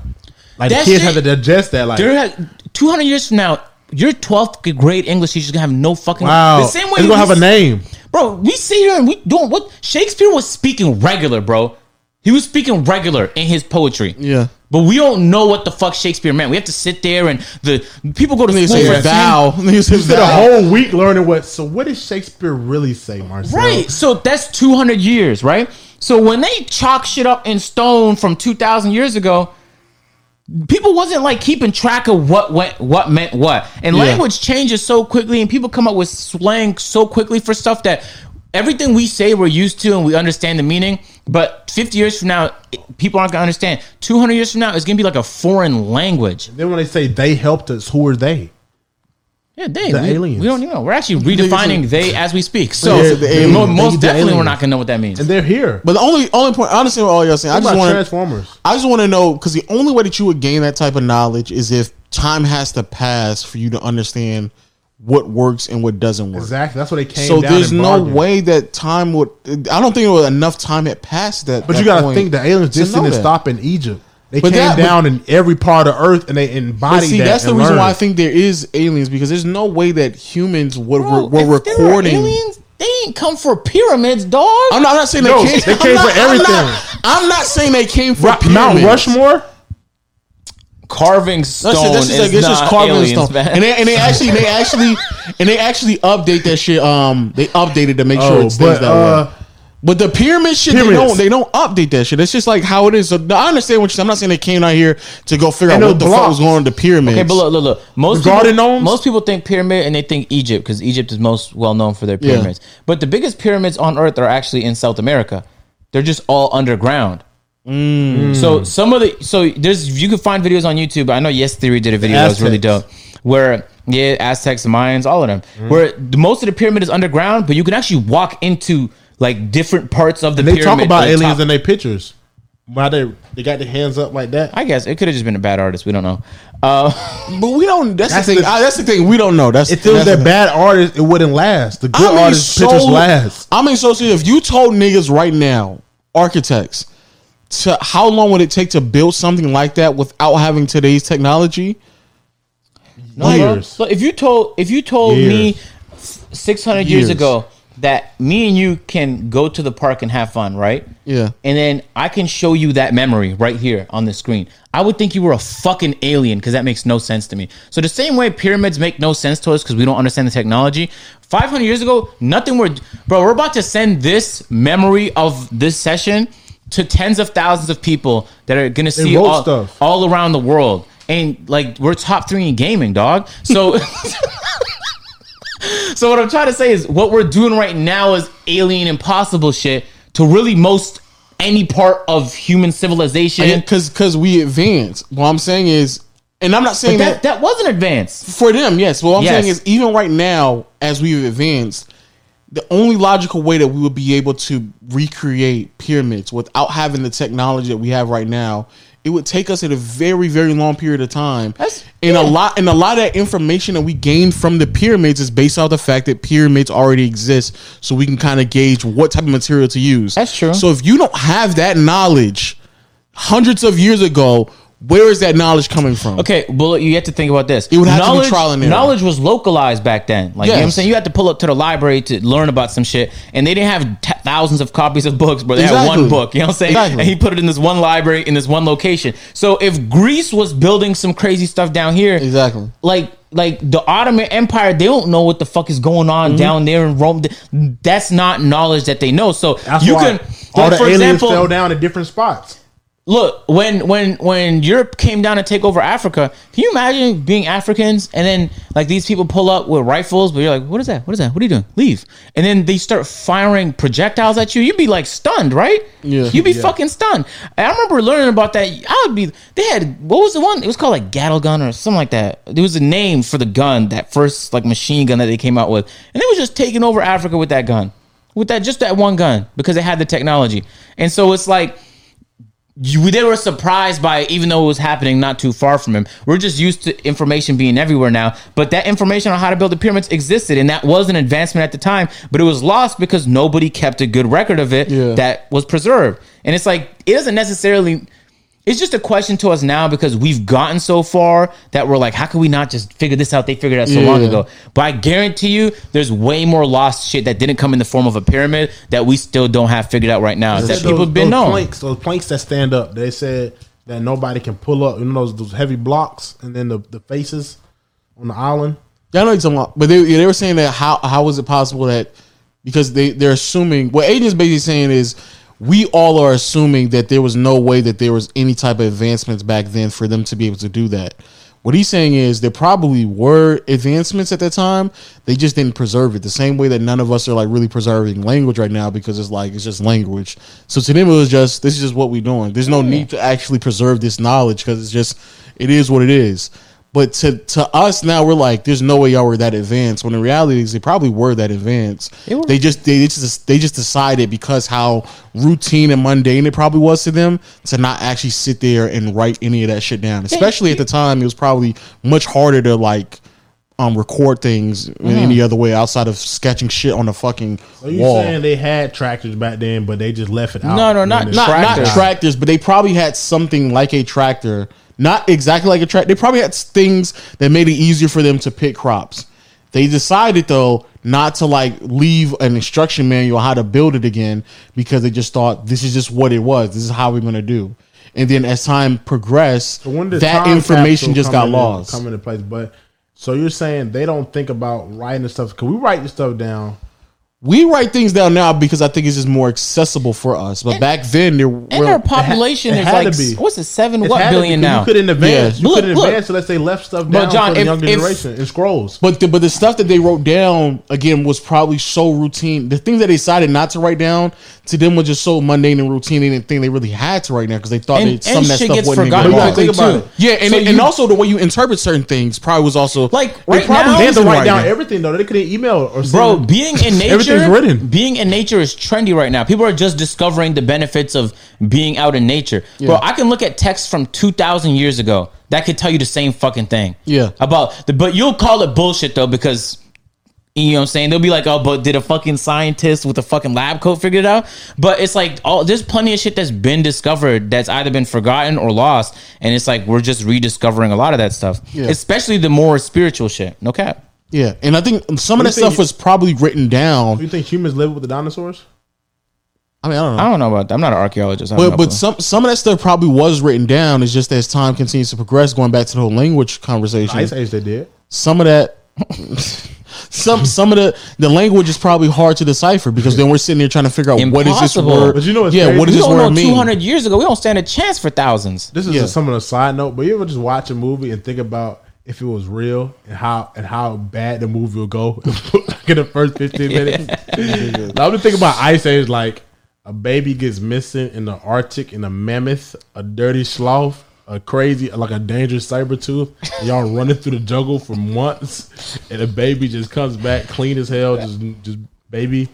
S1: Like the
S2: That
S1: kids
S2: shit-
S1: have to digest that. Like
S2: There ha- 200 years from now, your 12th grade English teacher's gonna have no fucking.
S1: wow,
S2: The same way
S1: it's gonna
S2: we
S1: have a name.
S2: Bro, we sit here and we doing what Shakespeare was speaking regular, bro. He was speaking regular in his poetry.
S3: Yeah.
S2: But we don't know what the fuck Shakespeare meant. We have to sit there and the people go to
S3: They
S2: school
S3: say
S2: for
S3: vow. They say
S1: Did a
S3: vow.
S1: whole week learning what. So what did Shakespeare really say, Marcel?
S2: Right. So that's 200 years, right? So when they chalk shit up in stone from 2000 years ago, people wasn't like keeping track of what went, what meant what. And
S3: Yeah.
S2: language changes so quickly and people come up with slang so quickly for stuff that everything we say we're used to and we understand the meaning, but 50 years from now it- people aren't going to understand. 200 years from now it's going to be like a foreign language.
S1: Then when they say they helped us, who are they?
S2: Yeah, they
S1: The
S2: we,
S1: aliens.
S2: We don't even know. We're actually
S3: it's a-
S2: redefining they as we speak. So
S3: Yeah, the aliens.
S2: mo-
S3: They
S2: most
S1: the
S2: definitely we're
S1: aliens.
S2: not going to know what that means.
S1: And they're here.
S3: But the only only point, honestly, what all y'all saying, I
S1: What
S3: just
S1: about
S3: want to,
S1: Transformers.
S3: I just want to know because the only way that you would gain that type of knowledge is if time has to pass for you to understand what works and what doesn't work.
S1: Exactly. That's what they came.
S3: So
S1: down
S3: there's
S1: and
S3: no
S1: bargained.
S3: way that time would. I don't think it was enough time had passed that.
S1: But
S3: that
S1: you gotta
S3: point
S1: think the aliens
S3: to
S1: just
S3: know
S1: didn't
S3: that.
S1: stop in Egypt. They
S3: But
S1: came
S3: that- but-
S1: down in every part of Earth and they
S3: But
S1: embodied
S3: see,
S1: that.
S3: that's the
S1: and
S3: reason why I
S1: learned.
S3: think there is aliens because there's no way that humans would
S2: Bro,
S3: were, were
S2: if there were
S3: recording.
S2: aliens, they ain't come for pyramids, dog.
S3: I'm not, I'm not saying
S1: No,
S3: they came.
S1: they came
S3: I'm not-
S1: for
S3: I'm not-
S1: everything.
S3: I'm not saying they came for
S1: Ro- Mount
S3: pyramids.
S1: Rushmore.
S2: carving stone
S3: That's it. That's just like
S2: is
S3: it's just
S2: not
S3: carving
S2: aliens,
S3: stone.
S2: man.
S3: And they, and they actually they actually and they actually update that shit. Um, they updated to make sure
S1: Oh,
S3: it stays
S1: but
S3: that
S1: uh,
S3: way. But the pyramid shit,
S1: Pyramids.
S3: they don't they don't update that shit. It's just like how it is. So, I understand what you're. I'm not saying they came out here to go figure
S1: And
S3: out
S1: those
S3: what the fuck
S1: blocks.
S3: was going on with the pyramids.
S2: okay, but look, look, look. Most
S1: The garden
S2: people,
S1: gnomes?
S2: most people think pyramid and they think Egypt because Egypt is most well known for their
S3: Yeah.
S2: pyramids. But the biggest pyramids on Earth are actually in South America. They're just all underground.
S1: Mm.
S2: So some of the so there's you can find videos on YouTube. I know Yes Theory did a video that was really
S1: Aztecs. Mm.
S2: dope. Where yeah, Aztecs, Mayans, all of them. Where the, most of the pyramid is underground, but you can actually walk into like different parts of the
S1: they
S2: pyramid.
S1: talk about
S2: the
S1: aliens
S2: top.
S1: in their pictures. Why they they got their hands up like that?
S2: I guess it could have just been a bad artist. We don't know. Uh,
S3: But we don't. That's,
S1: That's
S3: the thing.
S1: the-
S3: I, that's the thing. We don't know. That's
S1: If it was that
S3: that's the-
S1: bad artist, it wouldn't last. The good artist
S3: so-
S1: pictures last.
S3: I mean, so see, if you told niggas right now, architects, to how long would it take to build something like that without having today's technology?
S2: No, bro.
S1: Years.
S2: Look, if you told if you told me
S1: Years.
S2: six hundred years.
S1: Years.
S2: ago that me and you can go to the park and have fun, right?
S3: Yeah.
S2: And then I can show you that memory right here on the screen. I would think you were a fucking alien because that makes no sense to me. So the same way pyramids make no sense to us because we don't understand the technology. Five hundred years ago, nothing. We're bro. We're about to send this memory of this session to tens of thousands of people that are gonna see
S1: wrote
S2: all,
S1: stuff.
S2: all around the world. And like we're top three in gaming, dog. So So what I'm trying to say is what we're doing right now is alien impossible shit to really most any part of human civilization.
S3: Because because we advance. What I'm saying is, And I'm not saying that,
S2: That that was an advance.
S3: for them, yes. But what I'm
S2: Yes.
S3: saying is, even right now, as we've advanced, the only logical way that we would be able to recreate pyramids without having the technology that we have right now, it would take us at a very, very long period of time.
S2: That's-
S3: and a lot, and a lot of that information that we gained from the pyramids is based off the fact that pyramids already exist, so we can kind of gauge what type of material to use.
S2: That's true.
S3: So if you don't have that knowledge, hundreds of years ago. Where is that knowledge coming from?
S2: Okay, well, you have to think about this. It
S3: Um, would have to be trial and error.
S2: Knowledge was localized back then. Like, you know what I'm
S3: Yes.
S2: saying? You had to pull up to the library to learn about some shit, and they didn't have t- thousands of copies of books, but they had
S3: Exactly.
S2: one book. You know what I'm saying?
S3: Exactly.
S2: And he put it in this one library in this one location. So if Greece was building some crazy stuff down here,
S3: Exactly.
S2: like like the Ottoman Empire, they don't know what the fuck is going on
S3: Mm-hmm.
S2: down there in Rome. That's not knowledge that they know. So
S1: That's
S2: you
S1: why
S2: can,
S1: all
S2: like,
S1: the
S2: for
S1: aliens
S2: example,
S1: fell down at different spots.
S2: look when when when Europe came down to take over Africa, can you imagine being Africans and then like these people pull up with rifles, but you're like, what is that? What is that? What are you doing? Leave! And then they start firing projectiles at you. You'd be like stunned, right?
S3: Yeah.
S2: You'd be fucking stunned. And I remember learning about that. I would be. They had what was the one? It was called like Gattle gun or something like that. There was a name for the gun that first like machine gun that they came out with, and they was just taking over Africa with that gun. With that, just that one gun, because they had the technology, and so it's like you, they were surprised by it, even though it was happening not too far from him. We're just used to information being everywhere now, but that information on how to build the pyramids existed, and that was an advancement at the time, but it was lost because nobody kept a good record of it
S3: Yeah.
S2: that was preserved. And it's like, it doesn't necessarily. It's just a question to us now because we've gotten so far that we're like, how can we not just figure this out? They figured it out so long
S3: Yeah.
S2: ago. But I guarantee you, there's way more lost shit that didn't come in the form of a pyramid that we still don't have figured out right now. That
S1: Those-
S2: people have been
S1: those
S2: known.
S1: Planks, those planks that stand up. They said that nobody can pull up. You know those, those heavy blocks, and then the, the faces on the island.
S3: Yeah, I know you're talking about, but they yeah, they were saying that how how was it possible that because they they're assuming what Aiden's basically saying is we all are assuming that there was no way that there was any type of advancements back then for them to be able to do that. What he's saying is there probably were advancements at that time. They just didn't preserve it the same way that none of us are like really preserving language right now because it's like it's just language. So to them it was just this is just what we're doing. There's no need to actually preserve this knowledge because it's just it is what it is. But to to us now, we're like, there's no way y'all were that advanced. When in reality, is they probably were that advanced. They, just they just they just decided because how routine and mundane it probably was to them to not actually sit there and write any of that shit down. Especially at the time, it was probably much harder to like um record things in any other way outside of sketching shit on a fucking
S1: Are you
S3: wall.
S1: saying they had tractors back then, but they just left it out?
S2: No, no,
S1: when
S2: not-
S1: it-
S3: not
S2: Tractors.
S3: not tractors, but they probably had something like a tractor, not exactly like a tractor. They probably had s- things that made it easier for them to pick crops. They decided though not to like leave an instruction manual how to build it again because they just thought this is just what it was. This is how we're gonna do. And then as time progressed,
S1: So when did
S3: that
S1: time
S3: information
S1: capsule
S3: just
S1: come
S3: got
S1: in-
S3: lost.
S1: Come into place, but so you're saying they don't think about writing the stuff because we write the stuff down.
S3: We write things down now because I think it's just more accessible for us. But back then, there were
S2: And our population
S1: it
S2: is
S1: had
S2: like
S1: to be.
S2: what's it seven
S1: It had
S2: what
S1: to be,
S2: billion
S1: 'cause
S2: now?
S1: You couldn't advance.
S3: Yeah.
S1: You
S2: Look,
S1: couldn't
S2: look.
S1: advance unless they left stuff down
S2: John,
S1: for the
S2: if-
S1: younger
S2: if-
S1: generation in scrolls.
S3: But the, but the stuff that they wrote down again was probably so routine. The things that they decided not to write down to them was just so mundane and routine. They didn't think they really had to right now because they thought
S2: and,
S3: that some of
S2: and
S3: that
S2: shit
S3: stuff
S2: gets
S3: wasn't even
S2: forgotten
S3: going on.
S1: But
S2: quickly
S1: think about
S2: too.
S1: it.
S3: Yeah, and,
S2: So
S3: it-
S2: you-
S3: and also the way you interpret certain things probably was also
S2: Like,
S3: they
S2: right now-
S1: They had to
S3: didn't
S1: write down
S3: it.
S1: everything though. They couldn't email or send
S2: Bro,
S1: it.
S2: being in nature,
S1: Everything's written.
S2: being in nature is trendy right now. People are just discovering the benefits of being out in nature. Bro, I can look at texts from 2000 years ago that could tell you the same fucking thing.
S3: Yeah.
S2: About the but you'll call it bullshit though because you know what I'm saying? They'll be like, "Oh, but did a fucking scientist with a fucking lab coat figure it out?" But it's like, all there's plenty of shit that's been discovered that's either been forgotten or lost, and it's like we're just rediscovering a lot of that stuff,
S3: Yeah.
S2: especially the more spiritual shit. No cap.
S3: Yeah, and I think some of
S1: do
S3: that
S1: you think-
S3: stuff was probably written down.
S1: Do you think humans live with the dinosaurs?
S3: I mean, I don't know.
S2: I don't know about. that. I'm not an archaeologist. I don't
S3: But
S2: know
S3: but
S2: bro.
S3: some some of that stuff probably was written down. It's just as time continues to progress, going back to the whole language conversation.
S1: Ice Age, they did.
S3: some of that some some of the the language is probably hard to decipher because then we're sitting there trying to figure out what is this
S2: Impossible.
S3: word
S1: But you know what's
S3: yeah
S1: crazy?
S3: what does
S2: we
S3: this
S2: don't
S3: word
S2: know
S3: mean
S2: 200 years ago. We don't stand a chance for thousands.
S1: This is
S3: Yeah.
S1: just some of the side note, but you ever just watch a movie and think about if it was real and how and how bad the movie would go in the first fifteen minutes. Now, I'm just thinking about Ice Age, like a baby gets missing in the Arctic and a mammoth, a dirty sloth, a crazy, like a dangerous saber tooth. Y'all running through the jungle for months, and the baby just comes back clean as hell, just just baby.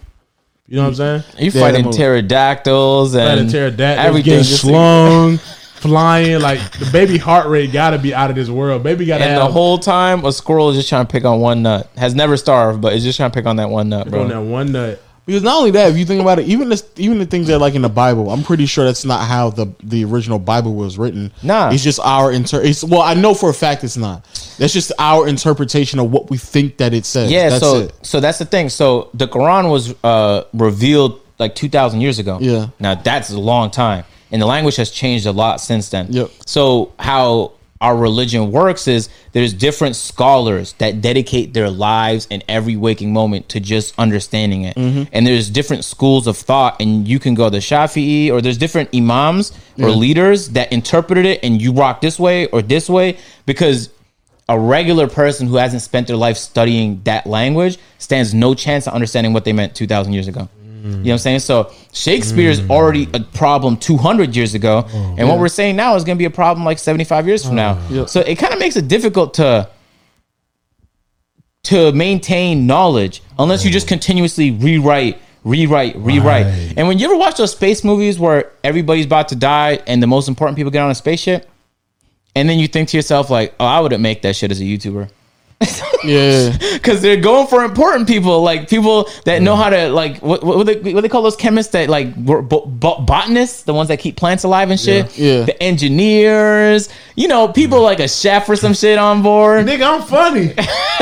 S1: You know what I'm saying?
S2: You
S3: Yeah, that
S2: fighting
S3: movie.
S2: pterodactyls and
S1: Trying to tear that everything
S2: everything.
S1: getting
S2: Just
S1: slung, flying like the baby heart rate got to be out of this world. Baby got to
S2: and the
S1: have
S2: whole time, a squirrel is just trying to pick on one nut. Has never starved, but is just trying to pick on that one nut,
S1: on
S2: bro.
S1: that one nut.
S3: Because not only that, if you think about it, even this, even the things that like in the Bible, I'm pretty sure that's not how the the original Bible was written.
S2: Nah.
S3: it's just our inter. It's, well, I know for a fact it's not. That's just our interpretation of what we think that it says.
S2: Yeah,
S3: that's
S2: so
S3: it.
S2: so that's the thing. So the Quran was uh, revealed like two thousand years ago.
S3: Yeah.
S2: Now that's a long time, and the language has changed a lot since then.
S3: Yep.
S2: So how our religion works is there's different scholars that dedicate their lives and every waking moment to just understanding it, and there's different schools of thought, and you can go to Shafi'i or there's different imams or leaders that interpreted it, and you rock this way or this way because a regular person who hasn't spent their life studying that language stands no chance of understanding what they meant 2,000 years ago. You know what I'm saying? So Shakespeare's already a problem 200 years ago. and what we're saying now is going to be a problem like 75 years from now. So it kind of makes it difficult to to maintain knowledge unless you just continuously rewrite, rewrite, rewrite.
S1: Right.
S2: And when you ever watch those space movies where everybody's about to die and the most important people get on a spaceship, and then you think to yourself like, "Oh, I wouldn't make that shit as a YouTuber."
S3: Yeah,
S2: Because they're going for important people, like people
S1: Mm.
S2: that know how to, like, what what, what, they, what they call those chemists that, like, were bo- bo- botanists, the ones that keep plants alive and shit.
S3: Yeah. Yeah.
S2: The engineers, you know,
S1: Mm.
S2: people like a chef or some shit on board.
S1: Nigga, I'm funny.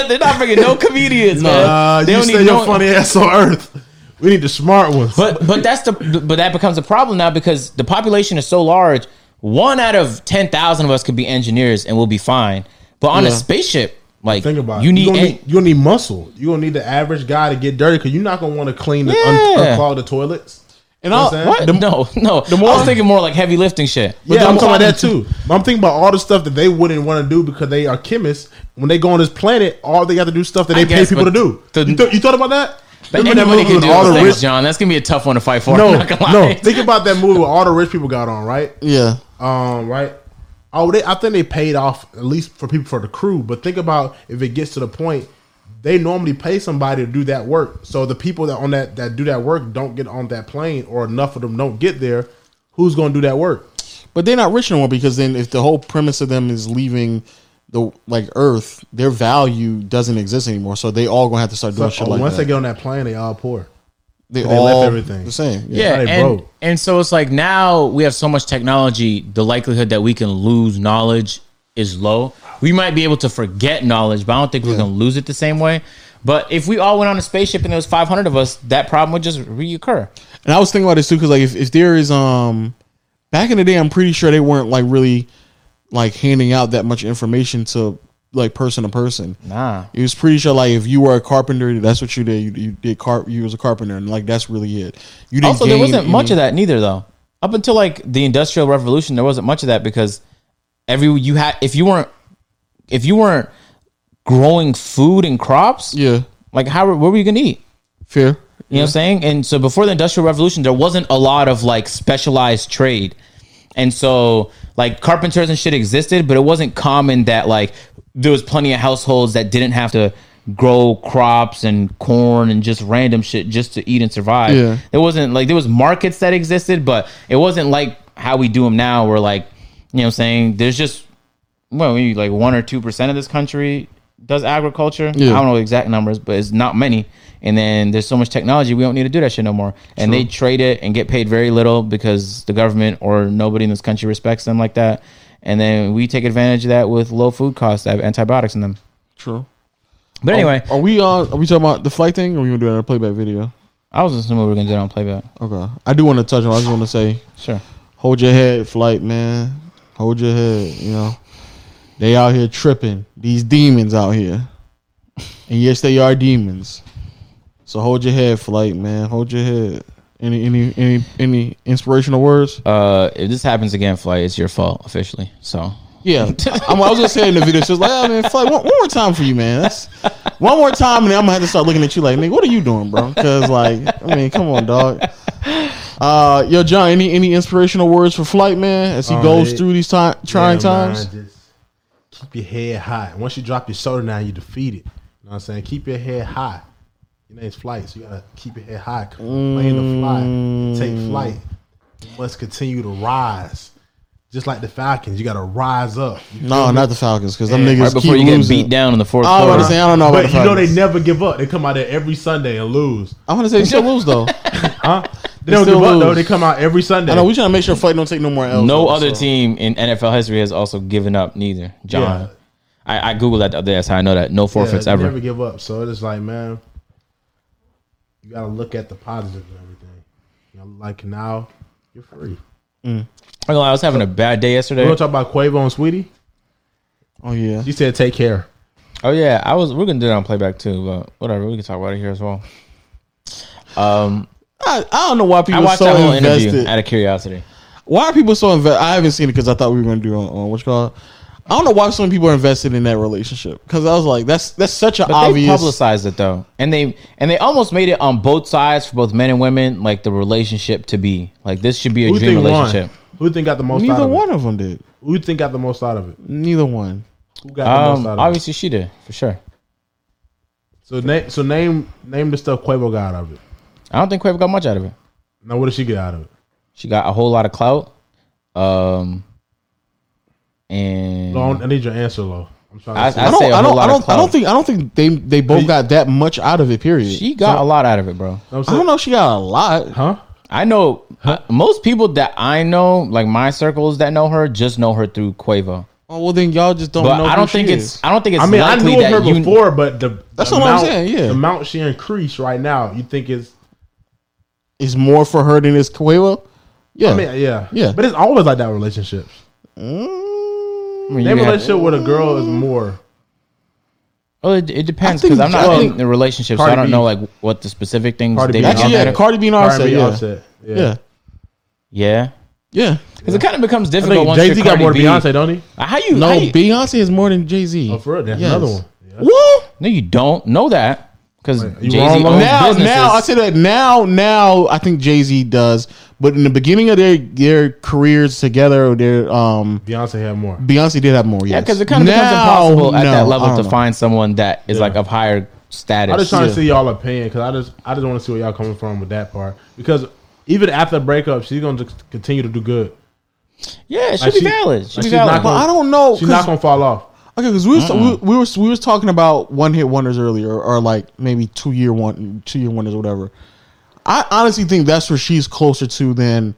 S2: they're not bringing no comedians, man.
S1: Uh,
S2: They
S1: you
S2: don't
S1: stay
S2: even
S1: your
S2: know-
S1: funny ass on Earth. We need the smart ones.
S2: But but that's the but that becomes a problem now because the population is so large. One out of ten thousand of us could be engineers and we'll be fine. But on a
S3: Yeah.
S2: spaceship, like
S1: Think about
S2: you
S1: it.
S2: need,
S1: you gonna
S2: en-
S1: need you gonna need muscle. You gonna need the average guy to get dirty because you're not gonna want to clean the un-
S2: Yeah.
S1: unclog the toilets.
S3: and
S1: know
S3: I'll,
S1: what I'm saying?
S2: what? no, no. The more, I was thinking more like heavy lifting shit.
S1: yeah, I'm
S3: I'm
S1: talking about that
S3: talking-
S1: too. But I'm thinking about all the stuff that they wouldn't want to do because they are chemists. When they go on this planet, all they got to do is stuff that they pay
S2: guess,
S1: people to
S2: but
S1: do.
S2: the-
S1: you, th- you thought about that?
S2: But
S1: Remember that
S2: anybody
S1: movie
S2: can
S1: with
S2: do
S1: all
S2: those
S1: the
S2: things,
S1: rich?
S2: John. That's gonna be a tough one to fight for. I'm
S1: No,
S2: not gonna lie.
S1: no. Think about that movie where all the rich people got on, right?
S3: yeah,
S1: Um, right. Oh, they, I think they paid off at least for people for the crew. But think about if it gets to the point, they normally pay somebody to do that work. So the people that on that that do that work don't get on that plane, or enough of them don't get there. Who's going to do that work?
S3: but they're not rich anymore because then if the whole premise of them is leaving. The like Earth, their value doesn't exist anymore, so they all gonna have to start doing
S1: But
S3: shit like
S1: once
S3: that.
S1: they get on that plane, they all poor.
S3: They,
S1: left
S3: all
S1: everything.
S3: the same.
S2: yeah,
S1: How they
S2: and,
S1: broke.
S2: and so it's like now we have so much technology the likelihood that we can lose knowledge is low we might be able to forget knowledge but i don't think we're going to lose it the same way but if we all went on a spaceship and there was 500 of us that problem would just reoccur
S3: And I was thinking about this too, because like if, if there is um back in the day, I'm pretty sure they weren't like really like handing out that much information to like person to person.
S2: nah
S3: It was pretty sure like if you were a carpenter, that's what you did. You, you did car you was a carpenter, and like that's really it. You didn't
S2: also there
S3: gain
S2: wasn't much
S3: any-
S2: of that neither though up until like the industrial revolution there wasn't much of that because every you had if you weren't if you weren't growing food and crops
S3: Yeah,
S2: like how what were you going to eat
S3: fair.
S2: You know what I'm saying? And so before the Industrial Revolution, there wasn't a lot of like specialized trade. And so like carpenters and shit existed, but it wasn't common that like there was plenty of households that didn't have to grow crops and corn and just random shit just to eat and survive.
S3: Yeah.
S2: There wasn't like there was markets that existed, but it wasn't like how we do them now where like, you know what I'm saying? There's just well, maybe like one or two percent of this country does agriculture. I don't know the exact numbers, but it's not many. And then there's so much technology, we don't need to do that shit no more. And they trade it and get paid very little because the government or nobody in this country respects them like that. And then we take advantage of that with low food costs that have antibiotics in them. Oh,
S3: True.
S2: But anyway,
S3: are we uh are we talking about the flight thing, or are we gonna do another playback video?
S2: I was assuming we were gonna do it on playback.
S3: Okay, I do want to touch on. I just want to say,
S2: Sure.
S3: hold your head, flight man. Hold your head. You know, they out here tripping. These demons out here, and yes, they are demons. So hold your head, flight man. Hold your head. Any any any any inspirational words?
S2: Uh, if this happens again, flight, it's your fault officially. So
S3: Yeah, I'm, I was gonna say in the video, she was like, "Oh man, flight, one, one more time for you, man. That's one more time, and then I'm gonna have to start looking at you like, nigga, what are you doing, bro? Because like, I mean, come on, dog. Uh, yo, John, any any inspirational words for Flight Man as he
S1: Oh,
S3: goes
S1: it-
S3: through these time, trying
S1: Yeah, man,
S3: times?
S1: just keep your head high. Once you drop your shoulder down, you defeat it. You know what I'm saying? Keep your head high. Your name's flight, so you gotta keep your head high. Plan to fly. Take
S3: Mm.
S1: flight. You must continue to rise. Just like the Falcons, you gotta rise up. You
S3: No, not the Falcons because them
S1: Yeah.
S3: niggas
S2: Right before
S3: keep
S2: you get
S3: losing.
S2: beat down in the fourth
S3: I was about
S2: quarter.
S3: to say I don't know about
S1: But
S3: the
S1: you know
S3: Falcons.
S1: they never give up. They come out there every Sunday and lose.
S3: I want to say they still lose though.
S1: Huh? They,
S3: They
S1: don't give
S3: still
S1: up though.
S3: lose.
S1: They come out every Sunday.
S3: I know we trying to make sure Flight don't take no more L's.
S2: No
S3: though,
S2: other
S3: so.
S2: team in NFL history has also given up neither. John.
S1: Yeah.
S2: I, I Googled that the other day, that's how I know that. No forfeits
S1: Yeah, they
S2: ever.
S1: Never give up. So it's like, man, you gotta look at the positive and everything. You know, like now, you're free.
S2: I'm gonna lie, I was having a bad day
S1: We
S2: yesterday.
S1: want to talk about Quavo and Sweetie.
S3: Oh yeah.
S1: She said, "Take care."
S2: Oh yeah, I was we're gonna do that on playback too, but whatever, we can talk about it here as well. Um
S3: I, I don't know why
S2: I
S3: people
S2: watched that
S3: so
S2: whole interview
S3: invested.
S2: out of curiosity.
S3: Why are people so invested? I haven't seen it because I thought we were going to do uh, it on, on what's called. I don't know why so many people are invested in that relationship because I was like, that's that's such an
S2: But they
S3: obvious.
S2: publicized it though, and they and they almost made it on both sides for both men and women, like the relationship to be like this should be a
S1: Who
S2: dream
S1: think
S2: relationship.
S1: won? Who think got the most? out
S3: Neither
S1: of
S3: one
S1: It?
S3: of them did.
S1: Who think got the most out of it?
S3: Neither one.
S1: Who got the
S2: Um,
S1: most out of it?
S2: obviously she did for sure.
S1: So name, so name, name the stuff Quavo got out of it.
S2: I don't think Quavo got much out of it.
S1: Now, what did she get out of it?
S2: She got a whole lot of clout, um, and
S1: Lo, I need your answer, Lo. I'm trying to see.
S2: I
S3: I don't.
S2: say a
S3: I
S2: whole
S3: don't.
S2: lot of
S3: I don't. I
S2: clout.
S3: don't think. I don't think they they both got that much out of it. Period.
S2: she got a lot out of it, bro.
S1: I'm
S3: I
S1: saying,
S3: don't know. if She got a lot.
S1: huh?
S2: I know I- most people that I know, like my circles that know her, just know her through Quavo.
S3: Oh, well, then y'all just don't
S2: But
S3: know.
S2: I
S3: who
S2: don't
S3: she
S2: think
S3: is.
S2: it's. I don't think it's.
S1: I mean, I
S2: likely
S1: knew of
S2: that
S1: her
S2: you-
S1: before, but the
S3: That's
S1: the
S3: what I'm
S1: amount-
S3: saying, yeah.
S1: the amount she increased right now, you think is
S3: It's more for her than it's Quavo. Yeah.
S1: I mean, yeah,
S3: Yeah.
S1: But it's always like that with relationships.
S2: I mean, you
S1: Name a
S2: have-
S1: relationship with a girl is more.
S2: Well, it, it depends
S3: I think-
S2: because I'm not
S3: I
S2: in
S3: think
S2: the relationship, so
S1: Cardi
S2: I don't
S1: B-
S2: know like what the specific things
S1: Cardi
S2: they
S1: B-
S2: be
S3: Actually,
S2: on
S3: yeah.
S2: that.
S3: Cardi B and
S1: Cardi
S3: Offset.
S1: B
S3: Yeah.
S1: Offset. Yeah.
S3: Yeah.
S2: Yeah,
S3: Yeah.
S2: because it kind of becomes
S1: I
S2: difficult
S1: think
S2: once
S1: Jay
S2: you're
S1: Z
S2: Cardi
S1: got more
S2: B.
S1: than Beyonce, don't he?
S2: How you?
S3: No,
S2: how you-
S3: Beyonce is more than Jay Z.
S1: Oh, for real, that's
S3: Yes.
S1: another one. Yeah.
S3: What?
S2: no, you don't know that because
S1: Wait,
S2: Jay
S1: you
S2: Z
S1: wrong, Lon?
S2: owns
S3: now,
S2: businesses.
S3: now I say that now, now I think Jay Z does, but in the beginning of their their careers together, their um
S1: Beyonce had more.
S3: Beyonce did have more.
S2: yeah,
S3: Yes.
S2: because it kind of becomes
S3: Now,
S2: impossible at
S3: no,
S2: that
S3: I
S2: level
S3: don't
S2: to
S3: know.
S2: find someone that is like of higher status.
S1: I just trying
S3: Yeah.
S1: to see y'all opinion because I just I just want to see where y'all coming from with that part because even after the breakup, she's gonna just continue to do good.
S2: yeah, it should
S1: Like,
S2: be
S1: she-
S2: valid.
S1: like,
S2: Should be
S1: she's not
S2: valid.
S3: But I don't know.
S1: She's not
S3: 'cause-
S1: gonna fall off.
S3: okay, because we, was we, we were we was talking about one hit wonders earlier, or like maybe two year one two year wonders or whatever. I honestly think that's where she's closer to than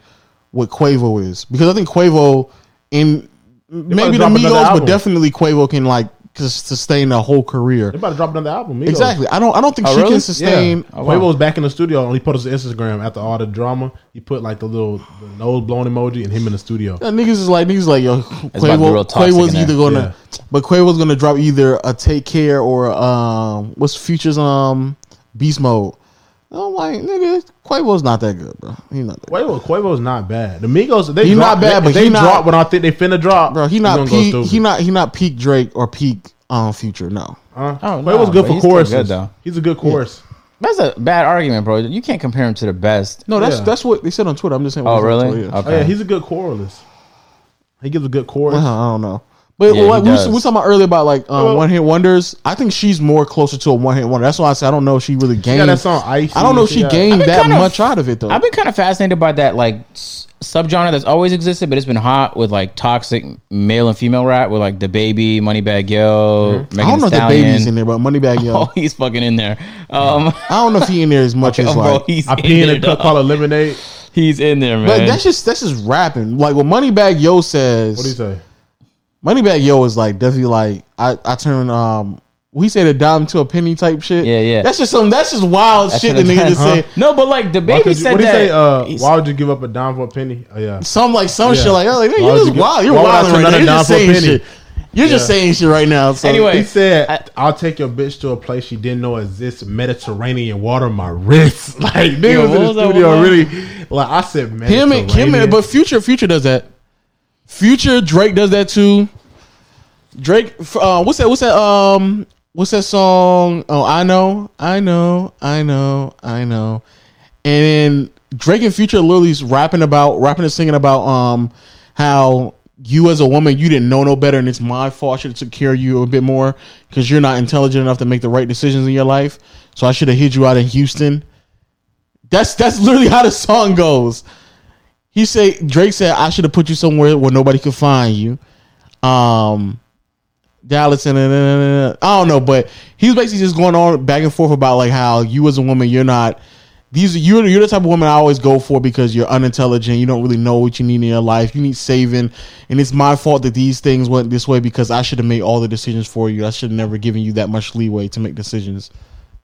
S3: what Quavo is because I think Quavo in maybe the
S1: drop another
S3: Migos, but
S1: album.
S3: definitely Quavo can like just sustain a whole career.
S1: They about to drop another album. Migos.
S3: Exactly. I don't. I don't think
S2: Oh,
S3: she
S2: really? Oh,
S3: can sustain.
S1: Yeah. Quavo's back in the studio and he put his Instagram after all the drama. He put like the little the nose blown emoji and him in the studio.
S3: Uh, Niggas is like niggas like yo.
S2: It's about to be real
S3: Quavo,
S2: toxic
S3: Quavo's
S2: in
S3: either
S2: there.
S3: gonna, but Quavo's gonna drop either a Take Care or um what's Future's um Beast Mode. I'm like nigga, Quavo's not that good, bro. He's not that. Good.
S1: Quavo, Quavo's not bad. The Migos, they
S3: He
S1: drop,
S3: not bad,
S1: they,
S3: but
S1: they
S3: he not-
S1: drop when I think they finna drop.
S3: Bro, he
S1: it's
S3: not
S1: gonna go
S3: peak.
S1: stupid.
S3: he not he not peak Drake or peak um Future. No.
S1: Huh?
S2: Oh,
S1: Quavo's
S2: no,
S1: good for
S2: but he's still
S1: choruses.
S2: good, though.
S1: he's a good chorus.
S2: That's a bad argument, bro. You can't compare him to the best.
S3: No, that's
S1: Yeah.
S3: that's what they said on Twitter. I'm just saying.
S2: Oh,
S3: what they said on
S2: really?
S3: Twitter, yeah.
S2: Okay.
S1: Oh yeah, he's a good choralist. He gives a good chorus.
S3: Uh-huh, I don't know. But
S2: Yeah,
S3: like,
S2: he
S3: we, was,
S2: does.
S3: we was talking about earlier about like um,
S1: Well-
S3: one hit wonders. I think she's more closer to a one hit wonder. That's why I said I don't know if she really gained.
S1: that song, Icy.
S3: I don't know if
S1: She
S3: she
S1: got-
S3: gained
S2: I've been
S3: that
S2: kind of-
S3: much out of it though.
S2: I've been kind of fascinated by that like s- subgenre that's always existed, but it's been hot with like toxic male and female rap with like the baby, Moneybag Yo,
S1: Mm-hmm.
S2: Megan
S3: I don't know if the
S2: Stallion.
S3: baby's in there, but Moneybag Yo.
S2: Oh, Oh, he's fucking in there. Um,
S3: I don't know if he in there as much as
S2: bro,
S3: like.
S2: he's
S1: I
S2: in
S1: pee in
S2: there.
S1: a cup
S2: dog.
S1: called lemonade.
S2: He's in there, man.
S3: But that's just that's just rapping. Like what Moneybag Yo says.
S1: What do you say?
S3: Moneybag Yo is like definitely like I I turn um. We said a dime to a penny type shit.
S2: Yeah, yeah.
S3: That's just some. That's just wild
S2: That's
S3: shit. The
S2: what I'm
S3: nigga
S2: saying.
S3: just said
S2: no, but like the
S1: Why
S2: baby
S1: could you-
S2: said
S1: what do you
S2: that.
S1: say? Uh,
S2: he's-
S1: why would you give up a dime for a penny? Oh yeah.
S3: some like some
S1: Yeah.
S3: shit like oh like,
S1: Why
S3: you're
S1: would
S3: just
S1: you get-
S3: wild. You're
S1: why would I
S3: wild
S1: turn
S3: right now.
S1: down a
S3: You're just
S1: dime for a
S3: saying
S1: penny?
S3: shit. You're just saying shit right now. So
S2: Anyway.
S1: He said,
S2: I-
S1: I, will take your bitch to a place she didn't know exists. Mediterranean water, on my wrist." Like niggas
S2: what
S1: in
S2: was
S1: the
S2: that
S1: studio,
S2: one?
S1: really. Like I said,
S3: him
S1: Mediterranean.
S3: and him and but Future Future does that. Future Drake does that too. Drake, f- uh, what's that? What's that? Um, what's that song? Oh, I know, I know, I know, I know. And then Drake and Future Lily's rapping about rapping and singing about um how you as a woman you didn't know no better and it's my fault I should have took care of you a bit more because you're not intelligent enough to make the right decisions in your life so I should have hid you out in Houston. That's that's literally how the song goes. He say Drake said I should have put you somewhere where nobody could find you. Um Dallas and I don't know, but he was basically just going on back and forth about like how you as a woman you're not these you're you're the type of woman I always go for because you're unintelligent, you don't really know what you need in your life, you need saving, and it's my fault that these things went this way because I should have made all the decisions for you. I should have never given you that much leeway to make decisions.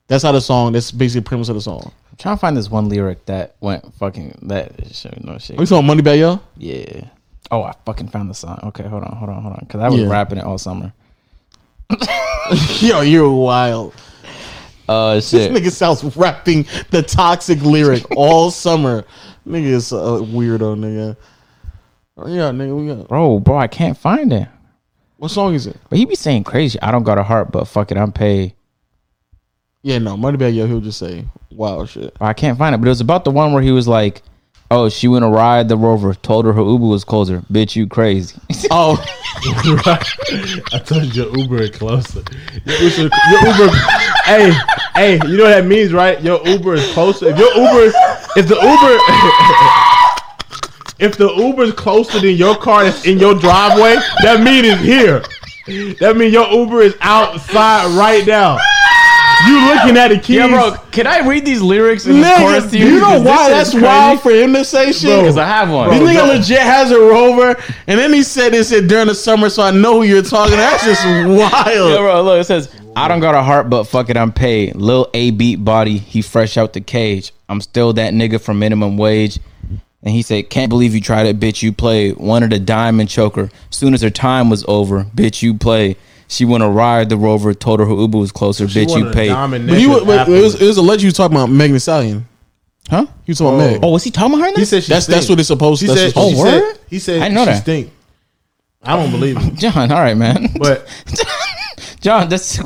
S3: That's how the song. That's basically the premise of the song.
S2: I'm trying to find this one lyric that went fucking that shit, no shit.
S3: Are Oh, you talking Money Bag Yo?
S2: Yeah. Oh, I fucking found the song. Okay, hold on, hold on, hold on. Because I was
S3: Yeah.
S2: rapping it all summer.
S3: Yo, you're wild.
S2: Uh,
S3: This
S2: shit.
S3: nigga sounds rapping the toxic lyric all summer. Nigga is a weirdo, nigga. Oh, Yeah, nigga, we got.
S2: bro, bro, I can't find it.
S3: What song is it?
S2: But he be saying crazy. I don't got a heart, but fuck it, I'm paid.
S3: Yeah, no, Money Bag Yo, he'll just say wild shit.
S2: I can't find it. But it was about the one where he was like, "Oh, she went to ride the rover. Told her her Uber was closer. Bitch, you crazy."
S3: Oh,
S1: I told you Uber is closer.
S8: Your Uber, your Uber- hey, hey, you know what that means, right? Your Uber is closer. If your Uber, is- if the Uber, if the Uber is closer than your car that's in your driveway, that means it's here. That means your Uber is outside right now. You looking at the keys,
S2: Can I read these lyrics in
S3: nigga, you know why that's wild for him to say shit?
S2: Because I have one.
S3: this nigga legit has a rover, and then he said this shit during the summer, so I know who you're talking. to. That's just wild.
S2: Yo, bro, look, it says, I don't got a heart, but fuck it, I'm paid. Lil A beat body, he fresh out the cage. I'm still that nigga from minimum wage. And he said, Can't believe you tried it, bitch, you played. Wanted a diamond choker. Soon as her time was over, bitch, you played. She went to ride the rover, told her her Uber was closer, bitch, you paid.
S3: But you, but it was, it was alleged you was talking about Megan Thee Stallion.
S2: Huh?
S3: You was talking about
S2: Oh,
S3: Meg?
S2: was he talking about her in
S1: He
S2: this?
S1: said she
S3: That's that's
S1: stink.
S3: what it's supposed.
S1: She
S3: to
S1: said.
S2: Oh,
S1: she
S2: word?
S1: said- He said.
S2: I didn't know
S1: she
S2: that.
S1: Stink. I don't believe him.
S2: John, all right, man.
S1: But
S2: John, that's
S3: He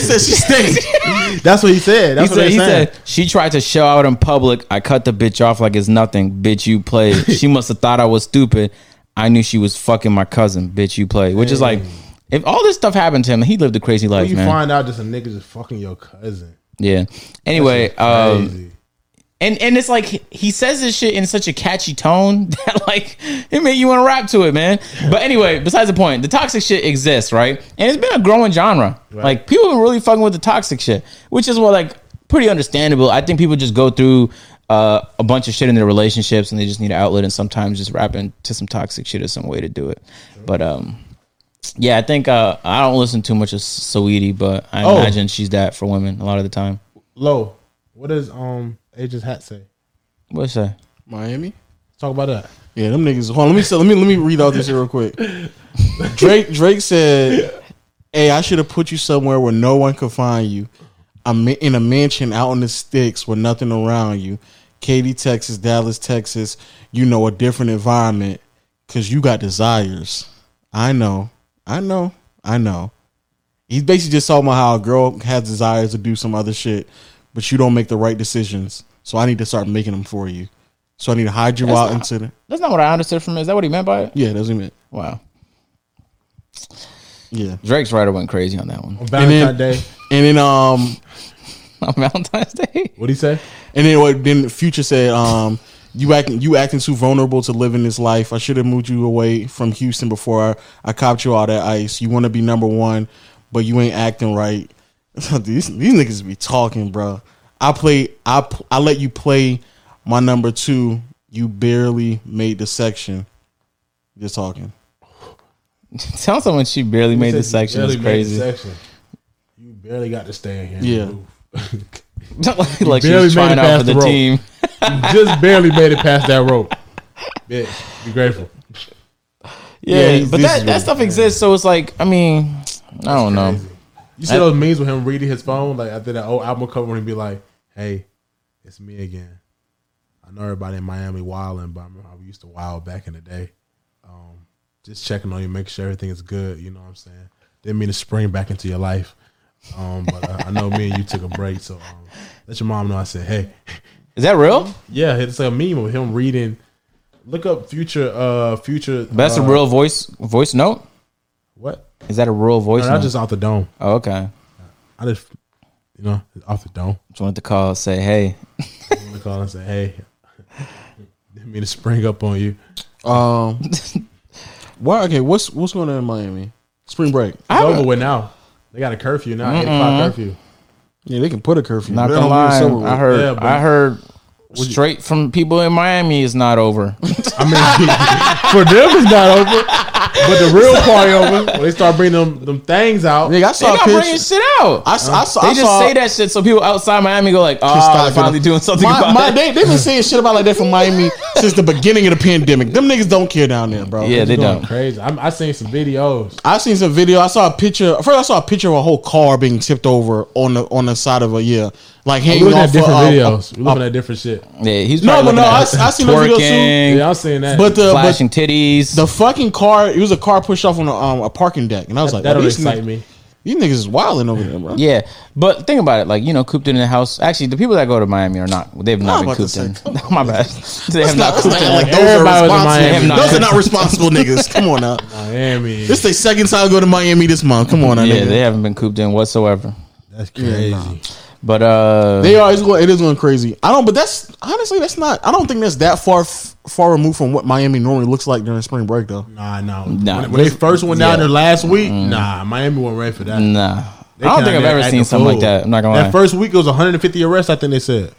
S3: said she stinks.
S1: that's what he said.
S2: He
S1: That's what
S2: said,
S1: they
S2: he
S1: saying.
S2: said she tried to show out in public. I cut the bitch off like it's nothing. Bitch, you played. she must have thought I was stupid. I knew she was fucking my cousin. Bitch, you played. Which is like, if all this stuff happened to him, he lived a crazy
S1: When
S2: life,
S1: you
S2: man.
S1: find out just a nigga just fucking your cousin.
S2: yeah. Anyway, um,
S1: Crazy.
S2: and and it's like he- he says this shit in such a catchy tone that like it made you want to rap to it, man. But anyway, besides the point, the toxic shit exists, right? And it's been a growing genre. Like people are really fucking with the toxic shit, which is what like pretty understandable. I think people just go through uh, a bunch of shit in their relationships and they just need an outlet, and sometimes just rapping to some toxic shit is some way to do it. But um. Yeah, I think uh, I don't listen too much of Saweetie, but I
S1: Oh.
S2: imagine she's that for women a lot of the time.
S1: Low. What does um Agent's hat say?
S2: What's that?
S3: Miami.
S1: Talk about that.
S3: Yeah, them niggas. Hold on, let me say, let me let me read out this here real quick. Drake Drake said, "Hey, I should have put you somewhere where no one could find you. I'm in- in a mansion out in the sticks with nothing around you. Katy, Texas, Dallas, Texas. You know a different environment because you got desires. I know, I know, I know. He's basically just talking about how a girl has desires to do some other shit, but you don't make the right decisions. So I need to start making them for you. So I need to hide you out into the."
S2: That's not what I understood from it. Is that what he meant by it?
S3: Yeah, that's what he meant.
S2: Wow.
S3: Yeah.
S2: Drake's writer went crazy on that one.
S1: On Valentine's
S3: then-
S1: Day.
S3: And then um
S2: On Valentine's Day.
S1: What'd he say?
S3: and then what then Future said, um, you acting you acting too vulnerable to living this life. I should have moved you away from Houston before I, I copped you all that ice. You wanna be number one, but you ain't acting right. these these niggas be talking, bro. I play I p- I let you play my number two. You barely made the section. Just talking.
S2: Tell someone she barely made the section.
S1: Barely
S2: It's
S1: made
S2: crazy.
S1: the section. You barely got to stay in here.
S3: Yeah.
S2: like like
S1: barely made
S2: she's trying
S1: it
S2: out
S1: past
S2: for the,
S1: the rope.
S2: team.
S1: you just barely made it past that rope. Bitch, be grateful.
S2: Yeah,
S3: he's-
S2: but
S3: this
S2: that, that
S3: is really-
S2: stuff exists. So it's like, I mean, I don't know.
S1: You see those memes with him reading his phone, like after that old album cover, and be like, "Hey, it's me again. I know everybody in Miami wilding, but I remember how we used to wild back in the day. Um, just checking on you, making sure everything is good. You know what I'm saying? Didn't mean to spring back into your life, um, but uh, I know me and you took a break, so um, let your mom know I said, hey."
S9: Is that real?
S1: Yeah, it's like a meme of him reading. Look up future, uh, future.
S9: But that's
S1: uh,
S9: a real voice voice note.
S1: What?
S9: Is that a real voice?
S1: No,
S9: note?
S1: not just off the dome.
S9: oh, okay.
S1: I just, you know, off the dome.
S9: Just wanted to call and say, hey,
S1: I'm gonna call and say, hey, didn't mean to spring up on you.
S3: Um, why? Okay, what's what's going on in Miami? Spring break.
S1: It's over with now. They got a curfew now. Eight o'clock curfew.
S3: Yeah, they can put a curfew.
S9: not
S3: They
S9: gonna
S3: don't leave
S9: lie.
S3: us over
S9: I
S3: with.
S9: heard
S1: Yeah, but-
S9: I heard straight from people in Miami is not over.
S1: I mean, for them it's not over, but the real party over when they start bringing them them things out.
S3: Nigga, I
S9: they
S3: saw a
S9: not
S3: picture.
S9: bringing shit out.
S3: I, s- I saw.
S9: they
S3: I
S9: just
S3: saw,
S9: say that shit so people outside Miami go like,
S3: Just
S9: oh,
S3: stop
S9: they're
S3: it.
S9: finally doing something
S3: My-
S9: about
S3: my-
S9: it.
S3: They, they been saying shit about like that from Miami since the beginning of the pandemic. Them niggas don't care down there, bro.
S9: Yeah, they
S1: It's going
S9: don't.
S1: crazy. I'm, I seen some videos.
S3: I seen some video. I saw a picture. First, I saw a picture of a whole car being tipped over on the on the side of a yeah, like
S1: We
S3: hanging
S1: looking
S3: off
S1: at
S3: for,
S1: different
S3: uh,
S1: videos. We
S3: uh,
S1: looking at different shit.
S9: Yeah, he's
S3: No,
S9: probably
S3: but no,
S9: looking
S3: I, I
S9: at
S3: seen those videos too.
S9: twerking,
S1: Yeah, I'm seeing that.
S3: But the but
S9: flashing titties.
S3: the fucking car, it was a car pushed off on a, um, a parking deck, and I was like,
S1: that
S3: oh,
S1: don't
S3: these,
S1: excite
S3: niggas,
S1: me.
S3: these niggas is wilding over there, bro.
S9: yeah, but think about it. Like you know, cooped in the house. Actually, the people that go to Miami are not. They've not
S3: I'm about
S9: been
S3: to
S9: cooped
S3: say,
S9: in. My bad. They have not
S3: Let's
S9: cooped
S3: not act
S9: in.
S3: like those
S1: Everybody was in
S3: are responsible.
S9: Miami. They
S3: Those
S9: have not-
S3: are not responsible niggas. Come on now.
S1: Miami.
S3: This is the second time I go to Miami this month. Come on now,
S9: Yeah,
S3: nigga.
S9: they haven't been cooped in whatsoever.
S1: That's crazy.
S9: But uh,
S3: They are. It's going. It is going crazy. I don't. But that's honestly, that's not. I don't think that's that far f- far removed from what Miami normally looks like during spring break, though.
S1: Nah, no.
S9: Nah.
S1: when, when they first went down
S9: Yeah.
S1: there last week,
S3: Mm.
S1: nah, Miami wasn't ready for that.
S9: nah,
S1: They
S9: I don't think
S1: kinda
S9: I've ever
S1: acting
S9: seen something like
S1: fool.
S9: that. I'm not gonna lie.
S1: That first week it was 150 arrests. I think they said.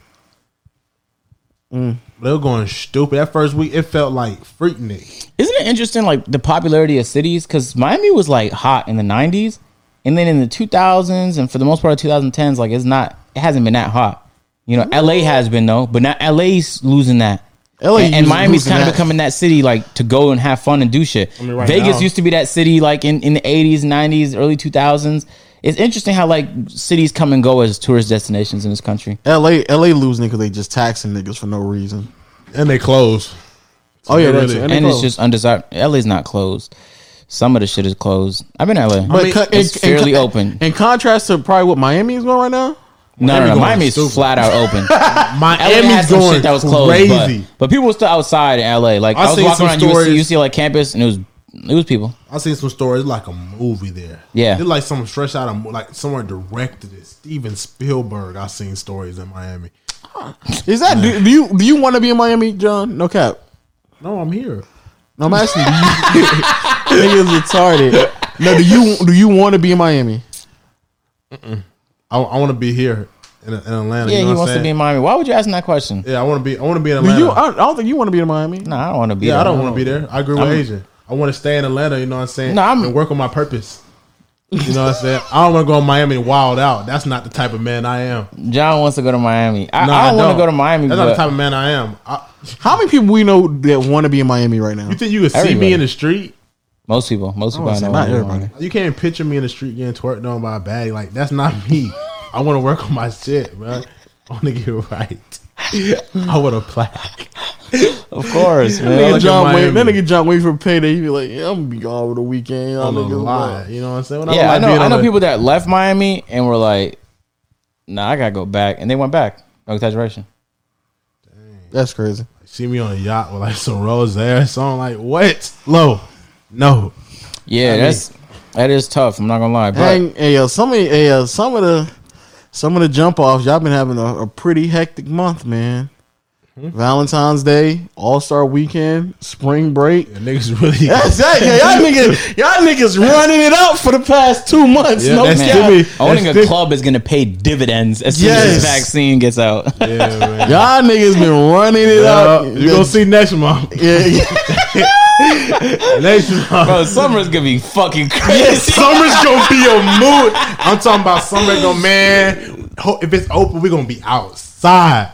S1: They were going stupid. That first week it felt like freaking it.
S9: Isn't it interesting, like the popularity of cities? Because Miami was like hot in the '90s, and then in the 2000s, and for the most part of 2010s, like it's not, it hasn't been that hot. You know, LA has been though, but now LA's losing that.
S3: LA
S9: and, and
S3: is
S9: Miami's
S3: losing
S9: kind of
S3: that.
S9: becoming that city, like to go and have fun and do shit.
S1: mean, right
S9: Vegas
S1: now-
S9: used to be that city, like in, in the '80s, '90s, early 2000s. It's interesting how like cities come and go as tourist destinations in this country.
S3: L.A. L.A. losing because they just taxing niggas for no reason.
S1: And they closed.
S3: Oh yeah,
S1: Really?
S3: that's it.
S1: And
S3: they
S9: and it's
S3: close.
S9: just undesirable. LA's not closed. Some of the shit is closed. I've been to LA.
S3: But
S1: mean,
S3: co-
S9: it's
S3: in- in
S9: fairly
S3: co-
S9: open.
S3: In contrast to probably what Miami is going right now.
S9: No, no, no.
S1: going
S9: Miami's
S1: stupid.
S9: flat out open. LA had
S1: Miami's
S9: some
S1: going
S9: shit that was closed,
S1: crazy.
S9: But, but people were still outside in LA. Like I,
S1: I
S9: was
S1: seen
S9: walking
S1: some
S9: around
S1: stories-
S9: UC, UCLA campus, and it was it was people.
S1: I seen some stories like a movie there.
S9: Yeah.
S1: it's like someone stretched out a like someone directed it. Steven Spielberg. I seen stories in Miami.
S3: Is that do, do you do you want to be in Miami, John? No cap.
S1: No, I'm here.
S3: No, I'm asking. Do you, niggas retarded. No, do you do you want to be in Miami?
S1: I, I want to be here in, in Atlanta.
S9: Yeah,
S1: you know
S9: he
S1: what
S9: wants to
S1: I'm
S9: be
S1: saying?
S9: in Miami. Why would you ask him that question?
S1: Yeah, I want to be. I want to be in
S3: Do
S1: Atlanta.
S3: you? I, I don't think you want to be in Miami.
S9: No, I don't want to be.
S1: yeah,
S9: there.
S1: I don't want to be there. I agree with
S9: I'm-
S1: Asian. I want to stay in Atlanta. You know what I'm saying?
S9: No, I'm-
S1: and work on my purpose. You know what I'm saying? I don't want to go to Miami and wild out. That's not the type of man I am.
S9: John wants to go to Miami. I,
S1: No,
S9: I don't want to go to Miami.
S1: That's
S9: but
S1: not the type of man I am. I,
S3: How many people we know that want to be in Miami right now?
S1: you think you could see
S9: Everybody.
S1: me in the street?
S9: most people, most people, I
S3: Not
S9: know.
S3: not
S9: want to go to
S3: everybody.
S9: Miami.
S1: You can't picture me in the street getting twerked on by a baddie. Like that's not me. I want to work on my shit, bro. I want to get right. I want to plaque.
S9: Of course,
S1: I
S3: Nigga
S1: like
S9: man.
S3: John
S1: Miami.
S3: wait, that nigga John wait for payday. He be like, yeah, I'm gonna be gone over the weekend. Y'all
S1: I'm gonna
S3: niggas
S1: lie.
S3: lie.
S1: You know what I'm saying? When
S9: yeah, I
S1: like
S9: know.
S1: being
S9: I
S1: on
S9: know
S1: the-
S9: people that left Miami and were like, "Nah, I gotta go back," and they went back. No exaggeration.
S3: That's crazy.
S1: see me on a yacht with like some rose there. So I'm like, what? Low. No.
S9: Yeah, that's that is tough. I'm not gonna lie, but
S3: Dang, hey, yo, some of hey, yo, some of the some of the jump offs. Y'all been having a, a pretty hectic month, man. Valentine's Day, All Star Weekend, Spring Break.
S1: The niggas really.
S3: That's that. Yeah, y'all niggas, y'all niggas running it out for the past two months.
S1: Yeah,
S3: no
S1: that's
S3: cap.
S1: Jimmy.
S9: Owning
S1: That's
S9: a
S1: diff-
S9: club is going to pay dividends as soon as this
S3: Yes.
S9: vaccine gets out.
S1: Yeah, man.
S3: Y'all niggas been running it
S1: Uh,
S3: out.
S1: you gonna see next month.
S3: Yeah, yeah.
S1: Next month.
S9: Bro, summer's going to be fucking crazy.
S1: Summer's gonna be a mood. I'm talking about summer. Go man. ho- If it's open, we're gonna be outside.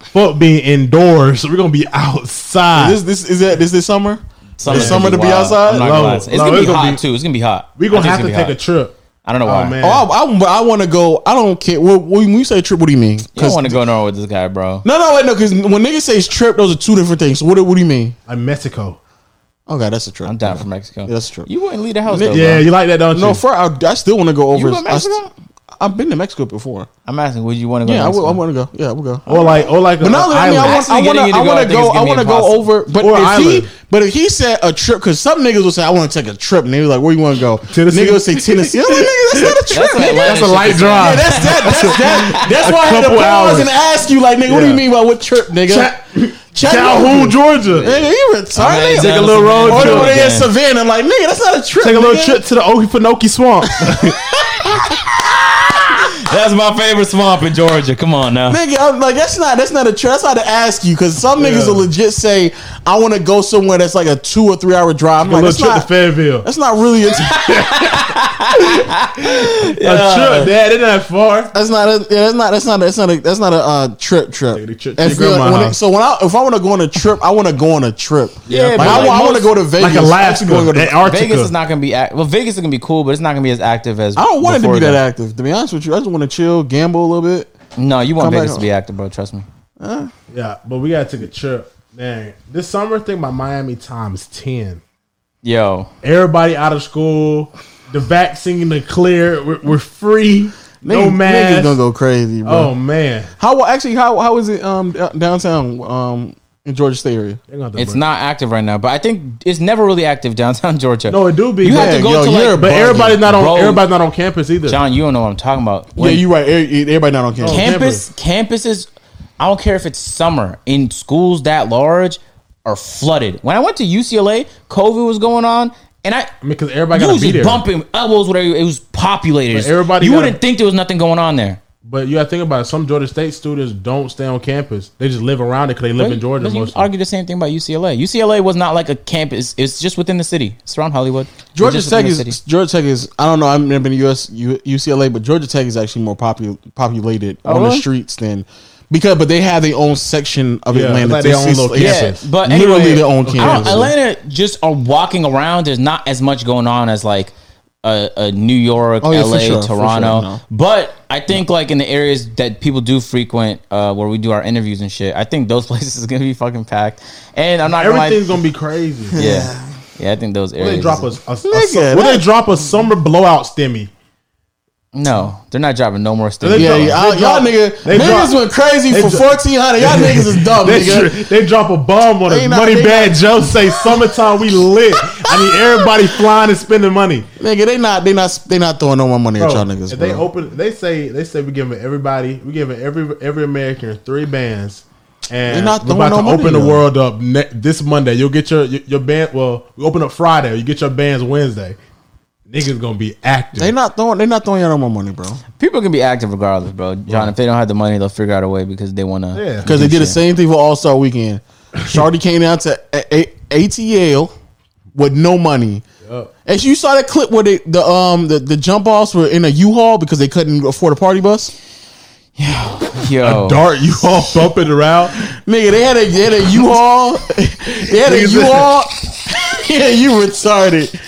S1: Fuck being indoors. So we're gonna be outside.
S3: This this is that this this summer.
S9: Summer's
S3: It's
S9: gonna
S3: summer to be
S9: wild.
S3: outside?
S9: I'm not gonna
S1: No,
S9: lie. It's
S1: no,
S9: going to
S1: it's
S9: be
S1: gonna
S9: hot,
S1: be-
S9: too. It's going to be hot.
S1: We're
S9: I
S1: gonna
S9: think
S1: have to
S9: it's
S1: take
S9: gonna
S1: a
S9: be hot.
S1: trip.
S9: I don't know why.
S1: Oh man.
S3: Oh, I, I, want to go. I don't care. Well, when you say trip, what do you mean?
S9: You don't
S3: Cause,
S9: want to go nowhere with this guy, bro.
S3: no, no, wait, no. Because when niggas says trip, those are two different things. So what, do- what do you mean?
S1: Like Mexico.
S3: Okay, that's a trip.
S9: I'm down for Mexico.
S3: that's true.
S9: You wouldn't leave the house, though,
S1: Yeah,
S9: bro.
S1: you like that, don't you?
S3: No, for I, I still want to go over.
S9: You go to
S3: I st-
S9: Mexico?
S3: I, I've been to Mexico before.
S9: I'm asking, would you want to go?
S3: Yeah, I
S9: next
S3: would. I
S9: one?
S3: want to go. Yeah, we'll go.
S1: Or like, or like,
S3: But no, I mean, I want, I
S9: Actually
S3: want
S9: getting you
S3: to,
S9: to
S3: I
S9: go
S3: want
S9: out
S3: to
S9: there
S3: go.
S9: is gonna
S3: I
S9: be
S3: want to go
S9: impossible.
S3: over. But
S1: Or
S3: if
S1: island.
S3: he, but if he said a trip, because some niggas will say, "I want to take a trip," and they was like, "Where you want to go?"
S1: Tennessee?
S3: Nigga would say Tennessee. I'm like, nigga, that's not a trip.
S9: That's an
S3: nigga.
S9: Atlanta
S1: that's a
S9: shit
S1: light
S9: to say.
S1: drive.
S3: Yeah, that's that. That's that. That's why I had to
S1: couple
S3: pause
S1: hours.
S3: and ask you, like, nigga, what do you
S1: Yeah.
S3: mean by what trip, nigga?
S1: Calhoun, Georgia.
S3: Nigga, you
S9: Hey,
S3: retarded.
S9: take a
S3: Nigga,
S9: little road
S3: Or
S9: trip
S3: over there in
S9: again.
S3: Savannah, like, nigga, that's not a trip.
S1: Take a little
S3: nigga.
S1: trip to the Okefenokee Swamp.
S9: That's my favorite swamp in Georgia. Come on now.
S3: Nigga, I'm like that's not that's not a trip. That's how to ask you because some
S1: Yeah.
S3: niggas will legit say I want to go somewhere that's like a two or three hour drive. I'm
S1: a
S3: like,
S1: little trip
S3: that's
S1: to
S3: not,
S1: Fayetteville.
S3: that's not really a that's
S1: A trip, Dad. It ain't that far.
S3: not a, yeah, that's not that's not that's not a, that's not a uh, trip trip.
S1: the trip to
S3: If
S1: your
S3: you-
S1: grandma
S3: when it-
S1: house.
S3: so when I if I want to go on a trip, I want to go on a trip.
S9: Yeah,
S3: like,
S9: but
S3: I,
S9: like
S3: want
S9: most-
S3: to go to Vegas.
S1: Like Alaska,
S3: I'm going to go to-
S1: Antarctica.
S9: Vegas is not going to be act- well. Vegas is going to be cool, but it's not going to be as active as.
S3: I don't want it to
S9: before
S3: be that
S9: then.
S3: active. To be honest with you, I just want to chill, gamble a little bit.
S9: No, you want
S3: Come back
S9: Vegas to
S3: home.
S9: be active, bro. Trust me.
S1: Yeah, but we gotta take a trip. Man, this summer, I think my Miami time is ten.
S9: Yo,
S1: Everybody out of school, the vaccine the clear. We're, we're free. No
S3: Niggas- niggas gonna
S1: mask.
S3: go crazy, bro.
S1: Oh man,
S3: How actually? How how is it um d- downtown um in Georgia State area?
S1: They're gonna have to
S9: it's
S1: bring-
S9: not active right now, but I think it's never really active downtown Georgia.
S1: No, it do be.
S9: You
S1: man.
S9: have to go
S3: yo,
S9: to
S3: you're a
S9: like,
S1: but
S3: bugging.
S1: everybody's not on.
S9: Bro.
S1: Everybody's not on campus either.
S9: John. You don't know what I'm talking about.
S3: Yeah,
S9: When
S3: you're right. Every- Everybody not on campus.
S9: campus, campuses. I don't care if it's summer in schools that large are flooded. When I went to UCLA, COVID was going on, and I
S1: I mean, because everybody
S9: you
S1: gotta
S9: was
S1: be there.
S9: just bumping elbows. Whatever, it was populated.
S1: But everybody
S9: you
S1: gotta-
S9: wouldn't think there was nothing going on there.
S1: But you gotta think about it. Some Georgia State students don't stay on campus. They just live around it because they live in Georgia.
S9: But you
S1: Most of
S9: argue the same thing about UCLA. UCLA was not like a campus. It's just within the city. It's around Hollywood. It's
S3: Georgia
S9: just
S3: Tech
S9: within
S3: is
S9: the city.
S3: Georgia Tech is I don't know I haven't been to US U, UCLA but Georgia Tech is actually more popu- populated on the
S9: Oh, really?
S3: streets than because but they have their own section of
S1: Yeah,
S3: Atlanta.
S1: it's like their
S3: This
S1: own
S3: is-
S1: little
S3: it's
S9: Yeah,
S1: campus.
S9: but
S3: literally
S9: anyway,
S3: their own
S9: I don't-
S3: campus.
S9: Atlanta just are walking around. There's not as much going on as like a, a New York,
S3: Oh, yeah, for
S9: LA,
S3: sure, for sure,
S9: Toronto.
S3: no.
S9: But I think like in the areas that people do frequent, uh, where we do our interviews and shit, I think those places is gonna be fucking packed. And I'm not
S1: everything's
S9: gonna
S1: gonna be crazy.
S9: lie. yeah, yeah. I think those areas.
S1: Will they drop a, a, a,
S3: Nigga,
S1: will they
S3: that-
S1: drop a summer blowout stimmy?
S9: No, they're not dropping no more stuff.
S1: They
S3: Yeah,
S1: drop-
S3: y'all,
S1: they
S3: y'all
S1: drop-
S3: nigga,
S1: they
S3: niggas
S1: drop-
S3: went crazy
S1: they
S3: for
S1: dro-
S3: fourteen hundred. Y'all niggas is dumb,
S1: They,
S3: nigga.
S1: dr- they drop a bomb on
S3: They
S1: a
S3: not-
S1: money
S3: they
S1: bag
S3: not-
S1: Joe say summertime we lit. I mean everybody flying and spending money.
S3: Nigga, they not they not they not throwing no more money at
S1: Bro,
S3: y'all niggas.
S1: if they
S3: bro.
S1: open they say they say we giving everybody we giving every every American three bands.
S3: They
S1: And
S3: not
S1: we're
S3: throwing
S1: about
S3: no
S1: to
S3: money,
S1: open the
S3: though.
S1: world up ne- this Monday. You'll get your your, your band. Well, we open up Friday. You get your bands Wednesday. Niggas gonna be active.
S3: They not throwing they not throwing y'all no more money, bro.
S9: People can be active regardless, bro. John, if they don't have the money, they'll figure out a way because they want to.
S1: Yeah.
S3: Because they did the
S9: Shit.
S3: same thing for All Star Weekend. Shardy came down to A- A- ATL with no money.
S1: Yup.
S3: As you saw that clip where they, the um the, the jump offs were in a U haul because they couldn't afford a party bus.
S9: Yo,
S1: dart you all bumping around.
S3: Nigga, they had a they had a U haul. they had a
S1: Niggas-
S3: U haul. yeah, you retarded.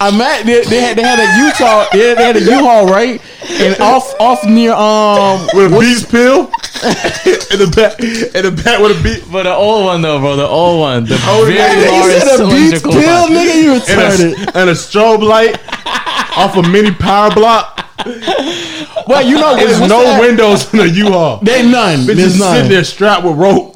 S3: I'm at they, they had they had a Utah they had, they had a U haul right and off off near um
S1: with a beach pill in the back in the back with a beat
S9: But the old one though, bro. The old one. The very
S1: yeah,
S3: Oh, he
S9: large
S3: said a beach
S9: cylindrical
S3: pill
S9: one.
S3: nigga you
S1: and
S3: retarded
S1: a, and a strobe light off a mini power block.
S3: well you know
S1: There's
S3: what's
S1: no
S3: that?
S1: windows in the U-Haul.
S3: They none.
S1: Bitches
S3: There's
S1: sitting
S3: none.
S1: there strapped with rope.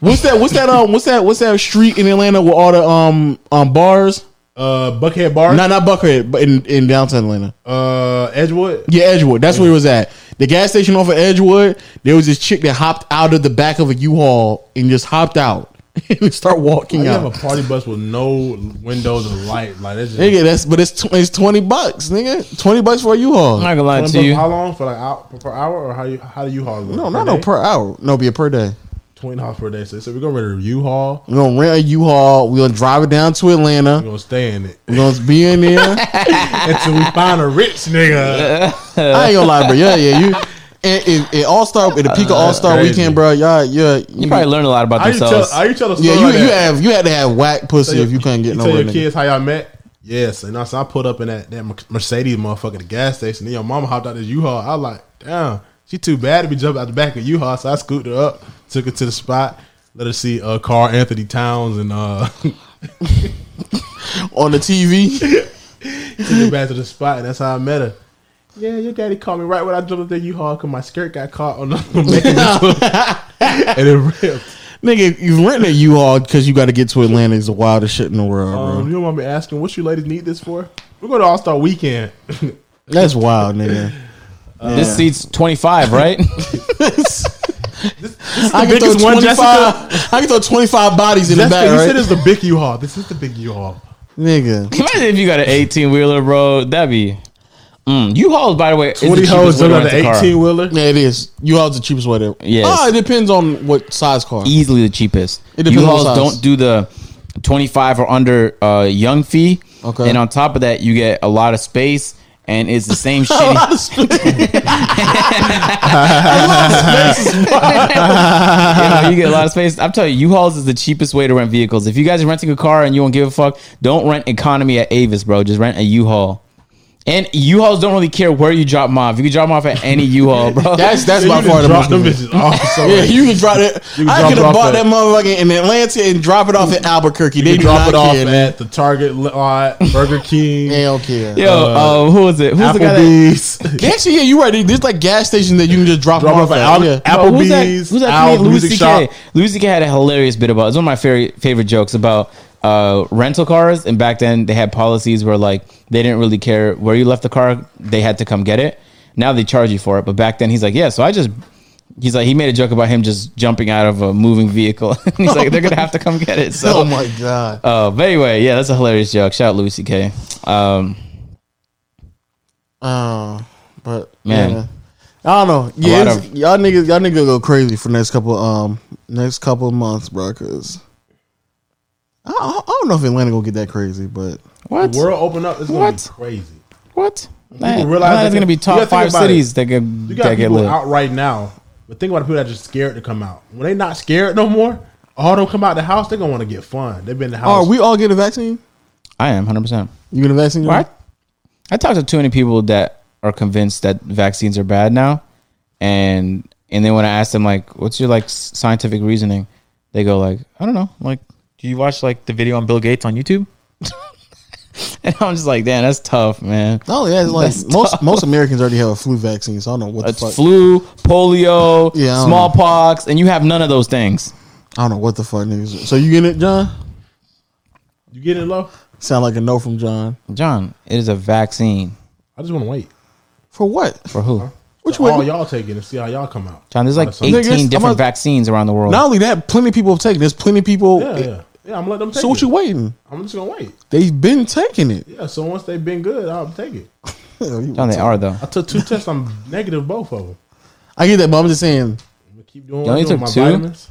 S3: What's that? What's that? Um, what's that? What's that street in Atlanta with all the um um bars?
S1: Uh, Buckhead Bar,
S3: Not not Buckhead, but in, in downtown Atlanta.
S1: uh, Edgewood.
S3: Yeah, Edgewood. That's where it was at. The gas station off of Edgewood. There was this chick that hopped out of the back of a U-Haul and just hopped out and start walking
S1: You have a
S3: out.
S1: party bus with no windows or light. Like that's just
S3: Nigga, that's but it's tw- it's twenty bucks, nigga. Twenty bucks for a U-Haul.
S9: I'm not gonna lie
S1: One
S9: to
S1: bus-
S9: you.
S1: How long for like hour, per hour or how you how do U-Haul?
S3: No, not no per hour. No, be a per day.
S1: twenty dollars per day. So, so we're gonna rent a U-Haul.
S3: We're gonna rent a U-Haul. We're gonna drive it down to
S1: We're
S3: Atlanta.
S1: gonna stay in it
S3: We're gonna be in there.
S1: until we find a rich nigga.
S3: I ain't gonna lie, bro. Yeah, yeah. You it, it, it all star at the peak of All Star
S1: Uh, crazy.
S3: Weekend, bro. Y'all, yeah, you,
S9: You probably learned a lot about
S1: How you tell?
S9: themselves.
S1: How you tell a story?
S3: yeah, you
S1: like
S3: you
S1: that?
S3: have you had to have whack pussy if you couldn't get
S1: you
S3: no
S1: tell
S3: real
S1: your
S3: nigga.
S1: kids how y'all met. Yes, and I, so I pulled up in that, that Mer- Mercedes motherfucker at the gas station. Then your mama hopped out this U-Haul. I was like, damn, she too bad to be jumping out the back of U-Haul. So I scooped her up, took her to the spot, let her see uh, Carl Anthony Towns and uh, took
S3: on the TV.
S1: her back to the spot, and that's how I met her. Yeah, your daddy called me right when I jumped up the U-Haul because my skirt got caught on the mechanism and it ripped.
S3: Nigga, you renting a U-Haul because you got to get to Atlanta is the wildest shit in the world,
S1: Um,
S3: bro.
S1: you don't want me asking, what you ladies need this for? We're going to All Star Weekend.
S3: That's wild, nigga.
S9: This seat's 25, right?
S3: I can throw
S1: biggest one,
S3: 25 I can throw 25 bodies in
S1: That's
S3: the
S1: the, you
S3: back,
S1: said
S3: right?
S1: it's the big U-Haul. This is the big U-Haul.
S3: Nigga.
S9: Imagine if you got an 18 wheeler, bro. That'd be. Mm. You hauls, by the way, is the
S1: Woody
S9: cheapest
S1: Hoes
S9: way
S1: jumped
S9: to
S1: on
S9: rent
S1: the
S9: a car.
S1: 18 wheeler.
S3: Yeah, it is. U-Haul's the cheapest way to.
S9: Yes.
S3: Ah, it depends on what size car.
S9: easily the cheapest.
S3: It depends on
S9: U-Hauls
S3: size.
S9: don't do the 25 or under uh, young fee.
S3: Okay.
S9: And on top of that, you get a lot of space, and it's the same shit.
S3: A lot of space. A lot of space is
S9: you, know, you get a lot of space. I'm telling you, U-Hauls is the cheapest way to rent vehicles. If you guys are renting a car and you don't give a fuck, don't rent economy at Avis, bro. Just rent a U-Haul. And U-Hauls don't really care where you drop them off. You can drop them off at any U-Haul, bro.
S3: That's that's
S1: You
S3: by
S1: just
S3: far the
S1: dropped
S3: most.
S1: them
S3: convenient.
S1: bitches off. So
S3: Yeah, you can drop that.
S1: You can
S3: I
S1: drop
S3: could
S1: it
S3: have
S1: off
S3: bought
S1: at-
S3: that motherfucker in Atlanta and drop it off in Albuquerque.
S1: you
S3: they
S1: can drop it off
S3: care, man.
S1: at the Target lot, Burger King,
S3: They don't care.
S9: Yo, uh, who is it? Who's the guy that?
S1: Applebee's.
S3: Actually, yeah, you're right. There's like gas stations that you can just drop,
S1: Drop
S3: them
S1: it
S3: off
S1: off
S3: at.
S1: at Aldi-
S3: yeah.
S9: Bro, who's that-
S1: Applebee's,
S9: who's that
S1: Al's
S9: comedian? Louis
S1: Music
S9: CK.
S1: Shop.
S9: Louis CK had a hilarious bit about. It's one of my favorite favorite jokes about uh, rental cars. And back then, they had policies where like they didn't really care where you left the car; they had to come get it. Now they charge you for it, but back then he's like, yeah. So I just. He's like he made a joke about him just jumping out of a moving vehicle. he's like they're gonna have to come get it. So
S3: Oh my god.
S9: uh, but anyway, yeah, that's a hilarious joke. Shout out Louis C.K. Um,
S3: Oh, but
S9: Man.
S3: yeah. I don't know. Yeah,
S9: lot
S3: it's-
S9: of-
S3: y'all niggas, y'all niggas go crazy for next couple um next couple of months, bro. Cause I, I I don't know if Atlanta gonna get that crazy, but
S9: what?
S1: The world open up. It's going
S9: What?
S1: to be crazy.
S9: What?
S1: People
S9: Man,
S1: realize
S9: Atlanta's
S1: that-
S9: gonna be
S1: you gotta
S9: top
S1: think
S9: five
S1: about
S9: cities
S1: it.
S9: that get
S1: You got
S9: that get
S1: people
S9: lit.
S1: out right now, but think about the people that are just scared to come out. When they not scared no more, all them come out the house, they're gonna want to get fun. They've been in the house.
S3: are we all getting a vaccine?
S9: I am hundred percent.
S3: You getting a vaccine?
S9: Well, I, Hmm. I talked to too many people that are convinced that vaccines are bad now, and and then when I ask them like, "What's your like s- scientific reasoning?" They go like, "I don't know." I'm like, do you watch like the video on Bill Gates on YouTube? and I'm just like, damn, that's tough, man.
S3: Oh yeah, it's like
S9: That's
S3: most most Americans already have a flu vaccine, so I don't know what the
S9: It's
S3: fuck.
S9: flu, polio,
S3: Yeah, I don't know.
S9: smallpox, and you have none of those things.
S3: I don't know what the fuck niggas. So you getting it, John?
S1: you get it low?
S3: Sound like a no from John.
S9: John, it is a vaccine
S1: I just want to wait.
S3: For what?
S9: for who?
S3: Which
S1: All
S3: way?
S1: y'all take it and see how y'all come out.
S9: John, there's
S1: Not
S9: like
S1: something.
S9: 18
S3: Nigga, it's- I'm
S9: different
S3: a-
S9: vaccines around the world.
S3: Not only that, plenty of people have taken. it. There's plenty of people.
S1: Yeah, yeah, yeah. I'm gonna let them take
S3: So what
S1: it.
S3: you waiting?
S1: I'm just gonna wait.
S3: They've been taking it.
S1: Yeah. So once they've been good, I'll take it.
S9: John, they are though.
S1: I took two tests. I'm negative both of them.
S3: I get that, but I'm just saying.
S1: I'm gonna keep doing
S9: You
S1: what
S9: only
S1: I'm doing.
S9: took
S1: my
S9: two?
S1: vitamins,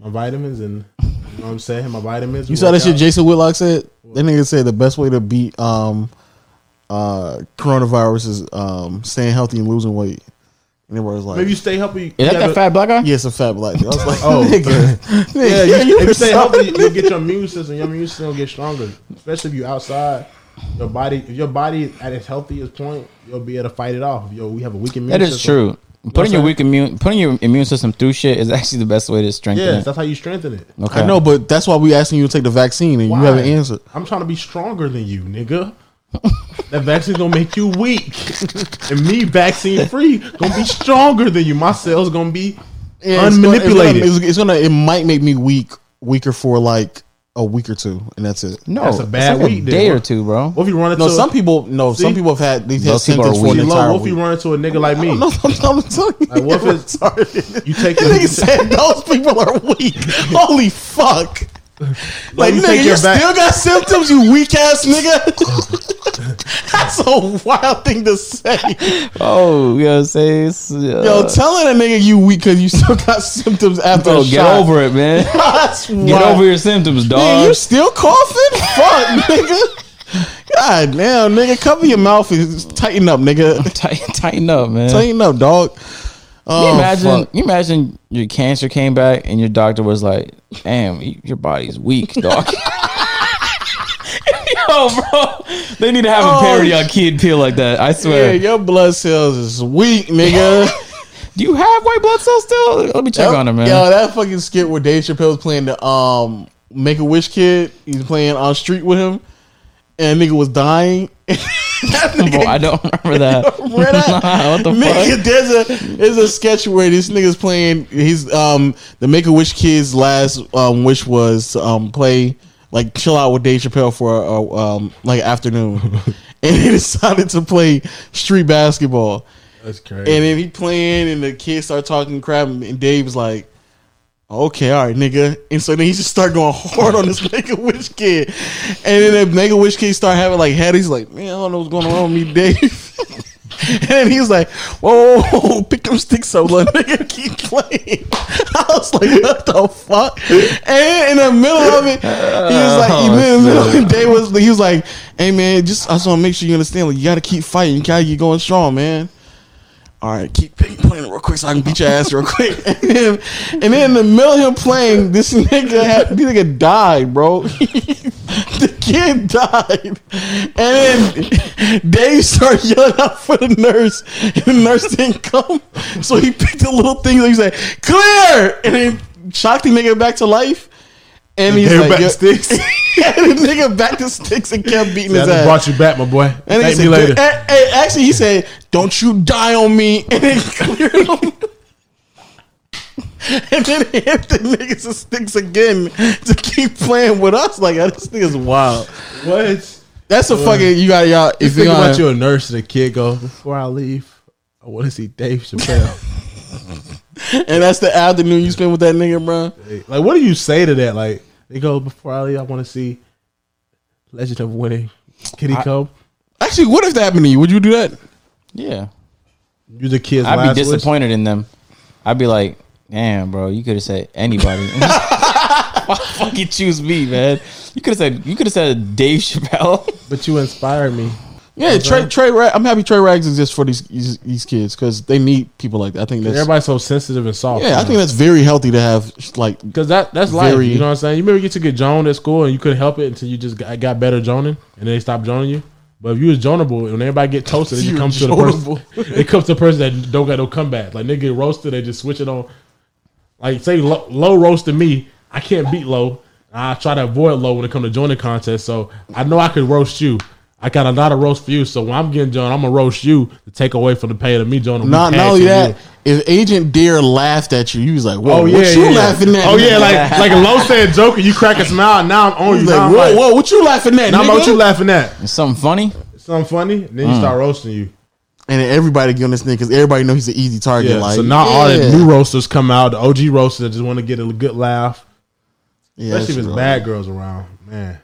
S1: my vitamins, and you know what I'm saying my vitamins.
S3: You saw that shit
S1: workout.
S3: Jason Whitlock said? That nigga said the best way to beat um uh coronavirus is um staying healthy and losing weight. And everybody's like
S1: Maybe you stay healthy.
S9: Is that that fat black guy?
S3: Yeah, it's a fat black dude. I was like,
S1: Oh.
S3: nigga. nigga,
S1: Yeah, you, if
S3: were
S1: you stay
S3: so-
S1: healthy, you get your immune system. Your immune system will get stronger, especially if you outside. Your body, if your body is at its healthiest point, you'll be able to fight it off. Yo, we have a weak immune.
S9: That is
S1: system.
S9: true. Putting your weak immune, putting your immune system through shit is actually the best way to strengthen
S1: Yes,
S9: it.
S1: that's how you strengthen it.
S9: Okay.
S3: I know, but that's why we asking you to take the vaccine and you haven't answered.
S1: I'm trying to be stronger than you, nigga. that vaccine gonna make you weak, and me vaccine free gonna be stronger than you. My cells gonna be
S3: Yeah, it's gonna-
S1: unmanipulated.
S3: It's gonna, it's gonna- it might make me weak weaker for like a week or two, and that's it.
S9: No,
S1: That's a
S9: it's
S1: bad
S9: like
S1: week,
S9: a day
S1: dude.
S9: or two, bro.
S1: what if you run into
S3: No, some people no, some
S1: See?
S3: people have had they've had
S9: Those people are
S3: symptoms for an
S9: weak.
S3: entire
S1: low, what if
S3: week.
S1: you run into a nigga like me?
S3: No, I'm, I'm telling you.
S1: Like, what if it's-
S3: retarded.
S1: You take
S3: That
S1: your-
S3: nigga said those people are weak. Holy fuck. Like
S1: you
S3: nigga,
S1: take
S3: you
S1: your vac-
S3: still got symptoms, you weak ass nigga. That's a wild thing to say.
S9: Oh, you know what I'm saying? It's, uh,
S3: Yo, telling a nigga you weak because you still got symptoms after
S9: bro,
S3: a
S9: get
S3: shot.
S9: over it, man.
S3: That's wild.
S9: get over your symptoms,
S3: Nigga,
S9: dog.
S3: you still coughing? Fuck, nigga. God damn, nigga, cover your mouth and tighten up, nigga.
S9: Tighten, tighten up, man. Can
S3: Tighten up, dog.
S9: you
S3: Oh,
S9: imagine,
S3: fuck.
S9: you imagine your cancer came back and your doctor was like, "Damn, y- your body's weak, dog." Yo, bro, they need to have
S3: Oh,
S9: a parody on Kid Peel like that. I
S3: Yeah,
S9: swear.
S3: your blood cells is weak, nigga.
S9: Do you have white blood cells still? Let me check on him, man.
S3: Yo, that fucking skit where Dave Chappelle's playing the um Make a Wish kid. He's playing on street with him, and nigga was dying. That nigga-
S2: Bro, I don't remember that.
S3: Red Eye.
S2: what the
S3: Nigga,
S2: fuck?
S3: there's a there's a sketch where this nigga's playing. He's um the Make a Wish kid's last um wish was to, um play like chill out with Dave Chappelle for a, a, um like afternoon, and he decided to play street basketball.
S1: That's crazy.
S3: And then he playing, and the kids start talking crap, and Dave's like, "Okay, all right, nigga." And so then he just start going hard on this Make a Wish kid, and then the Make a Wish kid start having like head. He's like, "Man, I don't know what's going on with me, Dave." and then he was like, "Whoa, whoa, whoa, pick them sticks up, little nigga, keep playing." I was like, "What the fuck?" And in the middle of it, he was like, he in the middle of the day was he was like, "Hey man, just I just want to make sure you understand. Like, you got to keep fighting. You got to keep going strong, man." all right, keep keep playing real quick so I can beat your ass real quick. And then, and then in the middle of him playing, this nigga had, this nigga died, bro. the kid died. And then Dave started yelling out for the nurse, and the nurse didn't come. So he picked a little thing, and he said, clear! And then shocked the nigga back to life. And he's
S1: Gave
S3: like,
S1: back
S3: "Yo-"
S1: sticks.
S3: and the nigga back to sticks and kept beating
S1: I
S3: his
S1: just
S3: ass.
S1: brought you back, my boy.
S3: And
S1: Thank
S3: he
S1: me
S3: said,
S1: later.
S3: "Hey, hey," actually, he said, "Don't you die on me," and then cleared him. and then he hit the niggas with sticks again to keep playing with us. Like yo, this nigga's wild.
S1: What?
S3: That's a fucking you got y'all. If
S1: Think
S3: you
S1: about
S3: got
S1: you a nurse and a kid go, Oh, before I leave, I want to see Dave Chappelle.
S3: and that's the afternoon you spend with that nigga, bro.
S1: like, what do you say to that? Like, they go, before I leave, I want to see Legend of Winning. Can he come?
S3: Actually, what if that happened to you? Would you do that?
S2: Yeah.
S1: You the kid's
S2: I'd
S1: last
S2: be
S1: wish?
S2: disappointed in them. I'd be like, damn, bro, you could have said anybody. Why fucking choose me, man? You could have said you could have said Dave Chappelle.
S1: But you inspired me.
S3: Yeah, Trey. Trey. Ra- I'm happy Trey Rags exists for these these, these kids because they need people like that. I think that's
S1: Everybody's so sensitive and soft.
S3: yeah. I think that's very healthy to have like
S1: Because that, that's life.
S3: Very-
S1: You know what I'm saying? You remember you took a Joan at school and you couldn't help it until you just got, got better Joning and they stopped Joning you. But if you was Jonable, when everybody get toasted, it
S3: You
S1: just comes to the
S3: Jonable.
S1: person. It comes to the person that don't got no comeback. Like they get roasted, they just switch it on. Like say low, low roasted me, I can't beat low. I try to avoid low when it comes to joining contests. So I know I could roast you. I got a lot of roast for you. So when I'm getting John, I'm gonna roast you to take away from the pain of me joining.
S3: Not, not only that, if Agent Deere laughed at you, you was like, "Whoa,
S1: Oh yeah,
S3: what you
S1: yeah, yeah.
S3: laughing at?"
S1: Oh yeah,
S3: nigga?
S1: like like Low said, Joker, you crack a smile. Now I'm on
S3: You
S1: you.
S3: was
S1: Now
S3: like,
S1: I'm
S3: "Whoa,
S1: like,
S3: whoa, what you laughing at?"
S1: now I'm
S3: nigga?
S1: like, what you laughing at?
S2: Something funny?
S1: Something funny? And then you start roasting you.
S3: and then everybody get on this nigga because everybody know he's an easy target.
S1: Yeah.
S3: like,
S1: so now all the
S3: yeah.
S1: new roasters come out. The OG roasters that just want to get a good laugh,
S3: Yeah,
S1: especially if
S3: that's
S1: it's
S3: real.
S1: bad girls around. Man,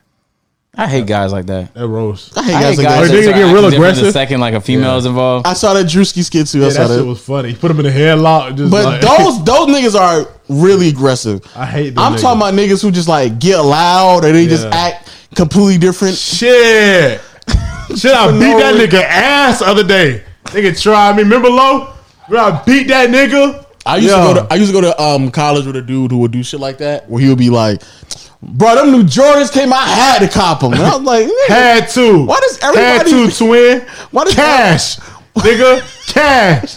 S2: I hate guys like that.
S1: that roast.
S3: I hate
S2: I
S3: guys
S2: hate
S3: like
S2: guys
S3: that.
S1: Or they gonna
S2: that start
S1: get
S2: acting
S1: real
S2: different The
S1: aggressive?
S2: second like a female is involved.
S3: I saw that Drewski skit too. I
S1: Yeah,
S3: saw
S1: that
S3: that.
S1: shit was funny. Put them in the headlock. Just
S3: but
S1: like,
S3: those those niggas are really aggressive.
S1: I hate. Them
S3: I'm
S1: niggas.
S3: talking about niggas who just like get loud or they just
S1: Yeah.
S3: act completely different.
S1: shit. Shit, I beat
S3: no
S1: that
S3: reason.
S1: nigga ass the other day. Nigga tried me. Remember low? Bro, I beat that nigga.
S3: I used
S1: Yeah.
S3: to go to I used to go to um college with a dude who would do shit like that, where he would be like, "Bro, them new Jordans came. I had to cop them." And I was like, nigga,
S1: Had to.
S3: Why does
S1: Had
S3: everybody-
S1: to, twin.
S3: Why does-
S1: cash, nigga? Cash.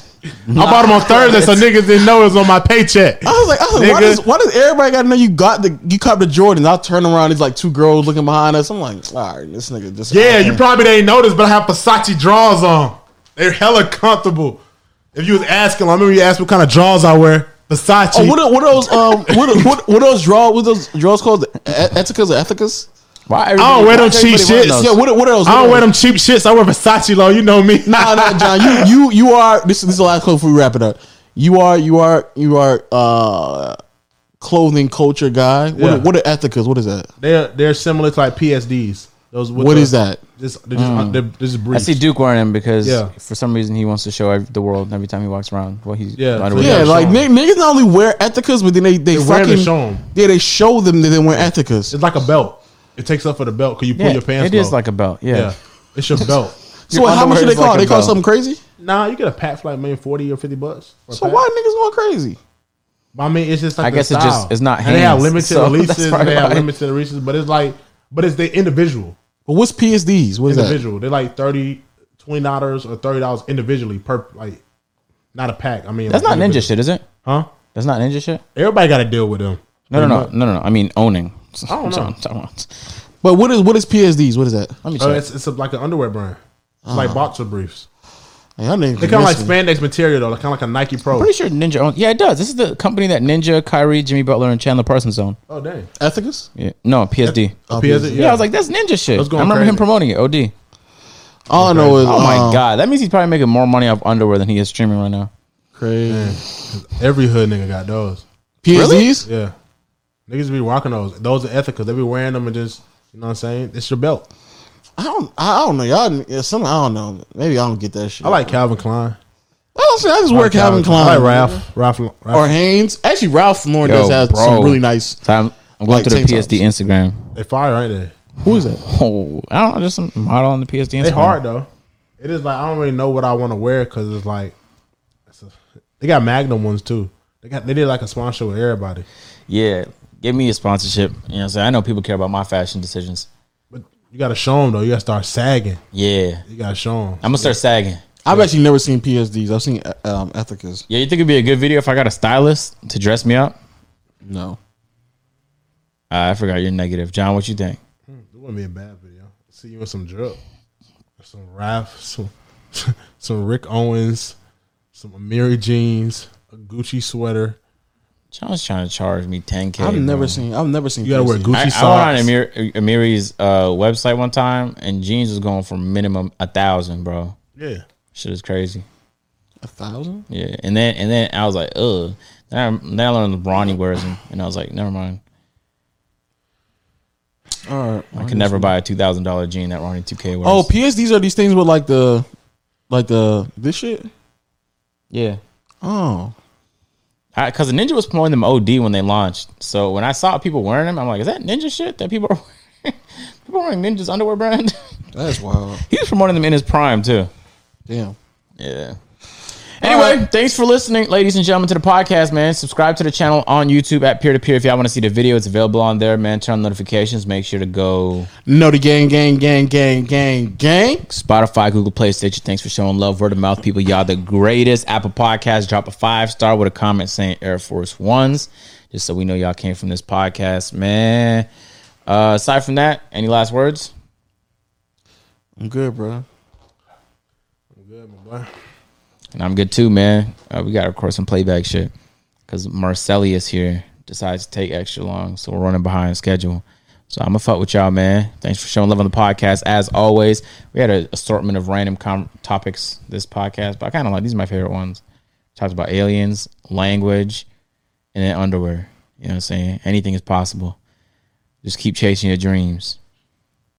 S1: I bought them on Thursday, so niggas didn't know it was on my paycheck.
S3: I was like, I was like why,
S1: Nigga.
S3: does, why does everybody got to know you got the you cop the Jordan? I'll turn around, there's like two girls looking behind us. I'm like, all right, this nigga just
S1: Yeah, you probably didn't notice, but I have Versace draws on. They're hella comfortable. If you was asking, I remember you asked what kind of draws I wear. Versace.
S3: Oh, what are, what are those um what are, what, what are those draw what are those draws called? E- Eticas or ethicas?
S2: Why
S1: I don't wear them
S2: why everybody
S1: cheap
S2: wearing
S1: shits.
S2: those?
S3: Yeah, what are- what are those?
S1: I don't wear them cheap shits. I wear Versace, low. You know me.
S3: No, no, John, you you you are this is this is the last quote before we wrap it up. You are you are you are uh clothing culture guy. What
S1: Yeah.
S3: are, what are ethicas? What is that?
S1: They're they're similar to like PSDs. Those with
S3: What
S1: the-
S3: is that? Mm.
S1: Just they're just, they're, they're just
S2: I
S1: briefs.
S2: see Duke wearing them because
S1: Yeah.
S2: for some reason he wants to show ev- the world every time he walks around. Well, he's
S1: Yeah.
S2: the underwear.
S3: Yeah,
S1: gotta
S3: like
S1: show
S3: nig- niggas not only wear ethicas, but then they they,
S1: They wear 'em to
S3: fucking
S1: show 'em.
S3: yeah they show them that they wear ethicas.
S1: It's like a belt. It takes up for the belt because you pull
S2: Yeah,
S1: your pants.
S2: It is
S1: low.
S2: like a belt. Yeah.
S1: yeah, it's your belt.
S3: So
S2: Your
S3: how much
S2: underwear
S3: do they
S2: is
S3: call?
S2: like
S3: it?
S2: a
S3: they call
S2: belt.
S3: something crazy.
S1: Nah, you get a pack for like maybe forty or fifty bucks. for a
S3: So
S1: pack.
S3: why niggas going crazy?
S1: But I mean, it's just like
S2: I
S1: the
S2: guess it just-
S1: style.
S2: it's not
S1: And they have
S2: hands,
S1: limited
S2: so that's
S1: releases.
S2: probably
S1: They have
S2: why.
S1: limited releases, but it's like, but it's the individual,
S3: But what's PSDs? What is that?
S1: individual. They're like 30 20 dollars or thirty dollars individually per like, not a pack. I mean,
S2: That's
S1: like
S2: not ninja
S1: individual.
S2: shit, is it?
S1: huh?
S2: That's not ninja shit.
S1: Everybody got to deal with them.
S2: No, no, no, no, no, no. I mean owning.
S1: I don't know. Oh,
S2: John- John wants-
S3: But what is what is PSDs? What is that?
S2: Let me check.
S1: Uh, it's it's a, like an underwear brand. It's
S2: Ah.
S1: like boxer briefs.
S3: Y'all niggas
S1: They kind of like
S3: missing.
S1: spandex material though, like kind of like a Nike Pro.
S9: Pretty sure Ninja owns. Yeah, it does. This is the company that Ninja, Kyrie, Jimmy Butler, and Chandler Parsons own.
S1: oh dang!
S3: Ethicus.
S9: Yeah. No, PSD.
S1: Oh, PS-
S9: yeah. I was like, that's Ninja shit. I
S1: That's going
S9: remember him
S1: crazy.
S9: promoting it. OD.
S3: All I know is
S9: Oh my
S3: um,
S9: god, that means he's probably making more money off underwear than he is streaming right now.
S3: crazy
S1: every hood nigga got those.
S3: PSDs.
S1: Yeah, niggas be rocking those. Those are ethical. They be wearing them and just you know what I'm saying. It's your belt.
S3: I don't. I don't know. Y'all. yeah, Some. I don't know. Maybe I don't get that shit.
S1: I like Calvin Klein.
S3: Oh, shit, I just wear Calvin Klein.
S1: I like Ralph. Ralph. Ralph.
S3: or Hanes. Actually, Ralph Lauren
S9: Yo,
S3: does have
S9: bro.
S3: some really nice.
S9: So I'm, I'm going
S3: Like
S9: through the
S3: tank
S9: PSD Instagram.
S1: they fire right there.
S3: Who is that?
S9: Oh, I don't know, just some model on the PSD Instagram.
S1: They hard though. It is like I don't really know what I want to wear because it's like it's a, they got Magnum ones too. They got they did like a sponsor with everybody.
S9: Yeah, give me a sponsorship. You know, what I'm saying I know people care about my fashion decisions.
S1: But you gotta show them though. You gotta start sagging.
S9: Yeah,
S1: You gotta show them.
S9: I'm gonna start sagging.
S3: I've actually never seen PSDs. I've seen uh, um, Ethicas.
S9: Yeah, you think it'd be a good video if I got a stylist to dress me up?
S3: No.
S9: Uh, I forgot you're negative, John. What you think?
S1: It wouldn't be a bad video. See you in some drip, some Ralph, some some Rick Owens, some Amiri jeans, a Gucci sweater.
S9: John's trying to charge me 10k.
S3: I've never
S9: bro.
S3: seen. I've never seen.
S1: You gotta wear
S3: PSD.
S1: Gucci
S9: I,
S1: socks.
S9: I went on Amir, Amiri's uh, website one time, and jeans was going for minimum a thousand, bro.
S1: yeah,
S9: Shit is crazy.
S3: A thousand.
S9: Yeah, and then and then I was like, ugh. Then I, then I learned Bronny wears them, and I was like, never mind.
S3: All right.
S9: I can never buy a two thousand dollar jean that Ronnie two K wears.
S3: Oh, PSDs are these things with like the, like the this shit.
S9: yeah.
S3: Oh,
S9: Because the Ninja was promoting them OD when they launched. So when I saw people wearing them, I'm like, is that Ninja shit that people are wearing? people are wearing Ninja's underwear brand?
S3: that's wild.
S9: he was promoting them in his prime, too.
S3: Damn.
S9: Yeah. Anyway, thanks for listening, ladies and gentlemen, to the podcast, man. Subscribe to the channel on YouTube at Peer to Peer. If y'all want to see the video, it's available on there, man. Turn on notifications. Make sure to go
S3: No, the gang, gang, gang, gang, gang, gang.
S9: Spotify, Google Play, Stitcher. Thanks for showing love. Word of mouth, people. Y'all the greatest. Apple Podcast, drop a five star with a comment saying Air Force Ones, just so we know y'all came from this podcast, man. Uh, aside from that, any last words?
S3: I'm good, bro.
S1: I'm good, my boy.
S9: And I'm good too, man. Uh, we got to record some playback shit because Marcellius here decides to take extra long, so we're running behind schedule. So I'm gonna fuck with y'all, man. Thanks for showing love on the podcast. As always, we had an assortment of random com- topics this podcast, but I kind of like these. Are my favorite ones. Talked about aliens, language, and then underwear. You know what I'm saying? Anything is possible. Just keep chasing your dreams.